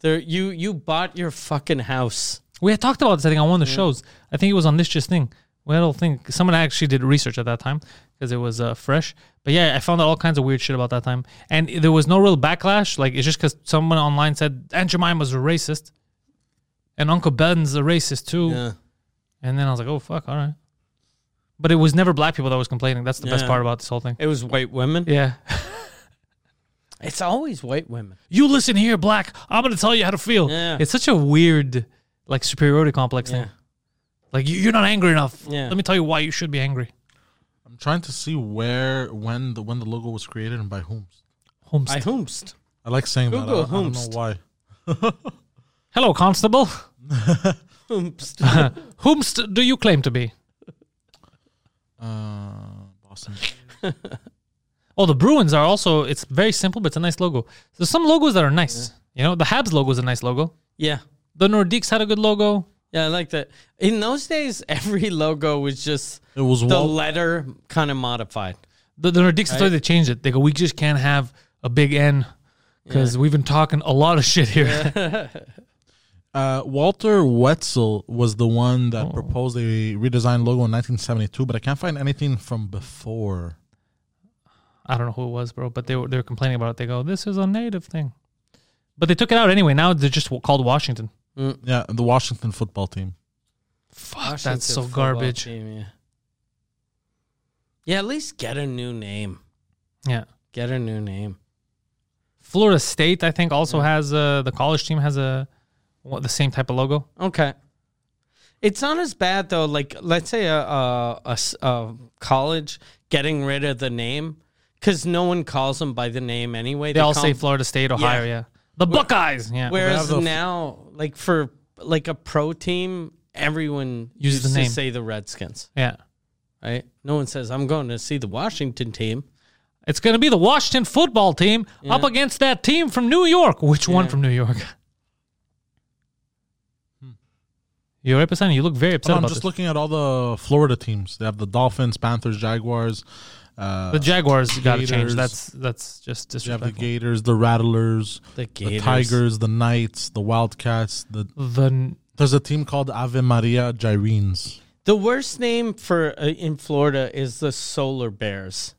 S2: They're, you you bought your fucking house.
S1: We had talked about this. I think on one of the shows. I think it was on this just thing. We had a thing. Someone actually did research at that time because it was uh, fresh. But yeah, I found out all kinds of weird shit about that time, and there was no real backlash. Like it's just because someone online said Aunt Jemima's a racist, and Uncle Ben's a racist too.
S2: Yeah.
S1: And then I was like, oh fuck, all right. But it was never black people that was complaining. That's the best
S2: Yeah.
S1: part about this whole thing.
S2: It was white women.
S1: Yeah.
S2: It's always white women.
S1: you listen here, black. I'm gonna tell you how to feel.
S2: Yeah.
S1: It's such a weird, like superiority complex
S2: Yeah.
S1: thing. Like you, you're not angry enough.
S2: Yeah.
S1: Let me tell you why you should be angry.
S3: I'm trying to see where when the when the logo was created and by whom.
S1: Holmes.
S2: I hoomst.
S3: I like saying that. I,
S2: Google
S3: I don't know
S2: Homst.
S3: why.
S1: Hello, constable.
S2: Hoomst.
S1: Whomst do you claim to be?
S3: Uh, Boston.
S1: Oh, the Bruins are also. It's very simple, but it's a nice logo. There's some logos that are nice. You know, the Habs logo is a nice logo.
S2: yeah.
S1: The Nordiques had a good logo.
S2: Yeah, I like that. In those days, every logo was just
S3: It was
S2: the
S3: Wal-
S2: letter kind of modified.
S1: The, the Nordiques, that's why
S2: Right.
S1: they changed it. They go, we just can't have a big N because we've been talking a lot of shit here.
S3: uh, Walter Wetzel was the one
S1: Oh.
S3: that proposed a redesigned logo in 1972, but I can't find anything from before.
S1: I don't know who it was, bro, but they were they were complaining about it. They go, "This is a native thing," but they took it out anyway. Now they're just wa- called Washington.
S3: Yeah, the Washington football team.
S1: Fuck,
S2: Washington
S1: that's so
S2: football
S1: garbage.
S2: team, yeah. yeah, at least get a new name.
S1: Yeah,
S2: Get a new name.
S1: Florida State, I think, also has uh, the college team has a what, the same type of logo.
S2: Okay. It's not as bad though. Like, let's say a a, a s- a college getting rid of the name because no one calls them by the name anyway.
S1: They all
S2: call
S1: say
S2: 'em-
S1: Florida State, Ohio. Yeah, the Buckeyes. Yeah,
S2: Whereas
S3: the f-
S2: now, like for like a pro team, everyone
S1: Uses
S2: uses
S1: the name.
S2: to say the Redskins.
S1: yeah.
S2: Right? No one says I'm going to see the Washington team.
S1: It's gonna be the Washington football team up against that team from New York. Which one
S2: Yeah.
S1: from New York? Hmm. You're representing. You look very upset
S3: I'm
S1: about
S3: just
S1: this.
S3: looking at all the Florida teams. They have the Dolphins, Panthers, Jaguars. Uh,
S1: the Jaguars got to change.
S3: Gators.
S1: That's that's just
S3: they have
S1: disrespectful.
S3: the Gators, the Rattlers,
S2: The
S3: the
S2: Gators.
S3: Tigers, the Knights, the Wildcats. The
S1: the
S3: there's a team called Ave Maria Gyrenes.
S2: The worst name for uh, in Florida is the Solar Bears,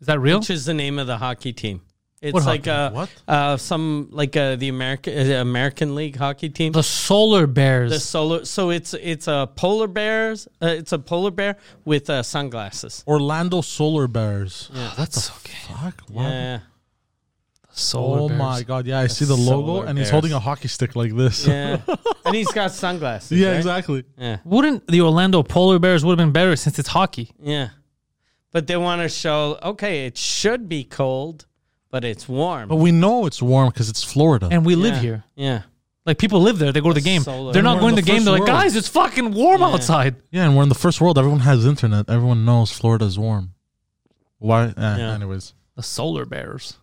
S1: is that real?
S2: which is the name of the hockey team. It's
S1: What
S2: like
S1: hockey?
S2: uh
S3: What?
S2: uh some like uh the American uh, American League hockey team.
S1: The Solar Bears.
S2: The solar so it's it's a polar bears uh, it's a polar bear with uh, sunglasses.
S3: Orlando Solar Bears.
S1: Oh, that's okay.
S3: Fuck! Wow.
S2: Yeah.
S1: Solar
S3: Oh
S1: Bears.
S3: my god! Yeah, I see the
S2: Solar
S3: logo, and he's
S2: Bears.
S3: holding a hockey stick like this.
S2: Yeah. and he's got sunglasses.
S3: Yeah,
S2: right?
S3: exactly.
S2: Yeah.
S1: Wouldn't the Orlando Polar Bears would have been better since it's hockey?
S2: Yeah. But they want to show, okay, it should be cold, but it's warm.
S3: But we know it's warm because it's Florida.
S1: And we live
S2: Yeah.
S1: here.
S2: Yeah.
S1: Like people live there. They go to the game.
S2: Solar.
S1: They're not
S3: We're
S1: going
S3: in
S1: to the
S3: the
S1: game.
S3: first
S1: They're like,
S3: world.
S1: guys, it's fucking warm outside.
S3: yeah, and we're in the first world. Everyone has internet. Everyone knows Florida's warm. Why? Eh,
S2: Yeah.
S3: Anyways,
S1: The Solar Bears.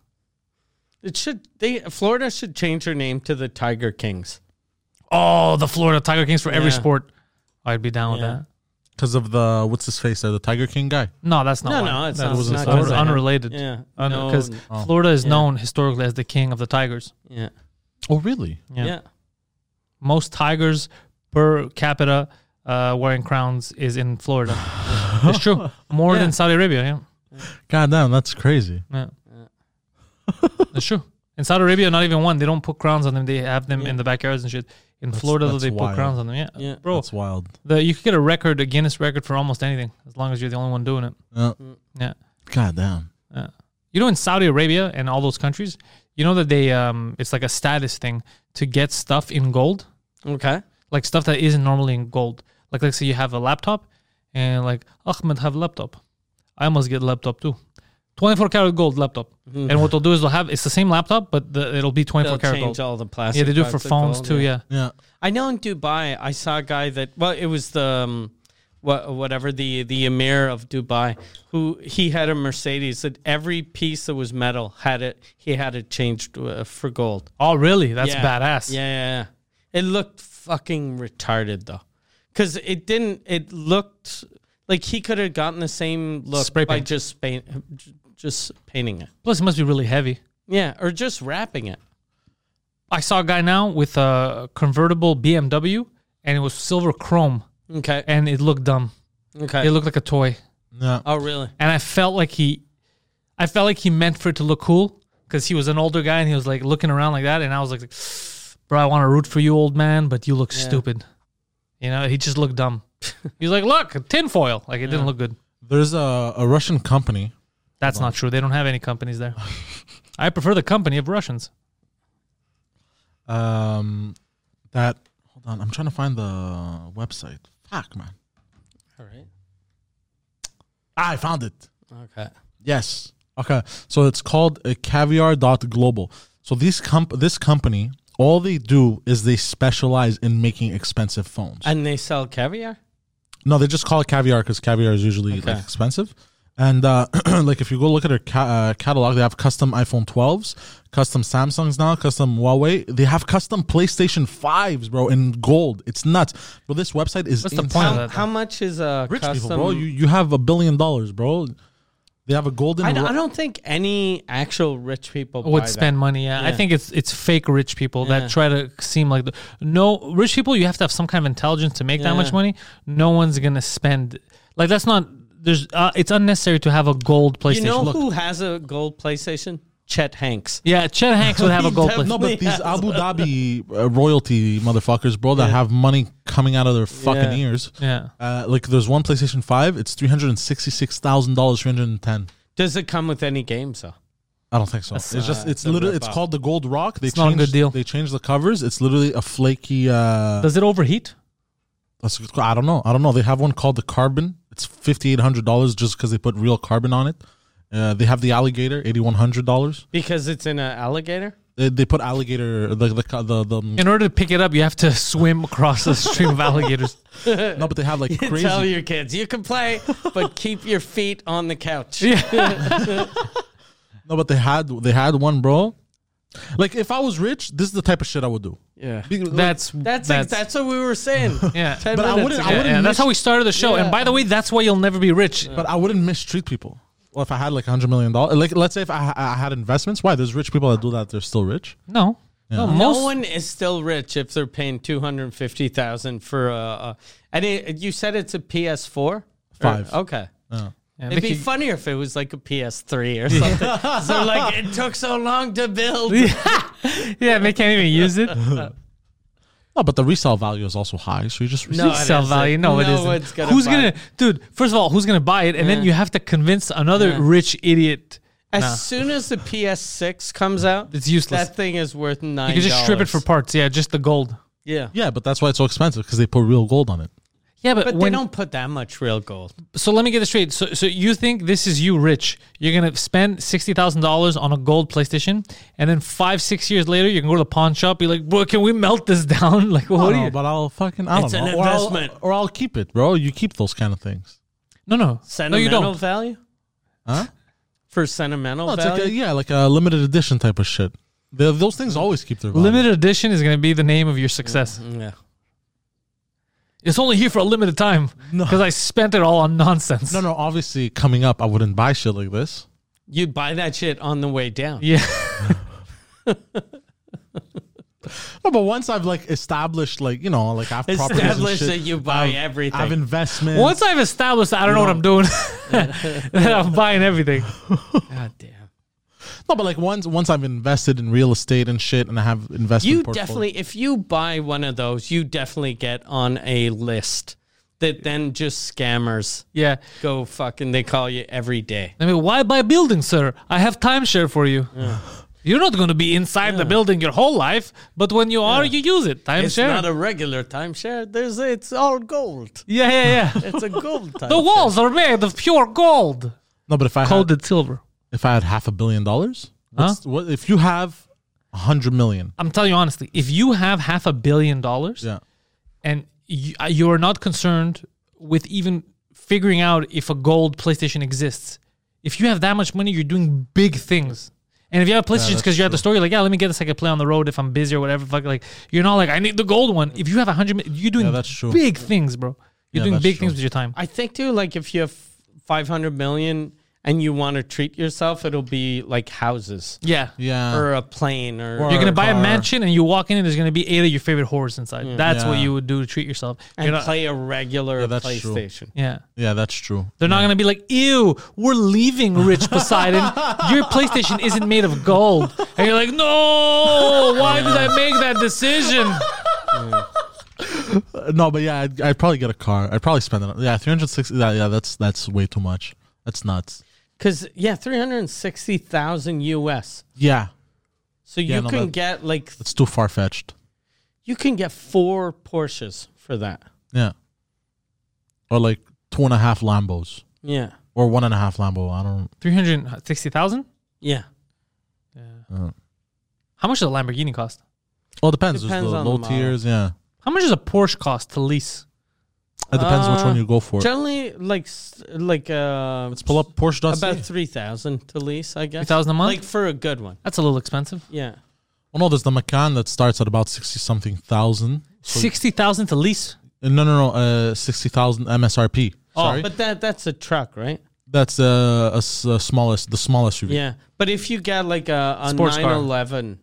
S2: It should they Florida should change her name to the Tiger Kings.
S1: Oh, the Florida Tiger Kings for every
S2: Yeah.
S1: sport. I'd be down
S2: Yeah.
S1: with that.
S3: because of the what's his face there, the Tiger King guy.
S1: No, that's not.
S2: No,
S1: why.
S2: no, it's
S1: That's
S2: not-
S3: it's
S1: just
S3: not
S1: un-
S3: just like-
S1: unrelated.
S2: Yeah. no,
S1: Because
S3: Oh.
S1: Florida is
S2: Yeah.
S1: known historically as the king of the Tigers.
S2: yeah.
S3: Oh, really?
S1: Yeah.
S2: Yeah.
S1: Most Tigers per capita uh, wearing crowns is in Florida. it's true. More
S2: Yeah.
S1: than Saudi Arabia. Yeah.
S3: God damn, that's crazy.
S1: Yeah. That's true. In Saudi Arabia, not even one. They don't put crowns on them. They have them in the backyards and shit. In Florida,
S3: that's
S1: they put
S3: wild.
S1: crowns on them. Yeah,
S2: Yeah.
S1: bro.
S3: That's wild.
S1: The, you could get a record, a Guinness record for almost anything, as long as you're the only one doing it.
S3: Yeah.
S1: Yeah.
S3: God damn.
S1: Yeah. You know, in Saudi Arabia and all those countries, you know that they um, it's like a status thing to get stuff in gold,
S2: Okay.
S1: like stuff that isn't normally in gold. Like let's say you have a laptop, and like Ahmed have laptop, I must get laptop too. 24 karat gold laptop. And what they'll do is they'll have it's the same laptop, but the, it'll be 24
S2: Hmm. They'll
S1: karat
S2: change
S1: gold.
S2: all the plastic.
S1: Yeah, they do it for
S2: parts of
S1: phones
S2: gold,
S1: too. Yeah.
S3: Yeah.
S2: I know in Dubai, I saw a guy that well, it was the um, wha- whatever the the emir of Dubai who he had a Mercedes that every piece that was metal had it he had it changed uh, for gold.
S1: Oh, really? That's badass.
S2: Yeah, yeah, yeah. It looked fucking retarded though, because it didn't. It looked like he could have gotten the same look
S1: Spray
S2: by
S1: paint.
S2: just paint, just painting it.
S1: Plus, it must be really heavy.
S2: Yeah, or just wrapping it.
S1: I saw a guy now with a convertible BMW, and it was silver chrome,
S2: Okay.
S1: and it looked dumb.
S2: Okay.
S1: It looked like a toy,
S3: Yeah.
S2: oh, really?
S1: and I felt like he, I felt like he meant for it to look cool because he was an older guy and he was like looking around like that, and I was like, "Bro, I want to root for you, old man, but you look stupid." You know, he just looked dumb. He's like, "Look, tinfoil." Like it didn't look good.
S3: There's a, a Russian company.
S1: That's not true. They don't have any companies there. I prefer the company of Russians.
S3: Um, that hold on, I'm trying to find the website. Fuck, man.
S2: All right.
S3: Ah, I found it.
S2: Okay.
S3: Yes. Okay. So it's called uh, caviar.global. So these comp- this company, all they do is they specialize in making expensive phones.
S2: And they sell caviar.
S3: no, they just call it caviar because caviar is usually
S2: Okay.
S3: like expensive. And uh, like if you go look at their ca- uh, catalog, they have custom iPhone 12s, custom Samsungs now, custom Huawei. They have custom PlayStation 5s, bro, in gold. It's nuts. Bro, this website is
S1: What's the
S3: insane.
S1: point of
S2: How,
S1: that,
S2: how much is a
S3: Rich
S2: custom?
S3: people, bro. You you have a billion dollars, bro. They have a golden.
S2: I, don't,
S3: ru-
S2: I don't think any actual rich people buy
S1: would
S2: that.
S1: spend money. Yeah. I
S2: Yeah.
S1: think it's it's fake rich people
S2: Yeah.
S1: that try to seem like the, no rich people. You have to have some kind of intelligence to make that
S2: Yeah.
S1: much money. No one's gonna spend like that's not. There's uh, it's unnecessary to have a gold PlayStation.
S2: You know
S1: Look.
S2: who has a gold PlayStation? Chet Hanks.
S1: yeah, Chet Hanks would have a gold.
S2: def-
S1: PlayStation.
S3: No, but
S2: Yeah.
S3: these Abu Dhabi uh, royalty motherfuckers, bro, that have money coming out of their fucking
S2: Yeah.
S3: ears.
S1: yeah,
S3: Uh, like, there's one PlayStation Five. It's three hundred and sixty-six thousand dollars, three hundred and ten.
S2: Does it come with any games though?
S3: I don't think so. it's just it's literally it's
S2: rip-off.
S3: called the Gold Rock. They
S1: It's not a
S3: changed,
S1: good deal.
S3: They changed the covers. It's literally a flaky. Uh,
S1: does it overheat?
S3: that's- I don't know. I don't know. They have one called the Carbon. It's fifty-eight hundred dollars just because they put real carbon on it. Uh, they have the alligator, eighty-one hundred dollars.
S2: Because it's in an alligator.
S3: They, they put alligator the the co- the, the
S1: In order to pick it up, you have to swim across a stream of alligators.
S3: no, but they have like crazy.
S2: Tell your kids you can play, but keep your feet on the couch.
S3: No, but they had they had one, bro. Like if I was rich, this is the type of shit I would do.
S2: Yeah.
S3: Be- like,
S1: That's
S2: That's that's, that's what we were saying.
S1: yeah.
S2: Ten
S3: But I
S2: minutes
S3: wouldn't- I
S2: ago.
S3: wouldn't-
S1: Yeah, that's how we started the show.
S2: Yeah.
S1: And by the way, that's why you'll never be rich.
S3: but I wouldn't mistreat people. Well, if I had like hundred million dollars, like let's say if I, I had investments, why? There's rich people that do that. They're still rich.
S1: No, no, most
S2: no one is still rich if they're paying two hundred fifty thousand for a. a and it, you said it's a PS4. Or-
S3: Five.
S2: Uh, okay.
S1: Yeah,
S2: It'd be
S1: Vicky-
S2: funnier if it was like a PS3 or something. so like it took so long to build.
S1: yeah, they can't even use it.
S3: No, but the resale value is also high, so you just
S2: No, it
S1: resale
S2: isn't.
S1: value. No, it
S2: No
S1: isn't.
S2: one's gonna
S1: who's
S2: buy
S1: gonna,
S2: it.
S1: dude? First of all, who's gonna buy it? And then you have to convince another rich idiot.
S2: As
S1: Nah.
S2: soon as the PS6 comes out,
S1: It's useless.
S2: That thing is worth nine.
S1: You can just strip it for parts. Yeah, just the gold.
S2: yeah.
S3: yeah, but that's why it's so expensive because they put real gold on it.
S1: Yeah, but,
S2: But
S1: when
S2: they don't put that much real gold.
S1: so let me get this straight. So, so you think this is you rich? You're gonna spend sixty thousand dollars on a gold PlayStation, and then five, six years later, you can go to the pawn shop, be like, "Bro, can we melt this down?" Like, what do
S3: No,
S1: you?
S3: but I'll fucking I don't
S2: It's
S3: know.
S2: an
S3: or, I'll,
S2: investment.
S3: or I'll keep it, bro. You keep those kind of things.
S1: No, no, no, you
S2: Sentimental
S1: don't.
S2: value
S3: Huh?
S2: for sentimental
S3: No, it's like
S2: value.
S3: a, yeah, like a limited edition type of shit. The, those things always keep their value.
S1: Limited edition is gonna be the name of your success.
S2: yeah.
S1: It's only here for a limited time
S3: No.
S1: because I spent it all on nonsense.
S3: No, no. Obviously, coming up, I wouldn't buy shit like this.
S2: You buy that shit on the way down.
S1: Yeah.
S3: No, but once I've like established, like you know, like I've properties and
S2: Establish
S3: shit,
S2: that you buy
S3: I've-
S2: everything.
S3: I've investments.
S1: Once I've established that I don't know what I'm doing, then I'm buying everything.
S2: God damn.
S3: No, but like once once I've invested in real estate and shit, and I have investment.
S2: You
S3: portfolio.
S2: definitely, if you buy one of those, you definitely get on a list that then just scammers
S1: Yeah.
S2: go fucking. They call you every day.
S1: I mean, why buy building, sir? I have timeshare for you. You're not going to be inside the building your whole life, but when you are, you use it.
S2: It's
S1: Timeshare.
S2: not a regular timeshare. There's it's all gold.
S1: yeah, yeah, yeah.
S2: It's a gold
S1: the
S2: timeshare.
S1: walls are made of pure gold,
S3: No, but if I had,
S1: coated silver.
S3: If I had half a billion dollars, what's- what if you have a hundred million?
S1: I'm telling you honestly, if you have half a billion dollars
S3: Yeah,
S1: and you, uh, you are not concerned with even figuring out if a gold PlayStation exists, if you have that much money, you're doing big things. And if you have a PlayStation because you're at the store, you're like, yeah, let me get this. I can play on the road if I'm busy or whatever. Fuck, like you're not like I need the gold one. If you have a hundred, mi- you're doing
S3: Yeah, that's true.
S1: big things, bro. You're
S3: Yeah,
S1: doing
S3: that's
S1: big
S3: true.
S1: things with your time.
S2: I think too, like if you have 500 million and you want to treat yourself, it'll be like houses
S1: Yeah,
S3: yeah.
S2: or uh, a plane or,
S3: Or-
S1: You're gonna buy a
S3: car.
S1: mansion and you walk in and there's gonna be eight of your favorite horrors inside. That's what
S3: Yeah.
S1: you would do to treat yourself. You're
S2: and
S1: not-
S2: play a regular
S3: Yeah, that's true.
S2: PlayStation.
S1: yeah.
S3: yeah, that's true.
S1: They're not gonna be like, ew, we're leaving Rich Poseidon. Your PlayStation isn't made of gold. And you're like, no, why did I make that decision?
S3: Uh, No, but yeah, I'd, I'd probably get a car. I'd probably spend it. Yeah, three hundred sixty. Yeah, yeah, that's that's way too much. That's nuts.
S2: Because, yeah, 360,000 US.
S3: Yeah,
S2: So you
S3: Yeah, no,
S2: can
S3: that-
S2: get like,
S3: it's too far fetched.
S2: you can get four Porsches for that.
S3: Yeah, or like two and a half Lambos
S2: Yeah.
S3: or one and a half Lambo. I don't.
S1: 360,000?
S2: Yeah.
S1: How much does a Lamborghini cost?
S3: Well, it depends.
S2: Depends
S3: There's the
S2: on the
S3: low
S2: model.
S3: tiers. Yeah,
S1: How much does a Porsche cost to lease?
S3: it depends which
S2: Uh,
S3: one you go for.
S2: Generally, like, s- like, uh,
S3: Let's pull up Porsche.
S2: about 3,000 to lease, I guess.
S1: 3,000 a month?
S2: Like for a good one.
S1: That's a little expensive.
S2: Yeah.
S3: Oh no, there's the Macan that starts at about sixty something thousand. So-
S1: 60,000 to lease?
S3: uh, No, no, no. Uh, sixty thousand MSRP. Sorry,
S2: Oh, But that that's a truck, right?
S3: that's uh, a, s- a smallest, the smallest SUV.
S2: Yeah. But if you get like a, a
S1: Sports car.
S2: 911,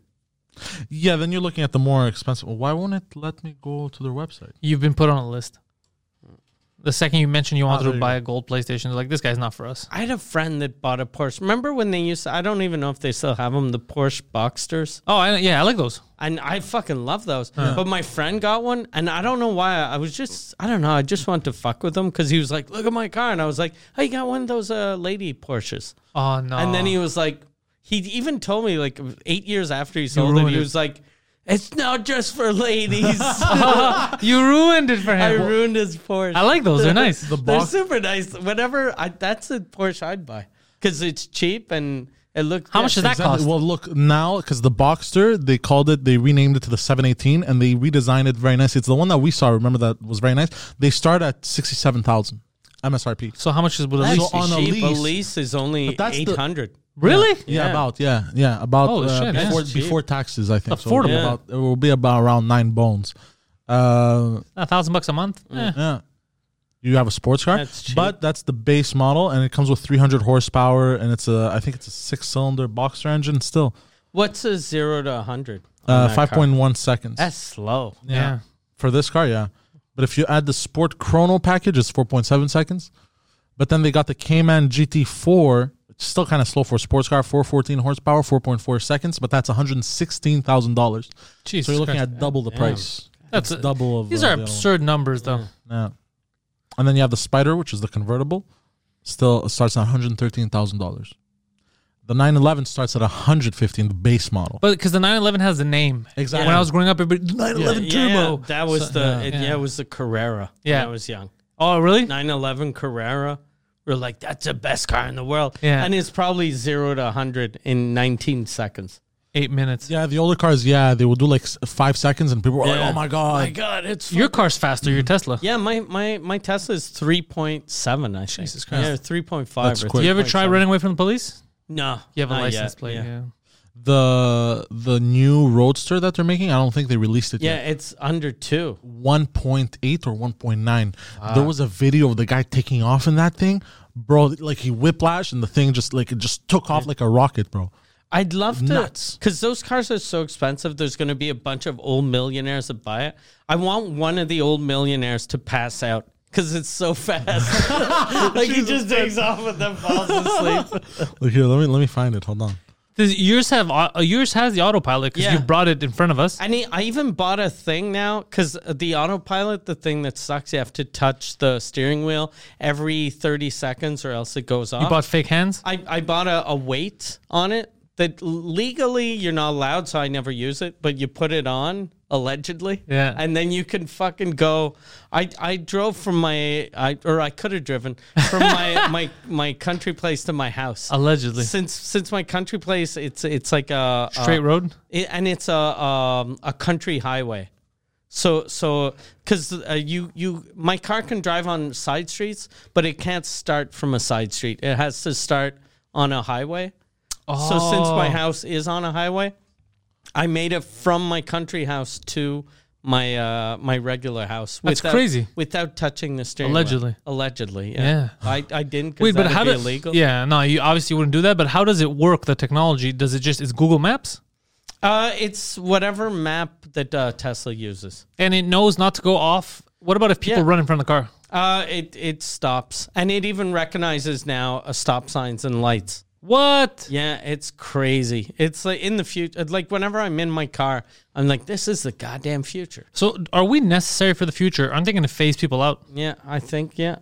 S3: yeah. Then you're looking at the more expensive. Well, why won't it let me go to their website?
S1: You've been put on a list. The second you mentioned you wanted
S3: there
S1: to
S3: you
S1: buy a gold PlayStation, they're like, this guy's not for us.
S2: I had a friend that bought a Porsche. Remember when they used to, I don't even know if they still have them, the Porsche Boxsters?
S1: Oh, I, yeah, I like those.
S2: And I fucking love those. But my friend got one, and I don't know why. I was just, I don't know. I just wanted to fuck with him because he was like, look at my car. And I was like, oh, you got one of those uh, lady Porsches.
S1: Oh no!
S2: And then he was like, he even told me like eight years after he sold it,
S1: ruined
S2: he
S1: it.
S2: was like, it's not just for ladies.
S1: you ruined it for him.
S2: I
S1: I,
S2: ruined his Porsche.
S1: like those. They're nice.
S3: The
S2: They're
S3: box.
S2: super nice. Whatever, I, that's a Porsche I'd buy because it's cheap and it looks.
S1: How much is that
S3: Exactly.
S1: cost?
S3: Well, look now because the Boxster they called it, they renamed it to the 718, and they redesigned it very nice. It's the one that we saw. Remember that was very nice. They start at sixty-seven thousand MSRP.
S1: so how much is would a lease?
S3: So on a
S2: cheap.
S3: lease-
S2: is only
S3: that's the-
S2: eight hundred.
S1: Really?
S3: Yeah,
S2: Yeah.
S3: about yeah, yeah, about
S1: Holy
S3: uh,
S1: shit, yeah.
S3: before
S2: That's cheap.
S3: before taxes. I think
S1: Affordable.
S3: So it'll be
S2: Yeah.
S3: about, it will be about around nine bones. Uh,
S1: A thousand bucks a month. Eh.
S3: yeah, you have a sports car,
S2: That's cheap.
S3: but that's the base model, and it comes with 300 horsepower, and it's a I think it's a six cylinder boxer engine still,
S2: What's a zero to a hundred?
S3: uh, 5.1 seconds
S2: That's slow.
S1: Yeah.
S3: for this car, yeah. But if you add the sport chrono package, it's 4.7 seconds. But then they got the Cayman GT4. It's still kind of slow for a sports car, 414 horsepower, 4.4 seconds, but that's $116,000.
S1: Jesus
S3: so you're looking
S1: Christ.
S3: at double the price.
S1: That's
S3: It's
S1: a-
S3: double of
S1: These
S3: uh,
S1: are
S3: the other
S1: absurd numbers, though.
S3: one. Yeah. And then you have the Spider, which is the convertible. Still starts at one hundred thirteen thousand dollars. The nine eleven starts at one hundred fifteen, the base model.
S1: But because the 911 has a name.
S3: Exactly.
S1: When I was growing up, everybody 911
S2: Yeah, yeah,
S1: turbo.
S2: that was
S1: So-
S2: the
S1: yeah.
S2: it, yeah. it was the Carrera.
S1: Yeah.
S2: when I was young.
S1: Oh, really?
S2: Nine eleven Carrera. We're like, that's the best car in the world.
S1: Yeah.
S2: and it's probably zero to a hundred in nineteen seconds.
S1: Eight minutes.
S3: yeah, the older cars, yeah, they will do like s- five seconds, and people were
S2: Yeah.
S3: like, "Oh my god!"
S2: My God, it's
S1: Your car's faster. Your Tesla.
S2: Mm-hmm. Yeah, my my my Tesla is three point seven. I think.
S1: Jesus Christ.
S2: Yeah, three point five.
S3: That's quick.
S1: You ever try running away from the police?
S2: No,
S1: You have a
S2: not
S1: license
S2: yet,
S1: plate.
S2: Yeah.
S1: Yeah.
S2: yeah.
S3: the the new roadster that they're making i don't think they released it yet
S2: it's under two.
S3: 1.8 or 1.9 there was a video of the guy taking off in that thing bro like he whiplash and the thing just like it just took off like a rocket bro
S2: I'd love to,
S3: Nuts.
S2: because those cars are so expensive. There's going to be a bunch of old millionaires that buy it. I want one of the old millionaires to pass out because it's so fast. like he just takes off and then falls asleep.
S3: Look here let me let me find it hold on
S1: Does yours have au- uh, yours has the autopilot because
S2: Yeah.
S1: you brought it in front of us.
S2: And he, I even bought a thing now because the autopilot, the thing that sucks, you have to touch the steering wheel every 30 seconds or else it goes off.
S1: you bought fake hands.
S2: I, I bought a, a weight on it that legally you're not allowed, so I never use it, but you put it on allegedly.
S1: Yeah.
S2: And then you can fucking go. I, I drove from my, I, or I could have driven from my, my, my country place to my house.
S1: Allegedly.
S2: Since, since my country place, it's, it's like a
S1: Straight
S2: a-
S1: road?
S2: it, and it's a um, a country highway. So so because uh, you you my car can drive on side streets, but it can't start from a side street. It has to start on a highway. So since my
S1: Oh.
S2: house is on a highway, I made it from my country house to my uh my regular house.
S1: That's crazy.
S2: Without touching the steering wheel.
S1: Allegedly.
S2: Allegedly,
S1: Yeah.
S2: yeah. I I didn't.
S1: Wait, but how
S2: be
S1: does
S2: illegal?
S1: Yeah, no, you obviously wouldn't do that. But how does it work? The technology does it just? It's Google Maps,
S2: Uh, it's whatever map that uh, Tesla uses.
S1: and it knows not to go off. What about if people
S2: Yeah.
S1: run in front of the car?
S2: Uh, it it stops, and it even recognizes now uh, stop signs and lights.
S1: What?
S2: Yeah, it's crazy. It's like in the future. Like whenever I'm in my car, I'm like, this is the goddamn future.
S1: So are we necessary for the future? Aren't they going to phase people out?
S2: Yeah, I think yeah,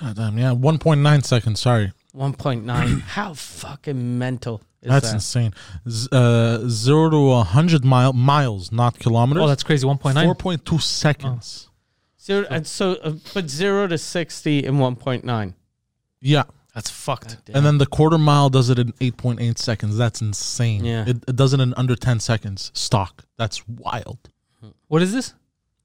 S3: God Ah, damn, yeah, 1.9 seconds. Sorry,
S2: one point nine. How fucking mental is
S3: that's
S2: that?
S3: insane. Z- uh, zero to 100 mile miles, not kilometers.
S1: Oh, that's crazy. One point nine.
S3: 4.2 seconds.
S2: Oh. Zero, and so, uh, but zero to sixty in one point nine.
S3: Yeah.
S1: That's fucked.
S3: And then the quarter mile does it in 8.8 seconds. That's insane.
S2: Yeah.
S3: It, it does it in under 10 seconds stock. That's wild.
S1: What is this?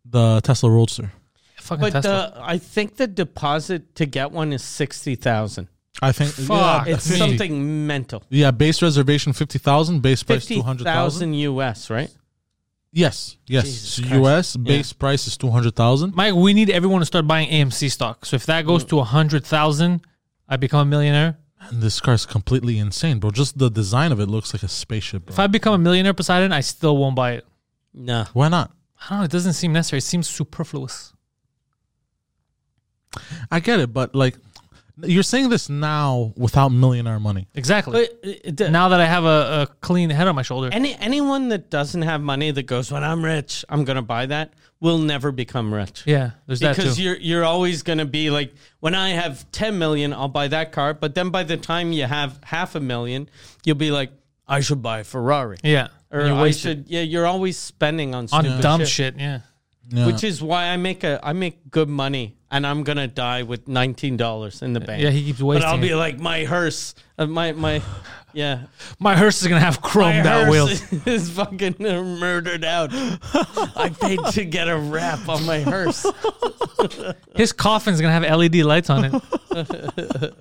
S3: The Tesla Roadster.
S1: Fucking
S2: But
S1: Tesla.
S2: uh, I think the deposit to get one is sixty thousand.
S3: I think
S1: Fuck.
S3: Yeah,
S2: It's
S3: 50.
S2: something mental.
S3: Yeah, base reservation 50,000, base price
S2: Fifty
S3: 200,000.
S2: thousand US, right?
S3: Yes. Yes.
S2: Jesus
S3: So
S2: Christ.
S3: US base price is 200,000.
S1: Mike, we need everyone to start buying AMC stock. So if that goes
S2: Mm.
S1: to a hundred thousand, I become a millionaire.
S3: And this car's completely insane, bro. Just the design of it looks like a spaceship. Bro.
S1: If I become a millionaire, Poseidon, I still won't buy it.
S2: No.
S3: Why not?
S1: I don't know. It doesn't seem necessary. It seems superfluous.
S3: I get it, but like you're saying this now without millionaire money.
S1: Exactly.
S2: But uh, the-
S1: now that I have a, a clean head on my shoulder,
S2: Any anyone that doesn't have money that goes, when I'm rich, I'm gonna buy that, will never become rich.
S1: yeah, there's that too.
S2: Because you're you're always gonna be like, when I have ten million, I'll buy that car. But then by the time you have half a million, you'll be like, I should buy a Ferrari.
S1: Yeah.
S2: Or
S1: You
S2: I
S1: waste
S2: should yeah, you're always spending on
S1: on
S2: stupid
S1: dumb
S2: shit.
S1: shit. Yeah.
S3: Yeah.
S2: Which is why I make a I make good money and I'm gonna die with nineteen dollars in the bank.
S1: Yeah, he keeps
S2: But
S1: wasting.
S2: I'll be
S1: it.
S2: like my hearse, uh, my my, yeah,
S1: my hearse is gonna have chrome
S2: My
S1: that wheel.
S2: hearse is fucking murdered out. I paid to get a wrap on my hearse.
S1: His coffin's gonna have LED lights on it.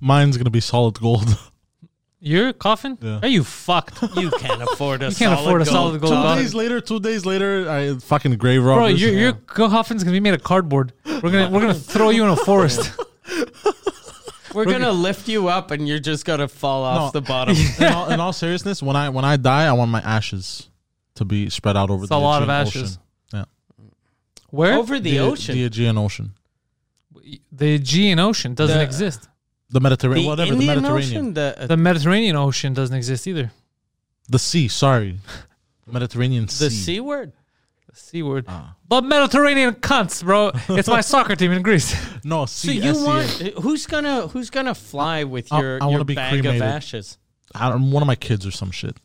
S3: Mine's going to be solid gold.
S1: Your coffin?
S3: Yeah.
S1: Are you fucked?
S2: You can't afford a.
S1: You can't afford a solid gold.
S3: two
S1: coffin.
S3: days later, two days later, I fucking grave robbers.
S1: Bro, your your coffin's gonna be made of cardboard. We're gonna we're gonna throw you in a forest.
S2: We're gonna lift you up, and you're just gonna fall off
S3: No.
S2: the bottom.
S3: in, all, in all seriousness, when I when I die, I want my ashes to be spread out over
S1: It's a
S3: the
S1: lot of
S3: Aegean
S1: ashes.
S3: Ocean. Yeah,
S1: Where?
S2: Over the, ocean,
S3: the Aegean Ocean,
S1: the Aegean Ocean doesn't
S2: The-
S1: exist.
S3: the Mediterranean,
S2: the
S3: whatever,
S2: Indian
S3: the Mediterranean,
S2: Ocean, the, uh,
S1: The Mediterranean Ocean doesn't exist either.
S3: the sea. Sorry, Mediterranean
S2: the
S3: Sea.
S2: C word.
S1: The C word.
S2: Ah.
S1: But Mediterranean cunts, bro. It's my soccer team in Greece.
S3: No,
S2: So
S3: sea. E
S2: you
S3: S-E-A.
S2: want who's gonna who's gonna fly with
S3: I-
S2: your
S3: I wanna
S2: your
S3: be
S2: bag
S3: cremated.
S2: of ashes?
S3: I don't, one of my kids or some shit.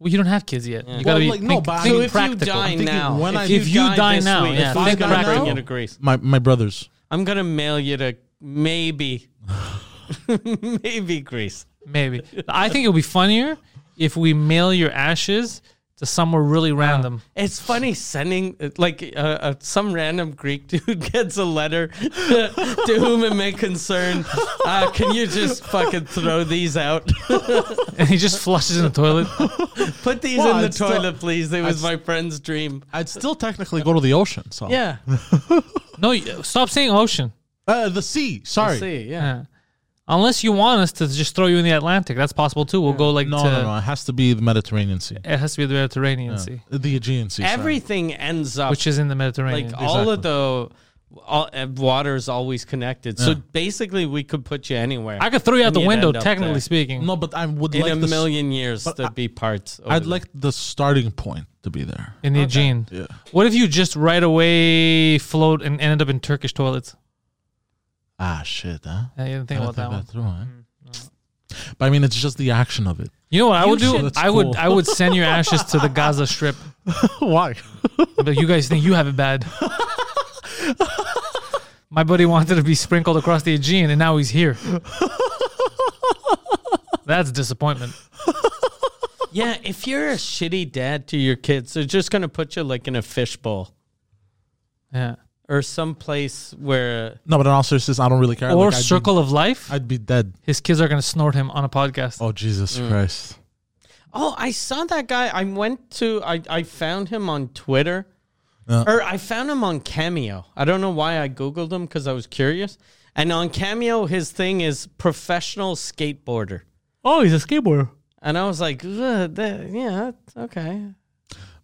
S1: Well, you don't have kids yet. You gotta
S3: Well,
S1: be
S3: like, no,
S1: think,
S3: but I
S1: think
S3: mean-
S2: So if
S1: practical.
S2: you die
S3: thinking
S2: now,
S3: when I-
S1: If you die
S2: this
S1: now,
S2: week,
S1: yeah,
S2: if I
S1: think
S2: die
S3: practical.
S2: bring you to Greece.
S3: My my brothers.
S2: I'm gonna mail you to maybe, maybe Greece.
S1: Maybe. I think it would be funnier if we mail your ashes to somewhere
S2: Ah.
S1: really random.
S2: It's funny sending like uh, uh, some random Greek dude gets a letter to, to whom it may concern. Uh, can you just fucking throw these out?
S1: And he just flushes in the toilet.
S2: Put these
S3: Well,
S2: in the
S3: it's still-
S2: toilet, please. It was
S3: it's-
S2: my friend's dream.
S3: I'd still technically go to the ocean. So
S2: Yeah,
S1: No, you- stop saying ocean.
S3: uh, the sea. Sorry.
S2: see, yeah.
S1: Yeah. Uh, Unless you want us to just throw you in the Atlantic. That's possible too. We'll go like to,
S3: No, no, no. It has to be the Mediterranean Sea,
S1: It has to be the Mediterranean Sea,
S3: the Aegean Sea. sorry.
S2: Everything ends up
S1: which is in the
S2: like
S1: Mediterranean.
S2: all of the all, uh, water is always connected. So basically, we could put you anywhere.
S1: I could throw you out
S2: And
S1: the
S2: you'd
S1: window,
S2: end up
S1: technically
S2: there.
S1: speaking.
S3: No, but I would
S2: in
S3: like
S2: a
S3: the s-
S2: million years, there'd be parts. over
S3: I'd
S2: there.
S3: like the starting point to be there.
S1: In the Aegean. What if you just right away float and ended up in Turkish toilets?
S3: Ah, shit, huh?
S1: I didn't think
S3: I
S1: about that
S3: didn't
S1: one. Mm,
S3: think that through, eh? But I mean, it's just the action of it.
S1: You know what I
S2: You
S1: would do?
S2: should- That's
S1: I would
S3: cool.
S1: I would send your ashes to the Gaza Strip.
S3: Why?
S1: But you guys think you have it bad. My buddy wanted to be sprinkled across the Aegean, and now he's here. That's disappointment.
S2: Yeah, if you're a shitty dad to your kids, they're just gonna put you like in a fishbowl
S1: Yeah.
S2: or some place where
S3: No, but in all seriousness, I don't really care.
S1: Or
S3: Like, I'd
S1: Circle of Life.
S3: Be, I'd be dead.
S1: His kids are gonna snort him on a podcast.
S3: Oh Jesus
S1: Mm.
S3: Christ!
S2: oh, I saw that guy. I went to I I found him on Twitter.
S3: Yeah.
S2: Or I found him on Cameo. I don't know why I googled him because I was curious. And on Cameo, his thing is professional skateboarder.
S1: Oh, he's a skateboarder.
S2: And I was like, "Ugh, that, yeah, that's okay.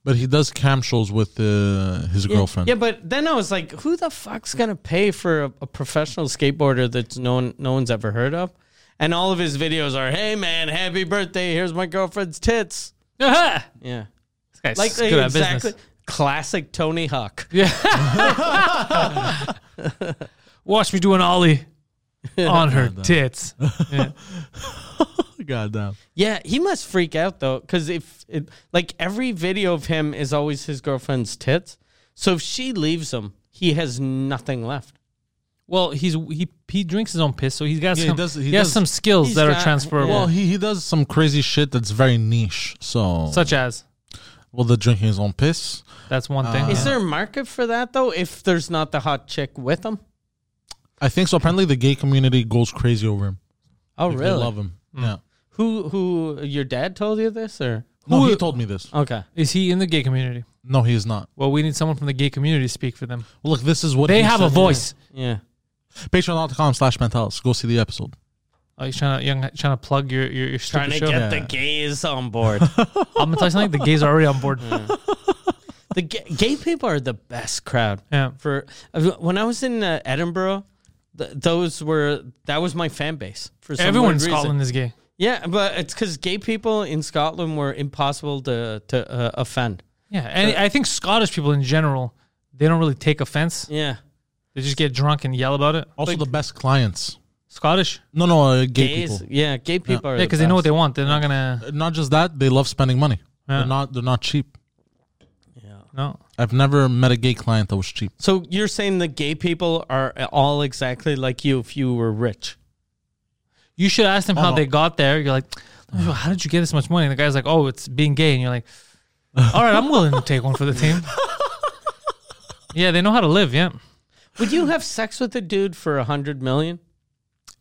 S3: But he does cam shows with uh, his
S2: Yeah.
S3: girlfriend.
S2: Yeah, but then I was like, who the fuck's gonna pay for a, a professional skateboarder that's no one, no one's ever heard of? And all of his videos are, hey man, happy birthday! Here's my girlfriend's tits.
S1: this
S2: Yeah,
S1: guy's
S2: like
S1: good at
S2: exactly
S1: business.
S2: classic Tony Hawk.
S1: Watch me do an ollie on her tits. Oh,
S3: God damn.
S2: Yeah, he must freak out though, because if it, like every video of him is always his girlfriend's tits. So if she leaves him, he has nothing left.
S1: Well, he's he he drinks his own piss, so he's got
S3: Yeah, he
S1: some he,
S3: does- he
S1: has
S3: does-
S1: some skills
S2: He's
S1: that
S2: got-
S1: are transferable,
S3: Well, he, he does some crazy shit that's very niche. So,
S1: such as
S3: well, the drinking his own piss.
S1: that's one
S3: Uh,
S1: thing.
S2: Is there a market for that though? If there's not the hot chick with him?
S3: I think so. Apparently, the gay community goes crazy over him.
S2: Oh
S3: Like, They love him. Yeah.
S2: Who who your dad told you this or
S3: No,
S1: Who-
S3: he told me this.
S2: okay.
S1: Is he in the gay community?
S3: No, he is not.
S1: Well, we need someone from the gay community to speak for them.
S3: Well, look, this is what
S1: They
S3: he
S1: have
S3: said.
S1: a voice.
S2: Yeah.
S3: Patreon.com slash mentalis. Go see the episode.
S1: Oh, you're trying to you're trying to plug your your, your stupid
S2: Trying to
S1: show.
S2: get the
S3: Yeah.
S2: gays on board.
S1: I'm gonna tell you something. The gays are already on board.
S2: the gay, gay people are the best crowd.
S1: Yeah.
S2: For when I was in uh, Edinburgh, th- those were that was my fan base. For some
S1: Everyone in
S2: weird reason.
S1: Scotland is gay.
S2: Yeah, but it's because gay people in Scotland were impossible to to uh, offend.
S1: Yeah, and I think Scottish people in general they don't really take offense.
S2: Yeah.
S1: They just get drunk and yell about it.
S3: Also,
S2: Like-
S3: the best clients.
S1: Scottish,
S3: No, no, uh, gay
S2: Gays,
S3: people. Uh,
S2: yeah, gay people are
S1: yeah, because they know what they want. They're not gonna
S3: Not just that, they love spending money.
S1: Yeah.
S3: They're not. They're not cheap.
S1: no.
S3: I've never met a gay client that was cheap.
S2: So you're saying the gay people are uh, all exactly like you if you were rich.
S1: You should ask them how
S3: no.
S1: they got there. You're like, "Oh, how did you get this much money? And the guy's like, oh, it's being gay. And you're like, all right, I'm willing to take one for the team. yeah, they know how to live. Yeah,
S2: Would you have sex with a dude for a hundred million?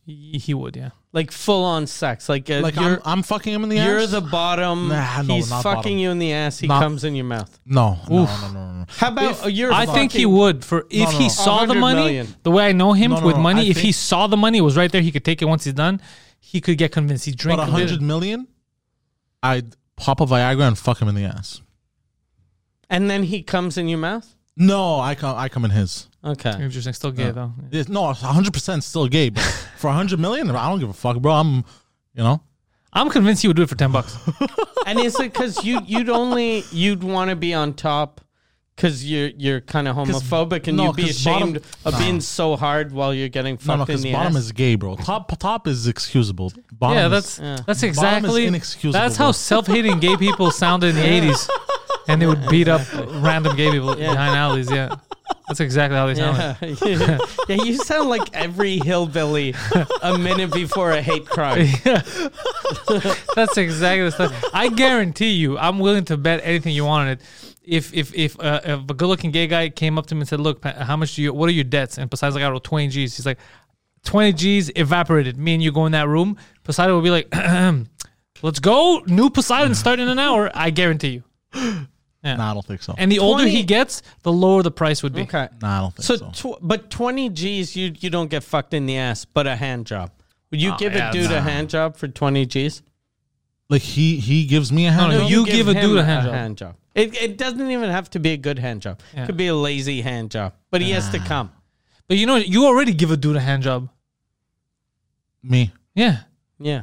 S1: he, he would. Yeah,
S2: Like full on sex. Like, uh,
S3: Like I'm,
S2: you're,
S3: I'm fucking him in the
S2: you're
S3: ass.
S2: the bottom.
S3: Nah, no,
S2: he's
S3: not
S2: fucking
S3: bottom.
S2: you in the ass. He
S3: Not-
S2: comes in your mouth.
S3: no, no, no, no, no, no.
S2: How about uh, you're?
S1: I think he
S2: fucking-
S1: would. For if
S3: no,
S1: he
S3: no.
S1: saw the
S2: 100
S1: money,
S2: million.
S1: the way I know him
S3: No, no,
S1: with
S3: no,
S1: money,
S3: I
S1: if he
S3: think-
S1: saw the money it was right there, he could take it once he's done. He could get convinced. He
S3: But
S1: drank
S3: a
S1: and did it.
S3: hundred million, I'd pop a Viagra and fuck him in the ass.
S2: And then he comes in your mouth.
S3: No, I come, I come in his.
S2: Okay.
S1: Interesting. Still gay though.
S3: This- No, hundred percent still gay. But for a hundred million, I don't give a fuck, bro. I'm, you know,
S1: I'm convinced he would do it for ten bucks.
S2: and is it because you you'd only you'd want to be on top because you're you're kind of homophobic and
S3: no,
S2: you'd be
S3: 'cause
S2: ashamed
S3: bottom-
S2: of
S3: Nah.
S2: being so hard while you're getting
S3: no, no,
S2: fucked in
S3: because
S2: the
S3: bottom
S2: ass.
S3: is gay, bro. Top, top is excusable. Bottom
S1: yeah,
S3: is-
S1: that's
S2: Yeah.
S1: that's exactly
S3: inexcusable,
S1: that's how
S3: bro.
S1: self-hating gay people sounded in the '80s, and they would beat up random gay people
S2: Yeah.
S1: behind alleys. Yeah, that's exactly how they sounded.
S2: yeah. yeah, you sound like every hillbilly a minute before a hate crime.
S1: That's exactly the stuff. I guarantee you, I'm willing to bet anything you want on it. If if if, uh, if a good-looking gay guy came up to me and said, "Look, Pa- how much do you? What are your debts?" and Poseidon's like, "I owe 20 G's." He's like, "20 G's evaporated." Me and you go in that room. Poseidon will be like, "Let's go, new Poseidon start in an hour." I guarantee you.
S3: Nah, I don't think so.
S1: And the older
S2: 20
S1: he gets, the lower the price would be.
S2: Okay.
S3: nah, I don't think
S2: So,
S3: so.
S2: tw- but twenty G's, you you don't get fucked in the ass, but a hand job. Would you
S1: Oh,
S2: give
S1: yeah,
S2: a dude
S1: nah.
S2: a hand job for twenty G's?
S3: Like he he gives me a hand.
S1: no,
S3: job?
S1: you give a
S2: him
S1: dude a hand job.
S2: It, it doesn't even have to be a good hand job.
S1: Yeah. Ah.
S2: It could be a lazy hand job, but he has to come.
S1: But you know, you already give a dude a hand job.
S3: me.
S1: Yeah.
S2: Yeah.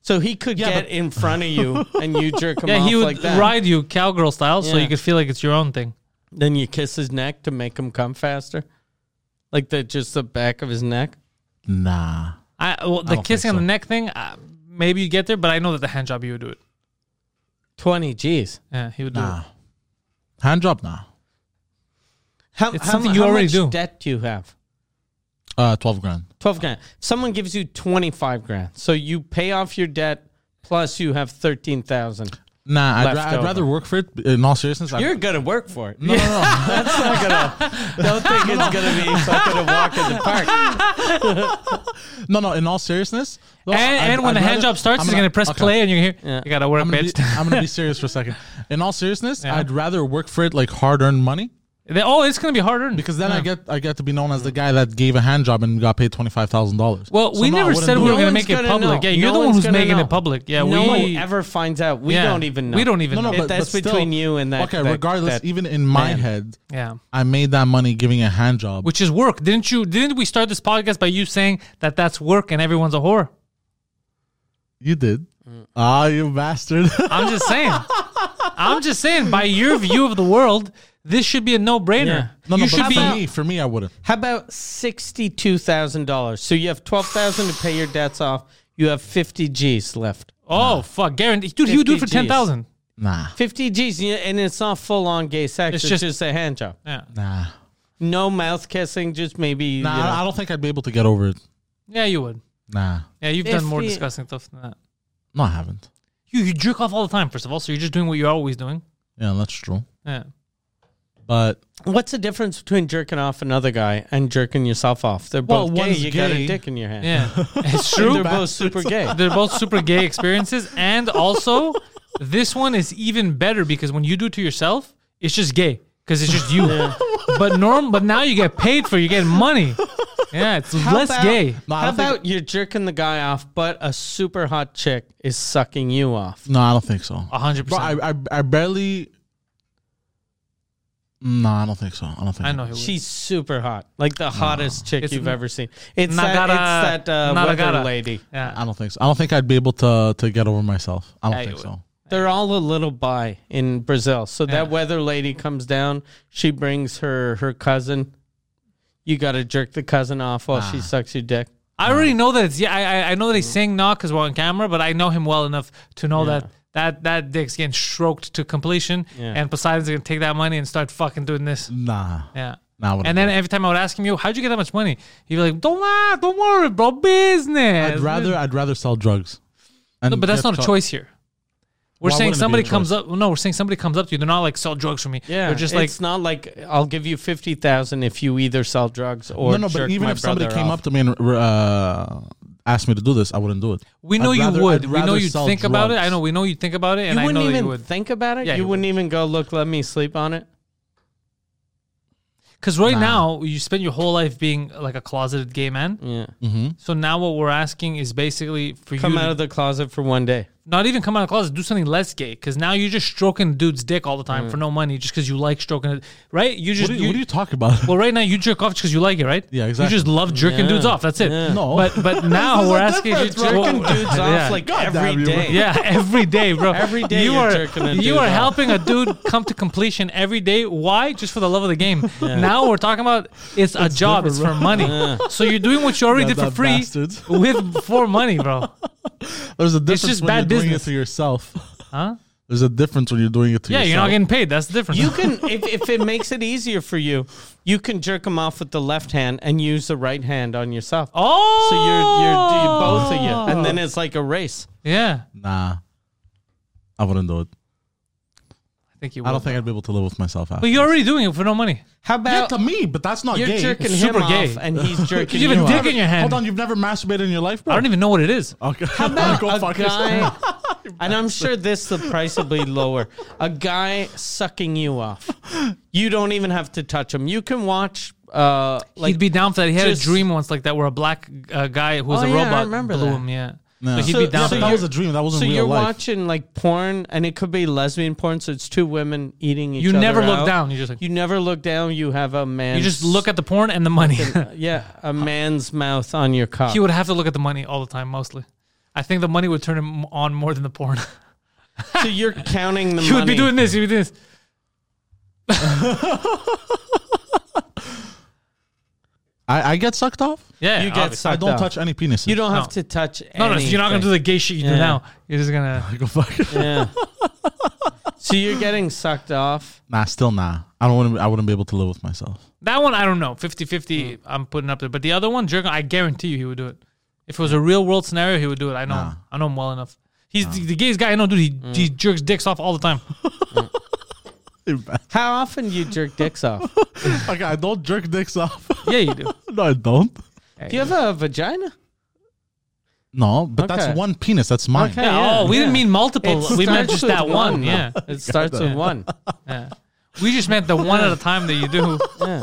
S2: So he could get in front of you and you jerk him
S1: Yeah,
S2: off
S1: he would
S2: like that.
S1: ride you cowgirl style so
S2: Yeah.
S1: you could feel like it's your own thing.
S2: Then you kiss his neck to make him come faster, like the just the back of his neck.
S3: Nah.
S1: I well, the
S3: don't
S1: kissing on
S3: think
S1: the
S3: so.
S1: neck thing, uh, maybe you get there, but I know that the hand job you would do it.
S2: Twenty G's.
S1: Yeah, he would do
S3: Nah.
S1: it.
S3: Hand job nah.
S2: How,
S1: It's
S2: how-
S1: something you
S2: how
S1: already
S2: much
S1: do.
S2: Debt do you have?
S3: Uh, twelve grand.
S2: 12 grand. If someone gives you 25 grand, so you pay off your debt plus you have 13,000.
S3: Nah, I'd,
S2: Left
S3: ra- I'd
S2: over.
S3: rather work for it. In all seriousness, I'd-
S2: You're going to work for it.
S3: no, no, no.
S2: That's not going to Don't think it's going to be fucking a walk in the park.
S3: no, no. In all seriousness, no,
S1: And,
S3: I'd-
S1: and when
S3: I'd
S1: the hand
S3: rather-
S1: job starts,
S3: I'm
S1: he's gonna press
S3: okay.
S1: play, and you hear
S2: Yeah.
S1: you gotta work,
S3: I'm gonna, be,
S1: bitch.
S3: I'm gonna be serious for a second. In all seriousness,
S1: Yeah.
S3: I'd rather work for it like hard-earned money
S1: They- oh, it's gonna be hard earned
S3: because then I get I get to be known as the guy that gave a hand job and got paid twenty five thousand dollars.
S1: Well, we never said we were
S2: No
S1: gonna
S2: one's
S1: make it
S2: gonna
S1: public.
S2: know.
S1: Yeah, you're
S2: No
S1: the one
S2: one's
S1: who's
S2: gonna
S1: making
S2: know.
S1: it public. Yeah,
S2: no
S1: we
S2: one ever finds out. We
S1: yeah.
S2: don't even know.
S1: We don't even
S3: No, no,
S1: know.
S3: but-
S2: That's
S3: still-
S2: between you and that.
S3: okay.
S2: that-
S3: regardless,
S2: that-
S3: even in my
S2: man.
S3: head,
S1: yeah.
S3: I made that money giving a hand job.
S1: Which is work. Didn't you didn't we start this podcast by you saying that that's work and everyone's a whore?
S3: you did.
S1: Mm.
S3: Ah, you bastard.
S1: I'm just saying. I'm just saying by your view of the world, this should be a no-brainer.
S2: Yeah.
S3: no, no.
S1: you
S3: but
S1: should
S3: for
S1: be
S3: me, for me, I wouldn't.
S2: How about $62,000? So you have 12,000 to pay your debts off. You have 50 G's left.
S1: Oh fuck, guaranteed. Dude, he would do it for
S2: 50 Gs.
S1: 10,000.
S3: Nah,
S2: 50 G's, and- and it's not full on gay sex.
S1: It's
S2: It's,
S1: just-
S2: just, a hand job.
S1: Yeah.
S3: nah,
S2: No mouth kissing, just maybe.
S3: nah.
S2: you know.
S3: I don't think I'd be able to get over it.
S1: Yeah, you would.
S3: Nah,
S1: Yeah, you've done more
S2: 50
S1: disgusting stuff than that.
S3: no, I haven't.
S1: You you jerk off all the time, first of all, so you're just doing what you're always doing.
S3: Yeah, that's true.
S1: Yeah.
S3: But
S2: What's the difference between jerking off another guy and jerking yourself off? They're
S3: Well,
S2: both gay.
S3: one's
S2: You got
S3: gay.
S2: a dick in your hand.
S1: Yeah. It's
S2: And
S1: true.
S2: They're both super gay.
S1: They're both super gay experiences. And also, this one is even better because when you do it to yourself, it's just gay because it's just you. But norm, but now you get paid for, it, you get money. Yeah, it's
S2: How
S1: less
S2: about-
S1: gay.
S3: No, I
S2: how
S3: don't think-
S2: about you're jerking the guy off, but a super hot chick is sucking you off?
S3: no, I don't think so.
S1: A hundred
S3: Bro,
S1: percent.
S3: I, I I barely. No, I don't think so. I don't think.
S1: I know who.
S2: She's super hot, like the hottest chick
S1: It's
S2: you've
S1: n-
S2: ever seen. It's
S1: Nagara-
S2: that, it's that uh,
S1: Naragara.
S2: weather lady.
S1: Yeah.
S3: I don't think so. I don't think I'd be able to to get over myself. I don't
S1: Yeah, you
S3: think
S1: would.
S3: so.
S2: They're all a little bi in Brazil. So
S1: Yeah.
S2: that weather lady comes down. She brings her her cousin. You got to jerk the cousin off while she sucks your dick.
S1: I already know that it's yeah. I I, I know that he's saying not because we're on camera, but I know him well enough to know that. That, that dick's getting stroked to completion,
S2: Yeah.
S1: and Poseidon's gonna take that money and start fucking doing this.
S3: Nah,
S1: Yeah.
S3: nah. I wouldn't
S1: And
S3: do
S1: then
S3: it.
S1: every time I would ask him, "Yo, how'd you get that much money?" He'd be like, "Don't laugh, don't worry, bro. Business."
S3: I'd rather I'd rather sell drugs. And
S1: No, but that's
S3: get
S1: not a
S3: caught-
S1: choice here. We're saying
S3: Why wouldn't it be
S1: somebody
S3: a
S1: comes
S3: choice?
S1: up. No, we're saying somebody comes up to you. They're not like sell drugs for me.
S2: Yeah,
S1: they're just like
S2: it's not like I'll give you fifty thousand if you either sell drugs or
S3: No, no. But even if somebody came up to me and uh, asked me to do this, I wouldn't do it.
S1: we know
S3: I'd
S1: you
S3: rather-
S1: would.
S3: I'd
S1: We know
S3: rather
S1: you
S3: sell
S1: think about it. I
S3: drugs.
S1: know we know you think about it, and
S2: you
S1: I know
S2: wouldn't
S1: that
S2: even
S1: you would.
S2: think about it.
S1: Yeah,
S2: you
S1: you
S2: wouldn't even go look. Let me sleep on it.
S1: Because right
S3: Nah.
S1: now you spend your whole life being like a closeted gay man.
S3: Mm-hmm.
S2: Yeah,
S1: So now what we're asking is basically for
S2: come
S1: you
S2: out
S1: to
S2: of the closet for one day.
S1: not even come out of the closet, do something less gay. Because now you're just stroking dude's dick all the time for no money, just because you like stroking it, right? You
S3: Mm. What
S1: just
S3: do you, what do you talk about?
S1: Well, right now you jerk off because you like it, right?
S3: Yeah,
S1: You just
S3: exactly.
S1: love jerking
S2: Yeah.
S1: dudes off. That's it.
S2: Yeah.
S3: No.
S1: but but now
S2: Oh,
S3: There's
S1: we're
S3: a
S1: asking you
S3: difference, bro.
S2: Jerking dudes off
S1: Yeah.
S2: like
S3: Goddamn
S2: every
S3: you, bro.
S2: day.
S1: Yeah, every day, bro.
S2: Every day you're jerking a
S1: you
S2: dude
S1: are
S2: off.
S1: helping a dude come to completion every day. Why? Just for the love of the game. Now we're talking about it's a job. It's for money. So you're doing what you already
S3: That-
S1: did for
S3: that
S1: free
S3: bastards.
S1: with for money, bro.
S3: There's a difference
S1: just
S3: when
S1: bad
S3: you're doing
S1: business.
S3: it to yourself.
S1: Huh?
S3: There's a difference when you're doing it to
S1: Yeah,
S3: yourself.
S1: you're not getting paid. That's the difference.
S2: You can, if, if it makes it easier for you, you can jerk them off with the left hand and use the right hand on yourself.
S1: oh,
S2: So you're, you're, you're both of you. And then it's like a race.
S1: yeah,
S3: Nah, I wouldn't do it.
S1: I think you. Will.
S3: I don't think I'd be able to live with myself after.
S1: But you're already doing it for no money.
S2: How
S3: yeah,
S2: about
S3: to me, but that's not
S2: you're
S3: gay.
S2: jerking
S1: It's
S2: him
S1: super gay.
S2: off and he's jerking
S1: You
S2: you,
S1: have a
S2: off?
S1: dick in your hand.
S3: Hold on, you've never masturbated in your life, bro.
S1: I don't even know what it is.
S3: Okay.
S2: about
S3: Go
S2: a
S3: fuck yourself.
S2: guy, and I'm sure this the price will be lower. A guy sucking you off. You don't even have to touch him. You can watch. Uh, like
S1: he'd be down for that. He had a
S2: just-
S1: dream once like that where a black uh, guy who was
S2: Oh,
S1: a
S2: yeah, I
S1: robot
S2: remember
S1: blew
S2: that.
S1: him. Yeah,
S3: No.
S1: so he'd
S2: So-
S1: be down
S2: so
S1: for
S3: that
S1: that.
S3: was a dream. That wasn't
S2: so
S3: real
S2: you're
S3: life.
S2: watching like porn, and it could be lesbian porn. So it's two women eating each
S1: You
S2: other.
S1: never look
S2: out.
S1: down. You just like,
S2: You never look down. You have a man.
S1: you just look at the porn and the money.
S2: yeah, a man's mouth on your cock.
S1: he would have to look at the money all the time, mostly. I think the money would turn him on more than the porn.
S2: so you're counting the
S1: he would
S2: money.
S1: be doing this. He'd be doing this.
S3: I, I get sucked off.
S1: Yeah,
S2: You get
S1: obvious.
S2: sucked
S3: I don't
S2: off.
S3: touch any penises.
S2: You don't
S1: No.
S2: have to touch.
S1: No, no, so you're not gonna do the gay shit you do
S2: Yeah.
S1: now. You're just gonna.
S3: I go fuck.
S2: Yeah. so you're getting sucked off.
S3: Nah, still nah. I don't. Wanna, I wouldn't be able to live with myself.
S1: That one, I don't know. 50 50, I'm putting up there. But the other one, Jurgen, I guarantee you he would do it. If it was a real world scenario, he would do it. I know
S3: Nah. Mm.
S1: him. I know him well enough. He's the, the gayest guy I know, dude. He, he jerks dicks off all the time.
S2: How often do you jerk dicks off?
S3: okay, I don't jerk dicks off.
S1: yeah, you do.
S3: no, I don't.
S2: Do you have a vagina?
S3: No, but
S2: Okay.
S3: that's one penis. That's mine.
S2: Okay.
S1: Yeah,
S2: yeah,
S1: oh, we
S2: yeah.
S1: didn't mean multiple.
S2: It
S1: we meant
S2: starts
S1: just
S2: with
S1: that one.
S2: one, though.
S1: Yeah.
S2: It starts with one.
S1: yeah. We just meant the one at a time that you do,
S2: Yeah.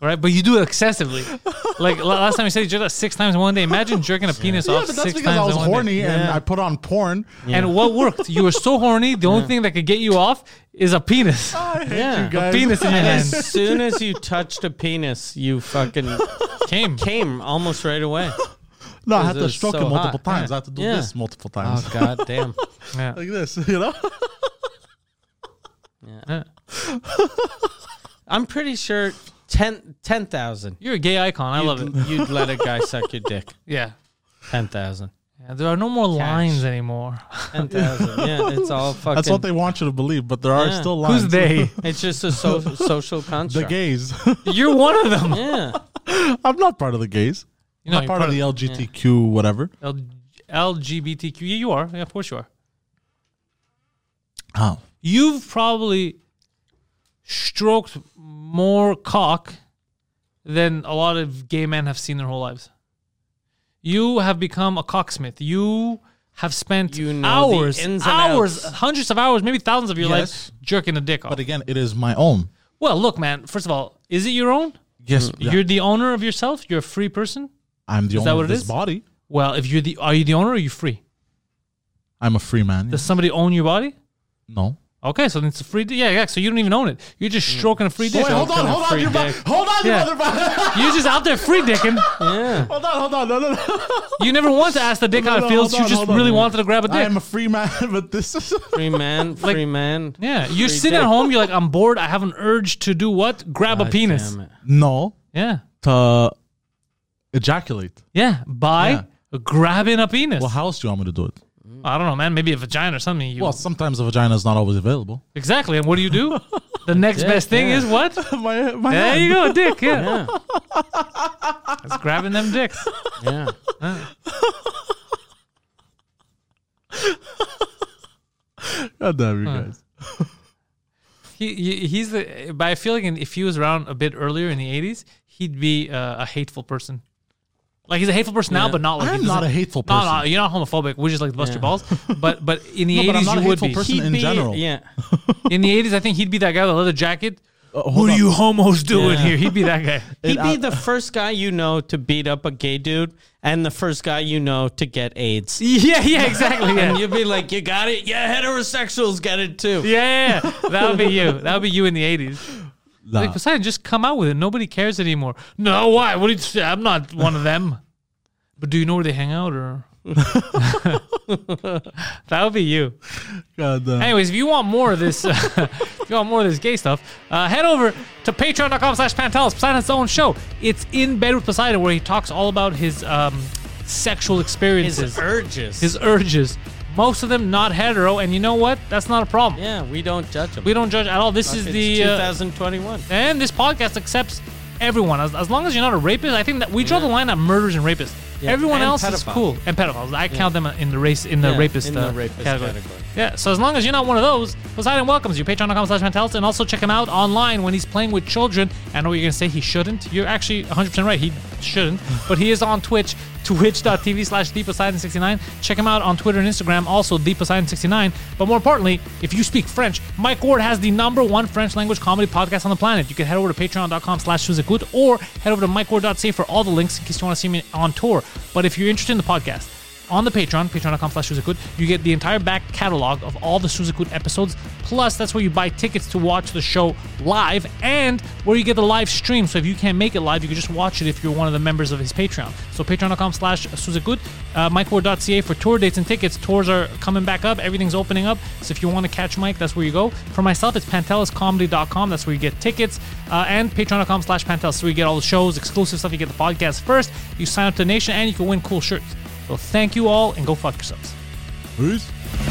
S1: right? But you do it excessively. Like la- last time you said you jerked off six times in one day. Imagine jerking a penis
S3: Yeah,
S1: off
S3: but
S1: six
S3: that's
S1: times
S3: because I was
S1: in one day.
S3: horny and
S2: Yeah.
S3: I put on porn.
S1: And what worked? You were so horny. The only thing that could get you off is a penis.
S3: I hate
S2: Yeah.
S3: you guys.
S1: penis in your
S2: And
S1: hand.
S2: as soon as you touched a penis, you fucking
S1: Came.
S2: came almost right away.
S3: No, I had to
S2: Because
S3: stroke
S2: it's
S3: it
S2: so
S3: multiple
S2: hot.
S3: times. I had to do
S2: Yeah.
S3: this multiple times.
S2: Oh god damn.
S1: Yeah.
S3: Like this, you know?
S1: Yeah.
S2: I'm pretty sure 10 10,000.
S1: You're a gay icon. I
S2: You'd-
S1: love it.
S2: You'd let a guy suck your dick.
S1: Yeah.
S2: 10,000.
S1: Yeah, There are no more lines anymore.
S2: 10,000. Yeah, it's all fucking
S3: That's what they want you to believe, but there are
S2: Yeah.
S3: still lines.
S1: Who's they?
S2: It's just a so, social
S3: The
S2: construct.
S3: gays.
S1: You're one of them.
S2: Yeah.
S3: I'm not part of the gays.
S1: You know,
S3: I'm
S1: you're
S3: part of the LGBTQ whatever.
S1: L- LGBTQ. Yeah, you are. Yeah, of course you are.
S3: Oh.
S1: You've probably stroked more cock than a lot of gay men have seen their whole lives. You have become a cocksmith. You have spent
S2: You know the
S1: hours,
S2: ins and
S1: hours,
S2: outs.
S1: hundreds of hours, maybe thousands of your
S3: Yes.
S1: life jerking a dick off.
S3: But again, it is my own.
S1: well, look, man. First of all, is it your own?
S3: Yes, yeah,
S1: You're the owner of yourself. You're a free person.
S3: I'm the
S1: that
S3: owner
S1: what
S3: of
S1: it
S3: this
S1: is?
S3: body.
S1: Well, if you're the are you the owner or are you free?
S3: I'm a free man.
S1: Does somebody own your body?
S3: No.
S1: Okay, so then it's a free dick. Yeah, yeah. So you don't even own it. You're just stroking a free dick.
S2: on, Mm. hold on, free you bu- dick.
S3: hold on,
S1: Yeah.
S3: motherfucker.
S1: You're just out there free dicking.
S2: Yeah.
S3: hold on, hold on. No, no, no.
S1: You never want to ask the dick
S3: No,
S1: how
S3: no,
S1: it feels.
S3: hold on,
S1: You just
S3: hold on.
S1: really wanted to grab a dick.
S3: I am a free man, but this is.
S2: Free man, free man.
S1: yeah, you're
S2: free
S1: sitting at
S2: dick.
S1: home. You're like, I'm bored. I have an urge to do what? Grab a
S2: God
S1: penis.
S2: damn it.
S3: No.
S1: Yeah,
S3: To ejaculate.
S1: yeah. By grabbing a penis.
S3: Well, how else do you want me to do it?
S1: I don't know, man. Maybe a vagina or something. You,
S3: Well, sometimes a vagina is not always available.
S1: exactly. And what do you do? The next
S2: Dick,
S1: best thing
S2: yeah.
S1: is what?
S3: my my
S1: There you go, dick. Yeah,
S2: Yeah.
S1: it's grabbing them dicks.
S2: Yeah.
S3: God damn you guys.
S1: He, he he's the. But I feel like if he was around a bit earlier in the '80s, he'd be uh, a hateful person. Like he's a hateful person now,
S2: Yeah.
S1: but not like he
S3: I'm not
S1: doesn't-
S3: a hateful
S1: No,
S3: person.
S1: no, you're not homophobic. We just like to bust
S2: Yeah.
S1: your balls. But but in the
S3: No, but I'm
S1: '80s,
S3: not a
S1: you would
S3: hateful
S1: be.
S3: person
S1: He-
S3: in general.
S2: Yeah.
S1: in the '80s, I think he'd be that guy with a leather jacket.
S3: Uh, hold
S1: What are
S3: on.
S1: you homos doing
S2: Yeah.
S1: here? He'd be that guy.
S2: He'd
S3: I-
S2: be the first guy you know to beat up a gay dude and the first guy you know to get AIDS.
S1: Yeah, yeah, exactly. Yeah.
S2: And you'd be like, you got it? Yeah, heterosexuals get it too.
S1: Yeah, yeah, yeah. that would be you. That would be you in the '80s.
S3: Nah.
S1: Like, Poseidon, just come out with it. Nobody cares anymore. No, why? What? do you say? I'm not one of them. But do you know where they hang out, or that would be you?
S3: God damn.
S1: Anyways, if you want more of this, if you want more of this gay stuff, uh, head over to patreon.com slash Pantelis. Poseidon's own show. It's in bed with Poseidon where he talks all about his um, sexual experiences,
S2: His
S1: his,
S2: urges.
S1: urges. Most of them not hetero, and you know what? That's not a problem.
S2: yeah, we don't judge him.
S1: We don't judge at all. This is
S2: it's
S1: the uh,
S2: 2021.
S1: and this podcast accepts everyone as, as long as you're not a rapist. I think that we draw the line at murders and rapists.
S2: Yeah,
S1: Everyone
S2: and
S1: else is
S2: pedophiles.
S1: cool and pedophiles. I count them in the race in the
S2: Yeah,
S1: rapist,
S2: in the
S1: uh,
S2: rapist
S1: category.
S2: category.
S1: Yeah. So as long as you're not one of those, Poseidon welcomes you. Patreon.com slash Mantelis, and also check him out online when he's playing with children. I know you're gonna say he shouldn't. You're actually 100 percent right. He shouldn't, but he is on Twitch. Twitch.tv slash the Poseidon69. Check him out on Twitter and Instagram, also the Poseidon69. But more importantly, if you speak French, Mike Ward has the number one French language comedy podcast on the planet. You can head over to patreon.com slash Suzakut or head over to MikeWard.ca for all the links in case you want to see me on tour. But if you're interested in the podcast, on the Patreon, patreon.com slash Suzakud, you get the entire back catalog of all the Suzakud episodes. Plus, that's where you buy tickets to watch the show live and where you get the live stream. So if you can't make it live, you can just watch it if you're one of the members of his Patreon. So patreon.com slash Suzakud, uh, MikeWard.ca for tour dates and tickets. Tours are coming back up. Everything's opening up. So if you want to catch Mike, that's where you go. For myself, it's panteliscomedy.com. That's where you get tickets. Uh, and patreon.com slash pantelis. So you get all the shows, exclusive stuff. You get the podcast first. You sign up to Nation and you can win cool shirts. So thank you all and go fuck yourselves.
S3: Peace.